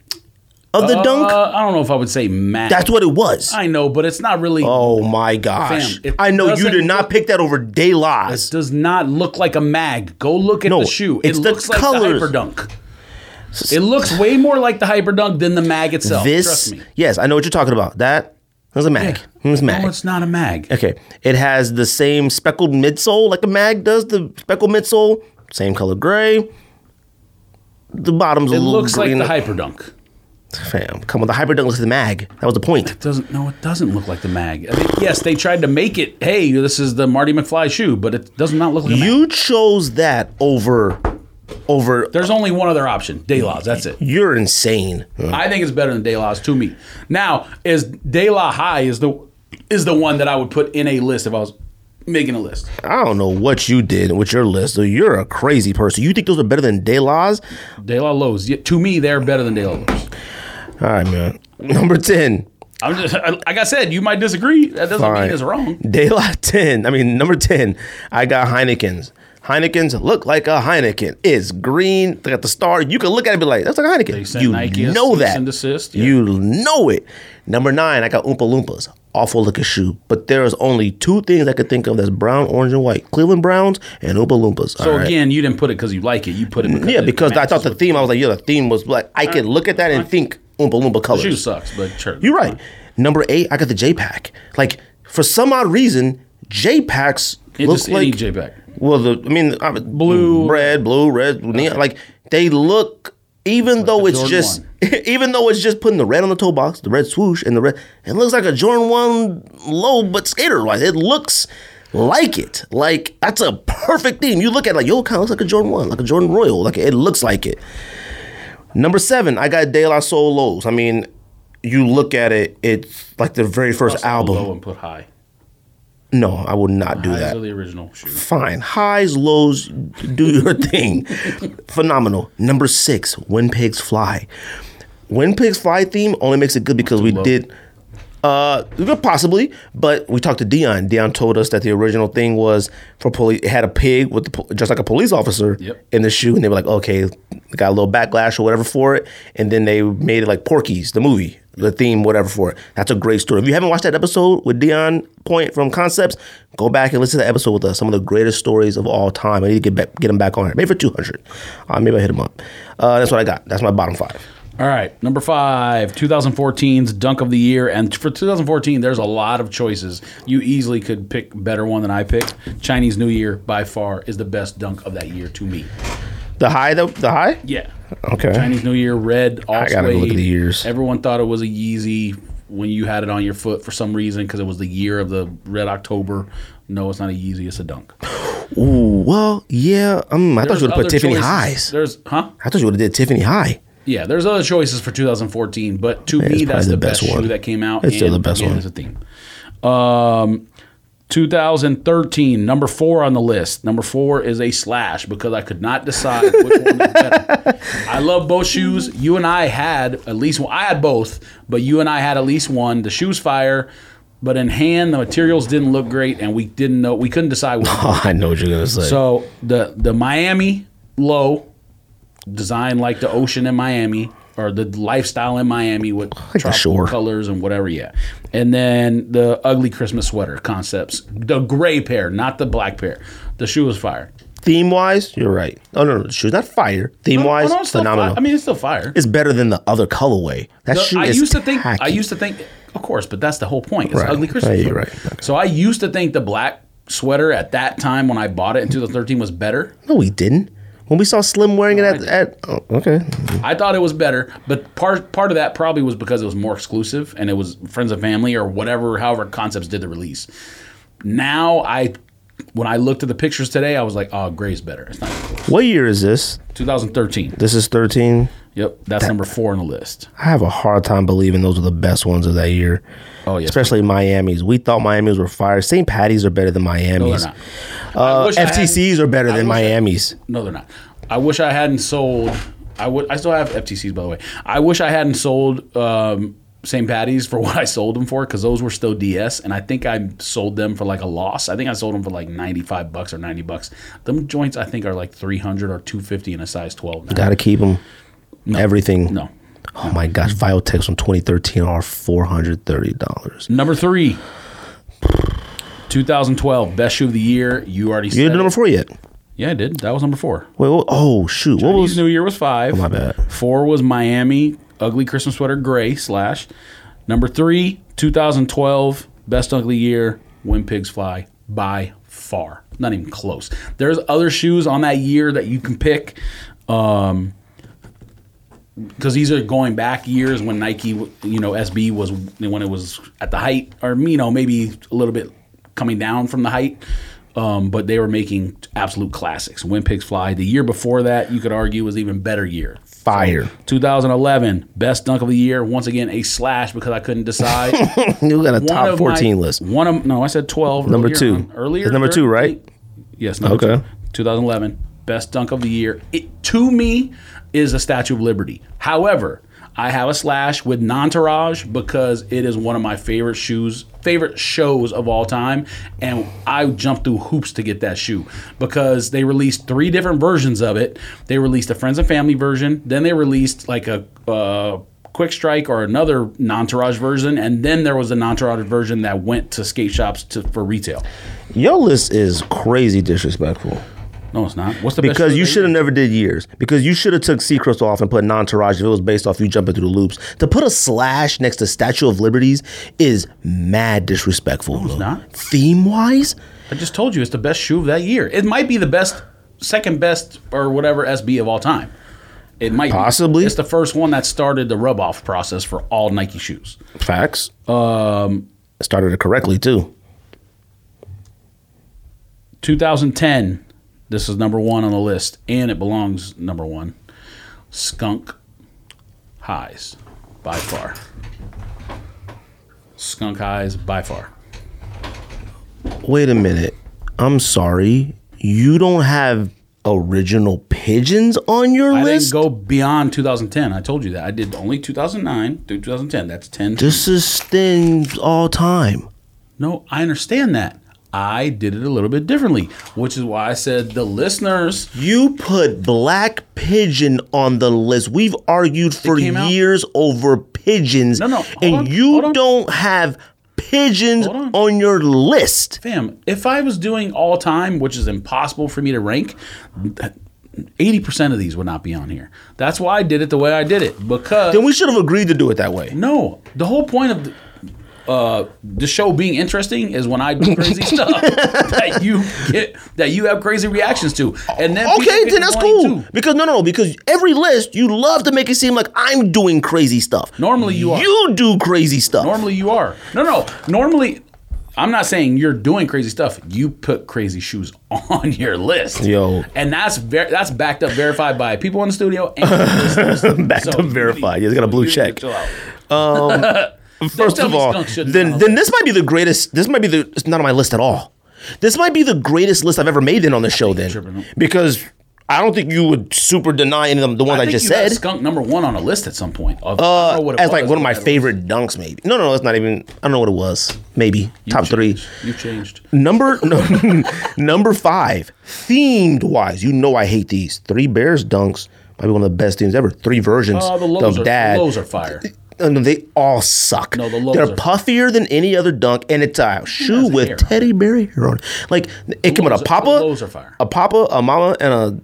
of the dunk?
Uh, I don't know if I would say Matt.
That's what it was.
I know, but it's not really.
oh my gosh!
Fam, it
I know you did
doesn't
not
look-
pick that over De
This
La's.
does not look like a mag. Go look at
No,
the shoe.
it's
it
the
looks like
colors.
the Hyperdunk. It looks way more like the Hyperdunk than the mag itself.
This,
Trust me.
yes, I know what you're talking about. That was a mag. It was mag.
No, it's not a mag.
Okay. It has the same speckled midsole like a mag does, the speckled midsole, same color gray. The bottom's a
It
little
looks like
green.
the Hyperdunk.
Fam, come on. The hyper doesn't look like the mag. That was the point.
Doesn't no, it doesn't look like the mag. I mean, yes, they tried to make it. Hey, this is the Marty McFly shoe, but it does not look like a mag.
You chose that over, over.
There's only one other option, De La's. That's it.
You're insane.
I think it's better than De La's to me. Now, is De La High is the is the one that I would put in a list if I was making a list.
I don't know what you did with your list. So you're a crazy person. You think those are better than De La's?
De La Lowe's. Yeah, to me, they're better than De La Lowe's.
All right, man. Number 10.
I'm just like I said, you might disagree. That doesn't mean it's wrong.
De La 10. I mean, number 10, I got Heineken's. Heineken's look like a Heineken. It's green. They got the star. You can look at it and be like, that's like a Heineken.
sent
you
Nike a
know
cease
that.
and desist, yeah.
You know it. Number nine, I got Oompa Loompas. awful looking shoe. But there is only two things I could think of that's brown, orange, and white: Cleveland Browns and Oompa Loompas.
So
All right? Mm,
again, you didn't put it because you like it. You put it because
yeah,
it
because I
matches
thought the
with-
theme. I was like, yeah, the theme was black. I could look at that and think Oompa Loompa colors.
shoe sucks, but sure.
You're right. Number eight, I got the J pack. Like for some odd reason, J packs
It
look
just any
like
JPEG.
well, the I mean, I mean,
Blue.
red, blue, red, neon, like they look. Even though
the
it's
Jordan
just, even though it's just putting the red on the toe box, the red swoosh and the red, it looks like a Jordan One low, but skater wise, it looks like it. Like that's a perfect theme. You look at it like yo, it kind of looks like a Jordan One, like a Jordan Royal. Like it looks like it. Number seven, I got De La Soul Lows. I mean, you look at it, it's like the very first
Low
album.
and put high.
No, I would not do
Highs
that
are the original shoe.
fine. Highs, lows, do your thing. Phenomenal. Number six, When Pigs Fly. When Pigs Fly theme only makes it good because we did. Uh, we could possibly, but we talked to Dion. Dion told us that the original thing was for police. It had a pig with the, po- just like a police officer
Yep.
in the shoe, and they were like, okay, got a little backlash or whatever for it, and then they made it like Porky's the movie, the theme, whatever for it. That's a great story. If you haven't watched that episode with Dion Point from Concepts, go back and listen to that episode with us. Some of the greatest stories of all time. I need to get back, get him back on here. Maybe for two hundred, uh, maybe I hit him up. Uh, that's what I got. That's my bottom five.
All right, number five, 2014's Dunk of the Year. And for 2014, there's a lot of choices. You easily could pick better one than I picked. Chinese New Year, by far, is the best dunk of that year to me.
The high, the, the high.
Yeah.
Okay.
Chinese New Year, red, all
I gotta go
suede.
look at the years.
Everyone thought it was a Yeezy when you had it on your foot for some reason because it was the year of the Red October. No, it's not a Yeezy, it's a dunk.
Ooh, well, yeah. Um, I thought you would have put
Other
Tiffany
choices-
Highs.
There's, huh?
I thought you would have did Tiffany High.
Yeah, there's other choices for 2014, but to
it's
me,
probably
that's the,
the
best,
best one.
shoe that came out.
It's still the best
again,
one.
It's a theme. Um, 2013, number four on the list. Number four is a slash because I could not decide which one is better. I love both shoes. You and I had at least one. I had both, but you and I had at least one. The shoes fire, but in hand, the materials didn't look great, and we didn't know. We couldn't decide which one.
Oh, I know what you're gonna say.
So the the Miami low design like the ocean in Miami or the lifestyle in Miami with tropical
shore.
colors and whatever, yeah. And then the ugly Christmas sweater concepts, the gray pair, not the black pair. The shoe was fire.
theme wise, you're right. Oh no, no, the shoe's not fire. Theme
Oh,
wise,
no, it's still
phenomenal.
fi- I mean, it's still fire.
it's better than the other colorway. That
The-
shoe
I
is
used to think I
tacky.
used to think of course, but that's the whole point. It's
Right.
ugly Christmas.
Yeah, you're
sweater.
right. Okay.
So I used to think the black sweater at that time when I bought it in 2013 was better.
No, we didn't. When we saw Slim wearing it at, at oh, okay,
I thought it was better, but part part of that probably was because it was more exclusive and it was friends and family or whatever, however concepts did the release. Now I, when I looked at the pictures today, I was like, oh, gray's better. It's not
what year is this?
2013.
This is 13.
Yep, that's number four on the list.
I have a hard time believing those are the best ones of that year.
Oh, yes.
especially Miami's. We thought Miami's were fire. St. Patty's are better than
No, they're
Miami's.
not. I
Uh,
wish I had-
FTCs are better
I
than
wish I-
Miami's.
No, they're not. I wish I hadn't sold. I would. I still have FTCs, by the way. I wish I hadn't sold um, St. Patty's for what I sold them for because those were still DS, and I think I sold them for like a loss. I think I sold them for like ninety five bucks or ninety bucks. Them joints, I think, are like three hundred or two fifty in a size twelve. Now.
Gotta keep them. Everything.
No.
Oh my gosh, Viotex from 2013 are $430.
Number three. 2012 best shoe of the year. You already
You
said
didn't do number
it.
four yet.
Yeah, I did. That was number four.
Wait, what, oh shoot. What
Chinese
was
New Year was five.
Oh, my bad.
Four was Miami ugly Christmas sweater gray slash. Number three, 2012 best ugly year when pigs fly by far. Not even close. There's other shoes on that year that you can pick. Um, because these are going back years when Nike, w- you know, SB was when it was at the height, or you know, maybe a little bit coming down from the height. Um, but they were making absolute classics. When pigs fly. The year before that, you could argue was even better year.
fire?
2011, best dunk of the year. Once again, a slash because I couldn't decide.
you got a
One
top
of my-
14 list.
One of no, I said 12.
Number
earlier
two.
on- earlier,
It's number
thir-
two, right?
Yes. Number
Okay.
Two. 2011, best dunk of the year. It to me is a Statue of Liberty. However, I have a slash with Nontourage because it is one of my favorite shoes, favorite shows of all time, and I jumped through hoops to get that shoe because they released three different versions of it. They released a friends and family version, then they released like a uh, Quick Strike or another Entourage version, and then there was an Entourage version that went to skate shops to, for retail.
Your list is crazy disrespectful.
No, it's not. What's the best
Because
show
you
they-
should have never did years. Because you should have took Seacrest off and put an entourage if it was based off you jumping through the loops. To put a slash next to Statue of Liberties is mad disrespectful. No,
not.
Theme wise,
I just told you it's the best shoe of that year. It might be the best, second best, or whatever SB of all time. It might be.
Possibly.
It's the first one that started the rub off process for all Nike shoes.
facts. Um, started it correctly too.
2010. This is number one on the list, and it belongs number one. Skunk Highs, by far. Skunk Highs, by far.
Wait a minute. I'm sorry. You don't have original pigeons on your
I
list.
didn't go beyond 2010. I told you that. I did only 2009 through 2010. That's 10.
this is thin all time.
No, I understand that. I did it a little bit differently, which is why I said the listeners.
You put Black Pigeon on the list. We've argued for
came out-
years over pigeons.
No, no, hold
and
on,
you
hold on.
don't have pigeons
Hold
on.
on.
your list.
Fam, if I was doing all time, which is impossible for me to rank, 80% of these would not be on here. That's why I did it the way I did it because
Then we should have agreed to do it that way.
no, the whole point of the, uh, the show being interesting is when I do crazy stuff that you get that you have crazy reactions to. And then people
Okay,
get
then that's
annoyed
cool.
too.
Because no, no, no. Because every list, you love to make it seem like I'm doing crazy stuff.
Normally you are.
You do crazy stuff.
Normally you are. No, no. Normally, I'm not saying you're doing crazy stuff. You put crazy shoes on your list,
Yo.
and that's ver- that's backed up, verified by people in the studio and listeners.
Back
So
to verify. Yeah, it's got a blue
you need
check.
to chill out.
First
tell
of
me
all,
skunk shouldn't
then
count.
then this might be the greatest. This might be the. It's not on my list at all. This might be the greatest list I've ever made. Then on the show, then
tripping.
because I don't think you would super deny any of them. The ones I,
think
just
you had
said Uh,
skunk number one on a list at some point. Of, I don't know what it
as like
was,
one of my
but
favorite dunks. Maybe no, no, it's not even. I don't know what it was. Maybe
you
top three.
changed. You changed.
Number no, number five, themed wise, you know I hate these three Bears dunks. Probably one of the best teams ever. Three versions
Oh, the
of
lows are
dad.
the lows are fire.
Uh, no, they all suck.
No, the lows
They're
are-
puffier than any other dunk, and it's a shoe
has
with
hair?
Teddy Berry hair on. it. Like it came with
lows
a
are- the
papa,
lows are fire.
a papa, a mama, and a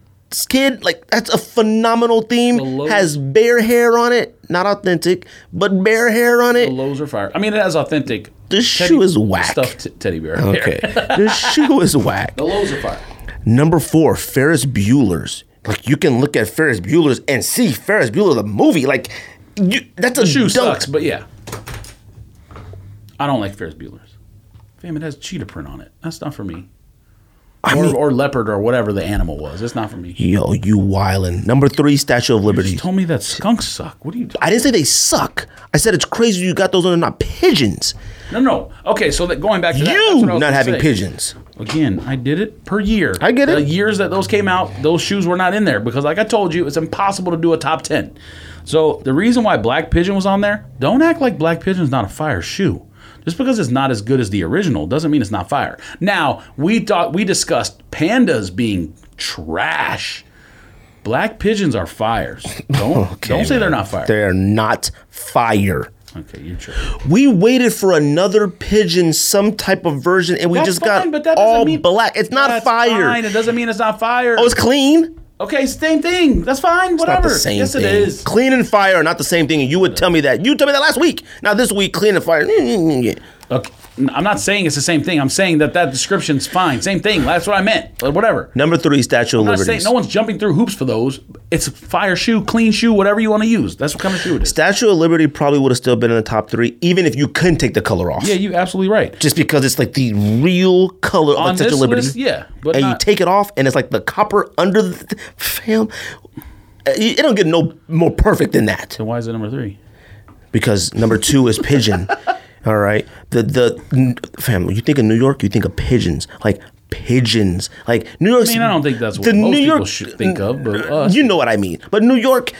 kid. Like that's a phenomenal theme.
lows-
Has bear hair on it, not authentic, but bear hair on
The
it.
lows are fire. I mean, it has authentic.
This shoe is whack.
Stuffed t- teddy bear.
Okay, this shoe is whack.
The lows are fire.
Number four, Ferris Bueller's. Like you can look at Ferris Bueller's and see Ferris Bueller the movie. Like you, that's a
Shoe
dunk.
sucks, but yeah. I don't like Ferris Bueller's. Fam, it has cheetah print on it. That's not for me. or, or leopard or whatever the animal was. It's not for me. You
Yo, you wildin'. Number three, Statue of Liberty.
just told me that skunks suck. What are you?
I didn't say they suck. I said it's crazy you got those on. They're not pigeons.
No, no. Okay, so that going back to that, that's
you
what I was
not
gonna
having
say.
pigeons.
Again, I did it per year.
I get
The
it.
years that those came out, those shoes were not in there because, like I told you, it's impossible to do a top 10. So, the reason why Black Pigeon was on there, don't act like Black Pigeon's not a fire shoe. Just because it's not as good as the original doesn't mean it's not fire. Now, we thought we discussed pandas being trash. Black pigeons are fires. Don't don't say they're not fire.
They're not fire.
okay, you're true.
We waited for another pigeon, some type of version, and we just got all black. It's not
that's
fire.
fine. It doesn't mean it's not fire.
Oh, it's clean.
Okay, same thing. That's fine.
Not
Whatever.
the same
yes,
thing.
it is.
Clean and fire are not the same thing. And you would tell me that. You told me that last week. Now this week, clean and fire.
Okay. n- I'm not saying it's the same thing. I'm saying that that description's fine. Same thing. That's what I meant. But whatever.
Number three, Statue of
I'm not
Liberty.
saying no one's jumping through hoops for those. It's a fire shoe, clean shoe, whatever you want to use. That's what kind of shoe it is.
Statue of Liberty probably would have still been in the top three, even if you couldn't take the color off.
yeah, you're absolutely right.
just because it's like the real color of
On
like, Statue of
this
Liberty.
list, yeah, but
and you
not-
take it off, and it's like the copper under the th- fam. uh, It don't get no more perfect than that
Then why is it number three?
because number two is pigeon. All right, the the fam. You think of New York, you think of pigeons, like pigeons, like New York.
I mean, I don't think that's what most people should think of, but us.
you know what I mean. But New York,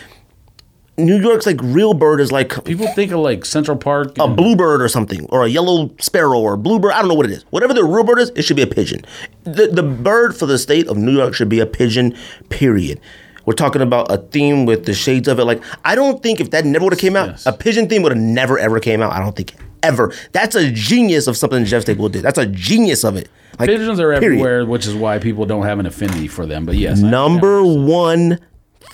New York's like real bird is like
People think of like Central Park.
a bluebird or something, or a yellow sparrow or a bluebird. I don't know what it is. Whatever the real bird is, it should be a pigeon. The, the bird for the state of New York should be a pigeon, period. We're talking about a theme with the shades of it. Like I don't think if that never would have came out,
Yes.
a pigeon theme would have never ever came out. I don't think ever. That's a genius of something Jeff Staple did. That's a genius of it. Like
Pigeons are
period.
everywhere, which is why people don't have an affinity for them. But yes, I-
Number one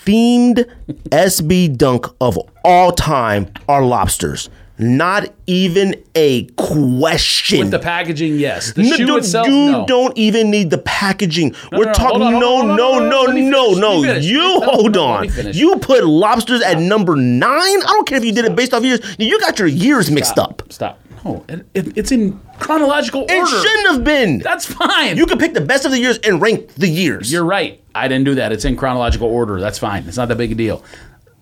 themed SB dunk of all time are lobsters. Not even a question.
with the packaging, yes. The
No,
shoe
dude,
itself,
you
no.
don't even need the packaging. We're
no,
talking
hold on,
no,
hold on,
no,
hold on,
no,
let me
no,
finish, let
no.
me finish.
You
Let me-
hold
let
on.
me finish.
You put lobsters at number nine. I don't care if you did it based off years. You got your years mixed up.
Stop. No, it, it, it's in chronological
It
order.
shouldn't have been.
That's fine.
you could pick the best of the years and rank the years.
You're right. I didn't do that. It's in chronological order. That's fine. It's not that big a deal.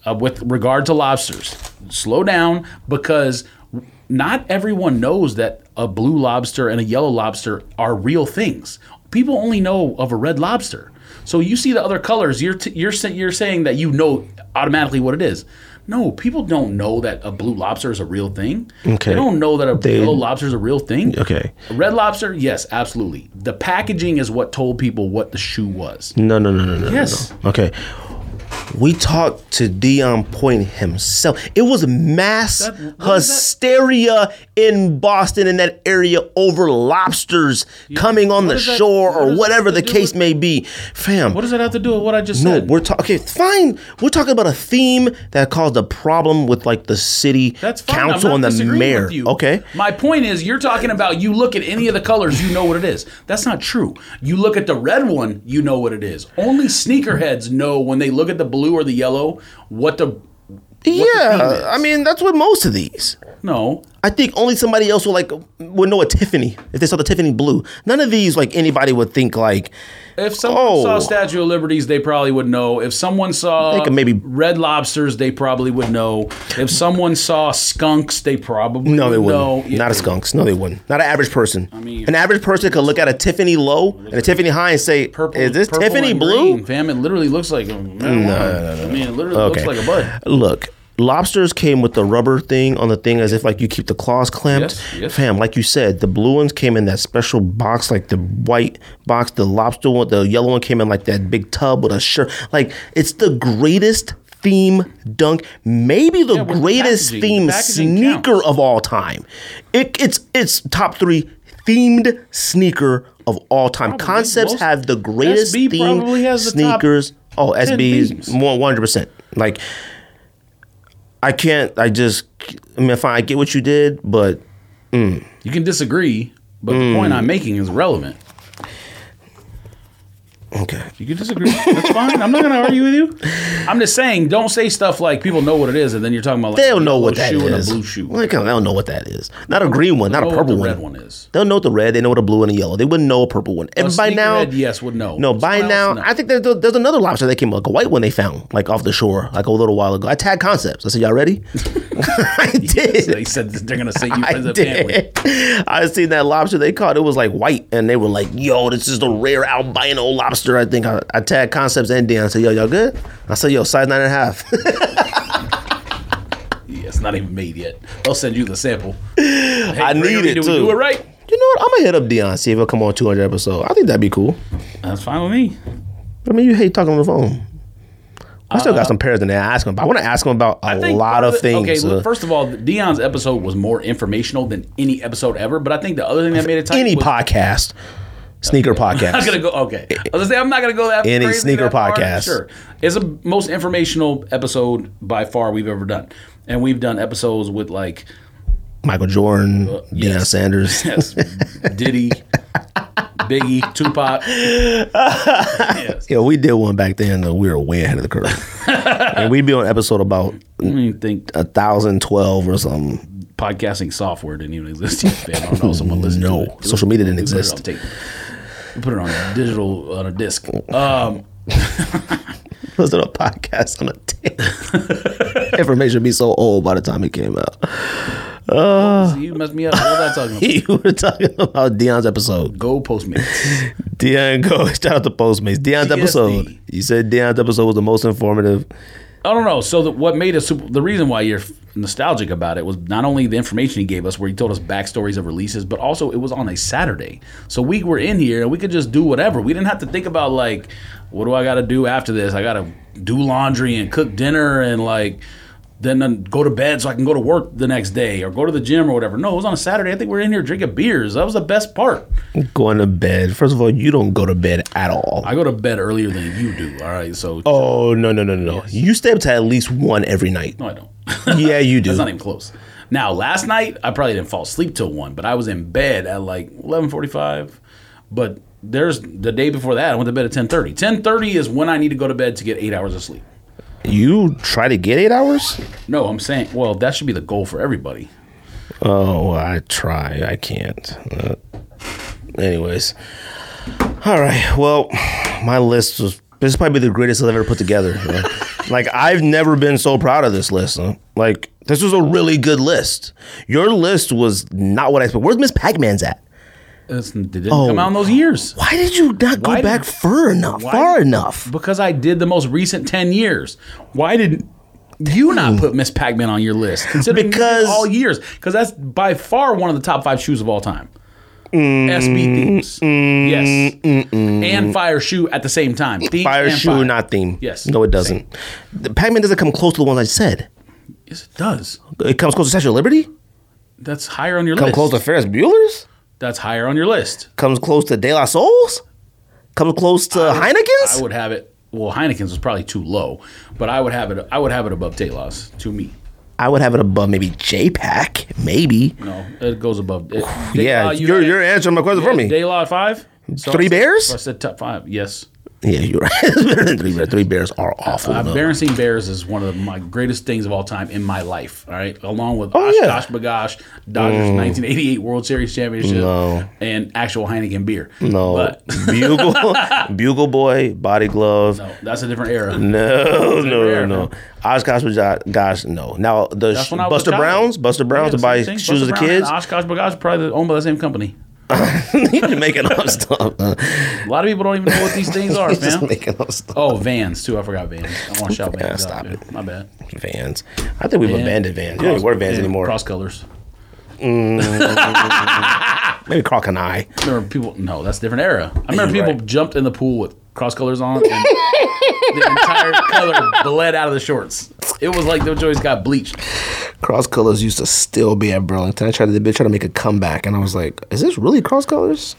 Uh, with regard to lobsters, slow down because not everyone knows that a blue lobster and a yellow lobster are real things. People only know of a red lobster. So you see the other colors, you're t- you're sa- you're saying that you know automatically what it is. No, people don't know that a blue lobster is a real thing.
Okay.
They don't know that a
They-
yellow lobster is a real thing.
Okay.
Red lobster, yes, absolutely. The packaging is what told people what the shoe was.
No, no, no, no, no. no,
Yes.
no. Okay. We talked to Dion Point himself. It was mass
That- what is that?
hysteria in Boston in that area over lobsters coming on the
does that-
shore
what
or
does that
whatever
have to
the
do
case
with-
may be. Fam,
What does that have to do with what I just
no,
said?
we're talking. Okay, fine. We're talking about a theme that caused a problem with like the city
That's fine.
council
I'm
and
not
the
disagreeing
mayor.
With you.
Okay.
My point is, you're talking about you look at any of the colors, you know what it is. That's not true. You look at the red one, you know what it is. Only sneakerheads know when they look at the blue or the yellow what the theme is.
yeah, I mean that's what most of these.
no.
I think only somebody else would like would know a Tiffany if they saw the Tiffany blue. None of these like anybody would think like
If someone
Oh.
saw Statue of Liberties, they probably would know. If someone
They
saw
could maybe-
Red Lobsters, they probably would know. If someone saw skunks, they probably
no they
would
wouldn't.
know. Yeah,
Not a skunks. No they wouldn't. Not an average person. I
mean-
an average person could look at a Tiffany low and a Tiffany high and say,
Purple,
"Is this
purple
Tiffany
and
blue?"
green, fam? It literally looks like no, I mean, it literally
Okay.
looks like a bud.
Look, lobsters came with the rubber thing on the thing as if like you keep the claws clamped.
Yes, yes.
Fam, like you said, the blue ones came in that special box, like the white box. The lobster one, the yellow one came in like that big tub with a shirt. Like it's the greatest theme dunk, maybe the
Yeah, with the
greatest
packaging.
theme
The packaging
sneaker
counts.
of all time. It, it's it's top three themed sneaker of all time.
Probably.
Concepts
Most-
have the greatest
SB probably
themed
has the top
sneakers. Oh,
10
SB is
themes.
more one hundred percent. Like I can't. I just. I mean, fine. I get what you did, but
You can disagree, but
Hmm.
the point I'm making is relevant.
okay.
You can disagree. That's fine. I'm not going to argue with you. I'm just saying, don't say stuff like people know what it is, and then you're talking about like
They don't
a
know
yellow
what that
shoe and a
is.
blue shoe.
Like, they don't know what that is. Not a green one. Not a
know what
purple
the
one.
red one is.
They'll know what the red. They know what the blue and the yellow. They wouldn't know a purple one. And
A
by now,
sneakerhead, yes, would know.
No, by
Someone
now,
else, no.
I think there's, there's another lobster that came, like a white one they found, like off the shore, like a little while ago. I tagged concepts. I said, "Y'all ready?" I did.
they said that they're going to say you
I
as a family.
did. I seen that lobster they caught. It was like white, and they were like, "Yo, this is the rare albino lobster." I think I, I tagged concepts and Dan. I said, "Yo, y'all good?" I said, "Yo, size nine and a half."
Yeah, it's not even made yet. They'll send you the sample.
I need it
do
too.
We do it right.
you know what? I'm gonna hit up Dion see if he'll come on 200 episode. I think that'd be cool.
That's fine with me.
I mean, you hate talking on the phone. I still got some pairs in there. I ask him. About. I want to ask him about a
Uh, I think
lot
part
of
it-
things.
Okay, look,
uh,
first of all, Dion's episode was more informational than any episode ever. But I think the other thing that made it tight
any
was,
podcast, sneaker podcast.
I'm not gonna go. Okay, I was gonna say I'm not gonna go that
Any
crazy
sneaker
that far.
podcast.
Sure, it's the most informational episode by far we've ever done, and we've done episodes with like
Michael Jordan, Deion
Uh, yes.
Sanders.
yes, Diddy, Biggie, Tupac. yes.
Yeah, we did one back then. Though. We were way ahead of the curve. and we'd be on episode about
I don't even think
a thousand twelve or something.
podcasting software didn't even exist yet. man. I don't know. Someone listened.
No.
to it.
Social media didn't
We put it
exist.
on tape. We put it on digital on a disc. Um,
Was it a podcast on a tape? Information would be so old by the time it came out. Uh.
so you messed me up. What was I talking about?
you were talking about Dion's episode.
Go Postmates.
Dion, go shout out to Postmates. Dion's
DSD.
episode. You said Dion's episode was the most informative.
I don't know. So the, what made us super, the reason why you're nostalgic about it was not only the information he gave us, where he told us backstories of releases, but also it was on a Saturday, so we were in here and we could just do whatever. We didn't have to think about like, what do I got to do after this? I got to do laundry and cook dinner and like. Then uh, go to bed so I can go to work the next day or go to the gym or whatever. No, it was on a Saturday. I think we were in here drinking beers. That was the best part.
Going to bed. First of all, you don't go to bed at all.
I go to bed earlier than you do. All right. So,
oh no no no no no! You stay up to at least one every night.
no, I don't.
yeah, you do.
That's not even close. Now, last night I probably didn't fall asleep till one, but I was in bed at like eleven forty-five. But there's the day before that I went to bed at ten thirty. Ten thirty is when I need to go to bed to get eight hours of sleep.
you try to get eight hours?
No, I'm saying, well, that should be the goal for everybody.
Oh, I try. I can't. Uh, anyways, all right. Well, my list was. This might be the greatest I've ever put together. Like, like, I've never been so proud of this list. huh? Like this was a really good list. Your list was not what I expected. Where's Miss Pac-Man's at?
It's, it didn't come out in those years
Why did you not go
Why did-
back far enough?
why-
Far enough.
because I did the most recent ten years. Why did you not put Miss Pac-Man on your list? Considering you did
Because-
all years, because that's by far one of the top five shoes of all time. SB
Mm,
themes, yes, and fire shoe at the same time. Themes
Fire
and
shoe, not theme.
Yes.
No, it doesn't. The Pac-Man doesn't come close to the ones I said.
Yes, it does.
It comes close to Statue of Liberty.
That's higher on your
Come
list.
close to Ferris Bueller's.
That's higher on your list.
Comes close to De La Souls. Comes close to Heineken's.
I would have it. Well, Heineken's was probably too low, but I would have it. I would have it above Talos to me.
I would have it above maybe JPAC, maybe.
No, it goes above. It,
Yeah,
Daylaw, uh, you
you're
had
you're answering my question for me.
Daylaw at five. So
Three
I said-
Bears?
so I said top five. Yes.
Yeah, you're right. It's better than three bears. Three bears are awful.
Uh,
though.
Embarrassing Bears is one of my greatest things of all time in my life. All right, along with
Oh, yeah. Mm.
Oshkosh Bagosh, Dodgers 1988 World Series championship,
No.
and actual Heineken beer.
no,
but
bugle, bugle boy, body glove. No,
no, that's a different era.
no, no,
rare,
no.
man.
Oshkosh was gosh, no. Now the
That's
sh-
when I was a
Buster
child.
Browns, Buster Browns
Yeah,
to buy
same thing.
shoes
Buster
of the
Brown and
kids.
Oshkosh Bagosh probably the- owned by the same company.
You're making up stuff. man.
A lot of people don't even know what these things are,
He's just
fam.
making up stuff.
Oh, Vans too. I forgot Vans. I want to shout Vans.
stop
out, dude. My bad.
Vans. I think we've abandoned Vans. You don't even wear Vans
and
anymore.
Cross colors.
Maybe Croc and I.
Remember people? No, that's a different era. I remember
You're
people
right.
jumped in the pool with cross colors on, and the entire color bled out of the shorts. It was like those joints got bleached.
Cross colors used to still be at Burlington. I tried to they tried to make a comeback, and I was like, "Is this really cross colors?"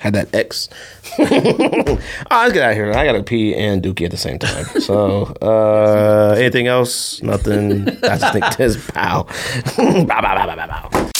Had that X. oh, let's get out of here. I gotta pee and Dookie at the same time. So, uh, anything else? Nothing. I just think this pow. bow, bow, bow, bow, bow, bow.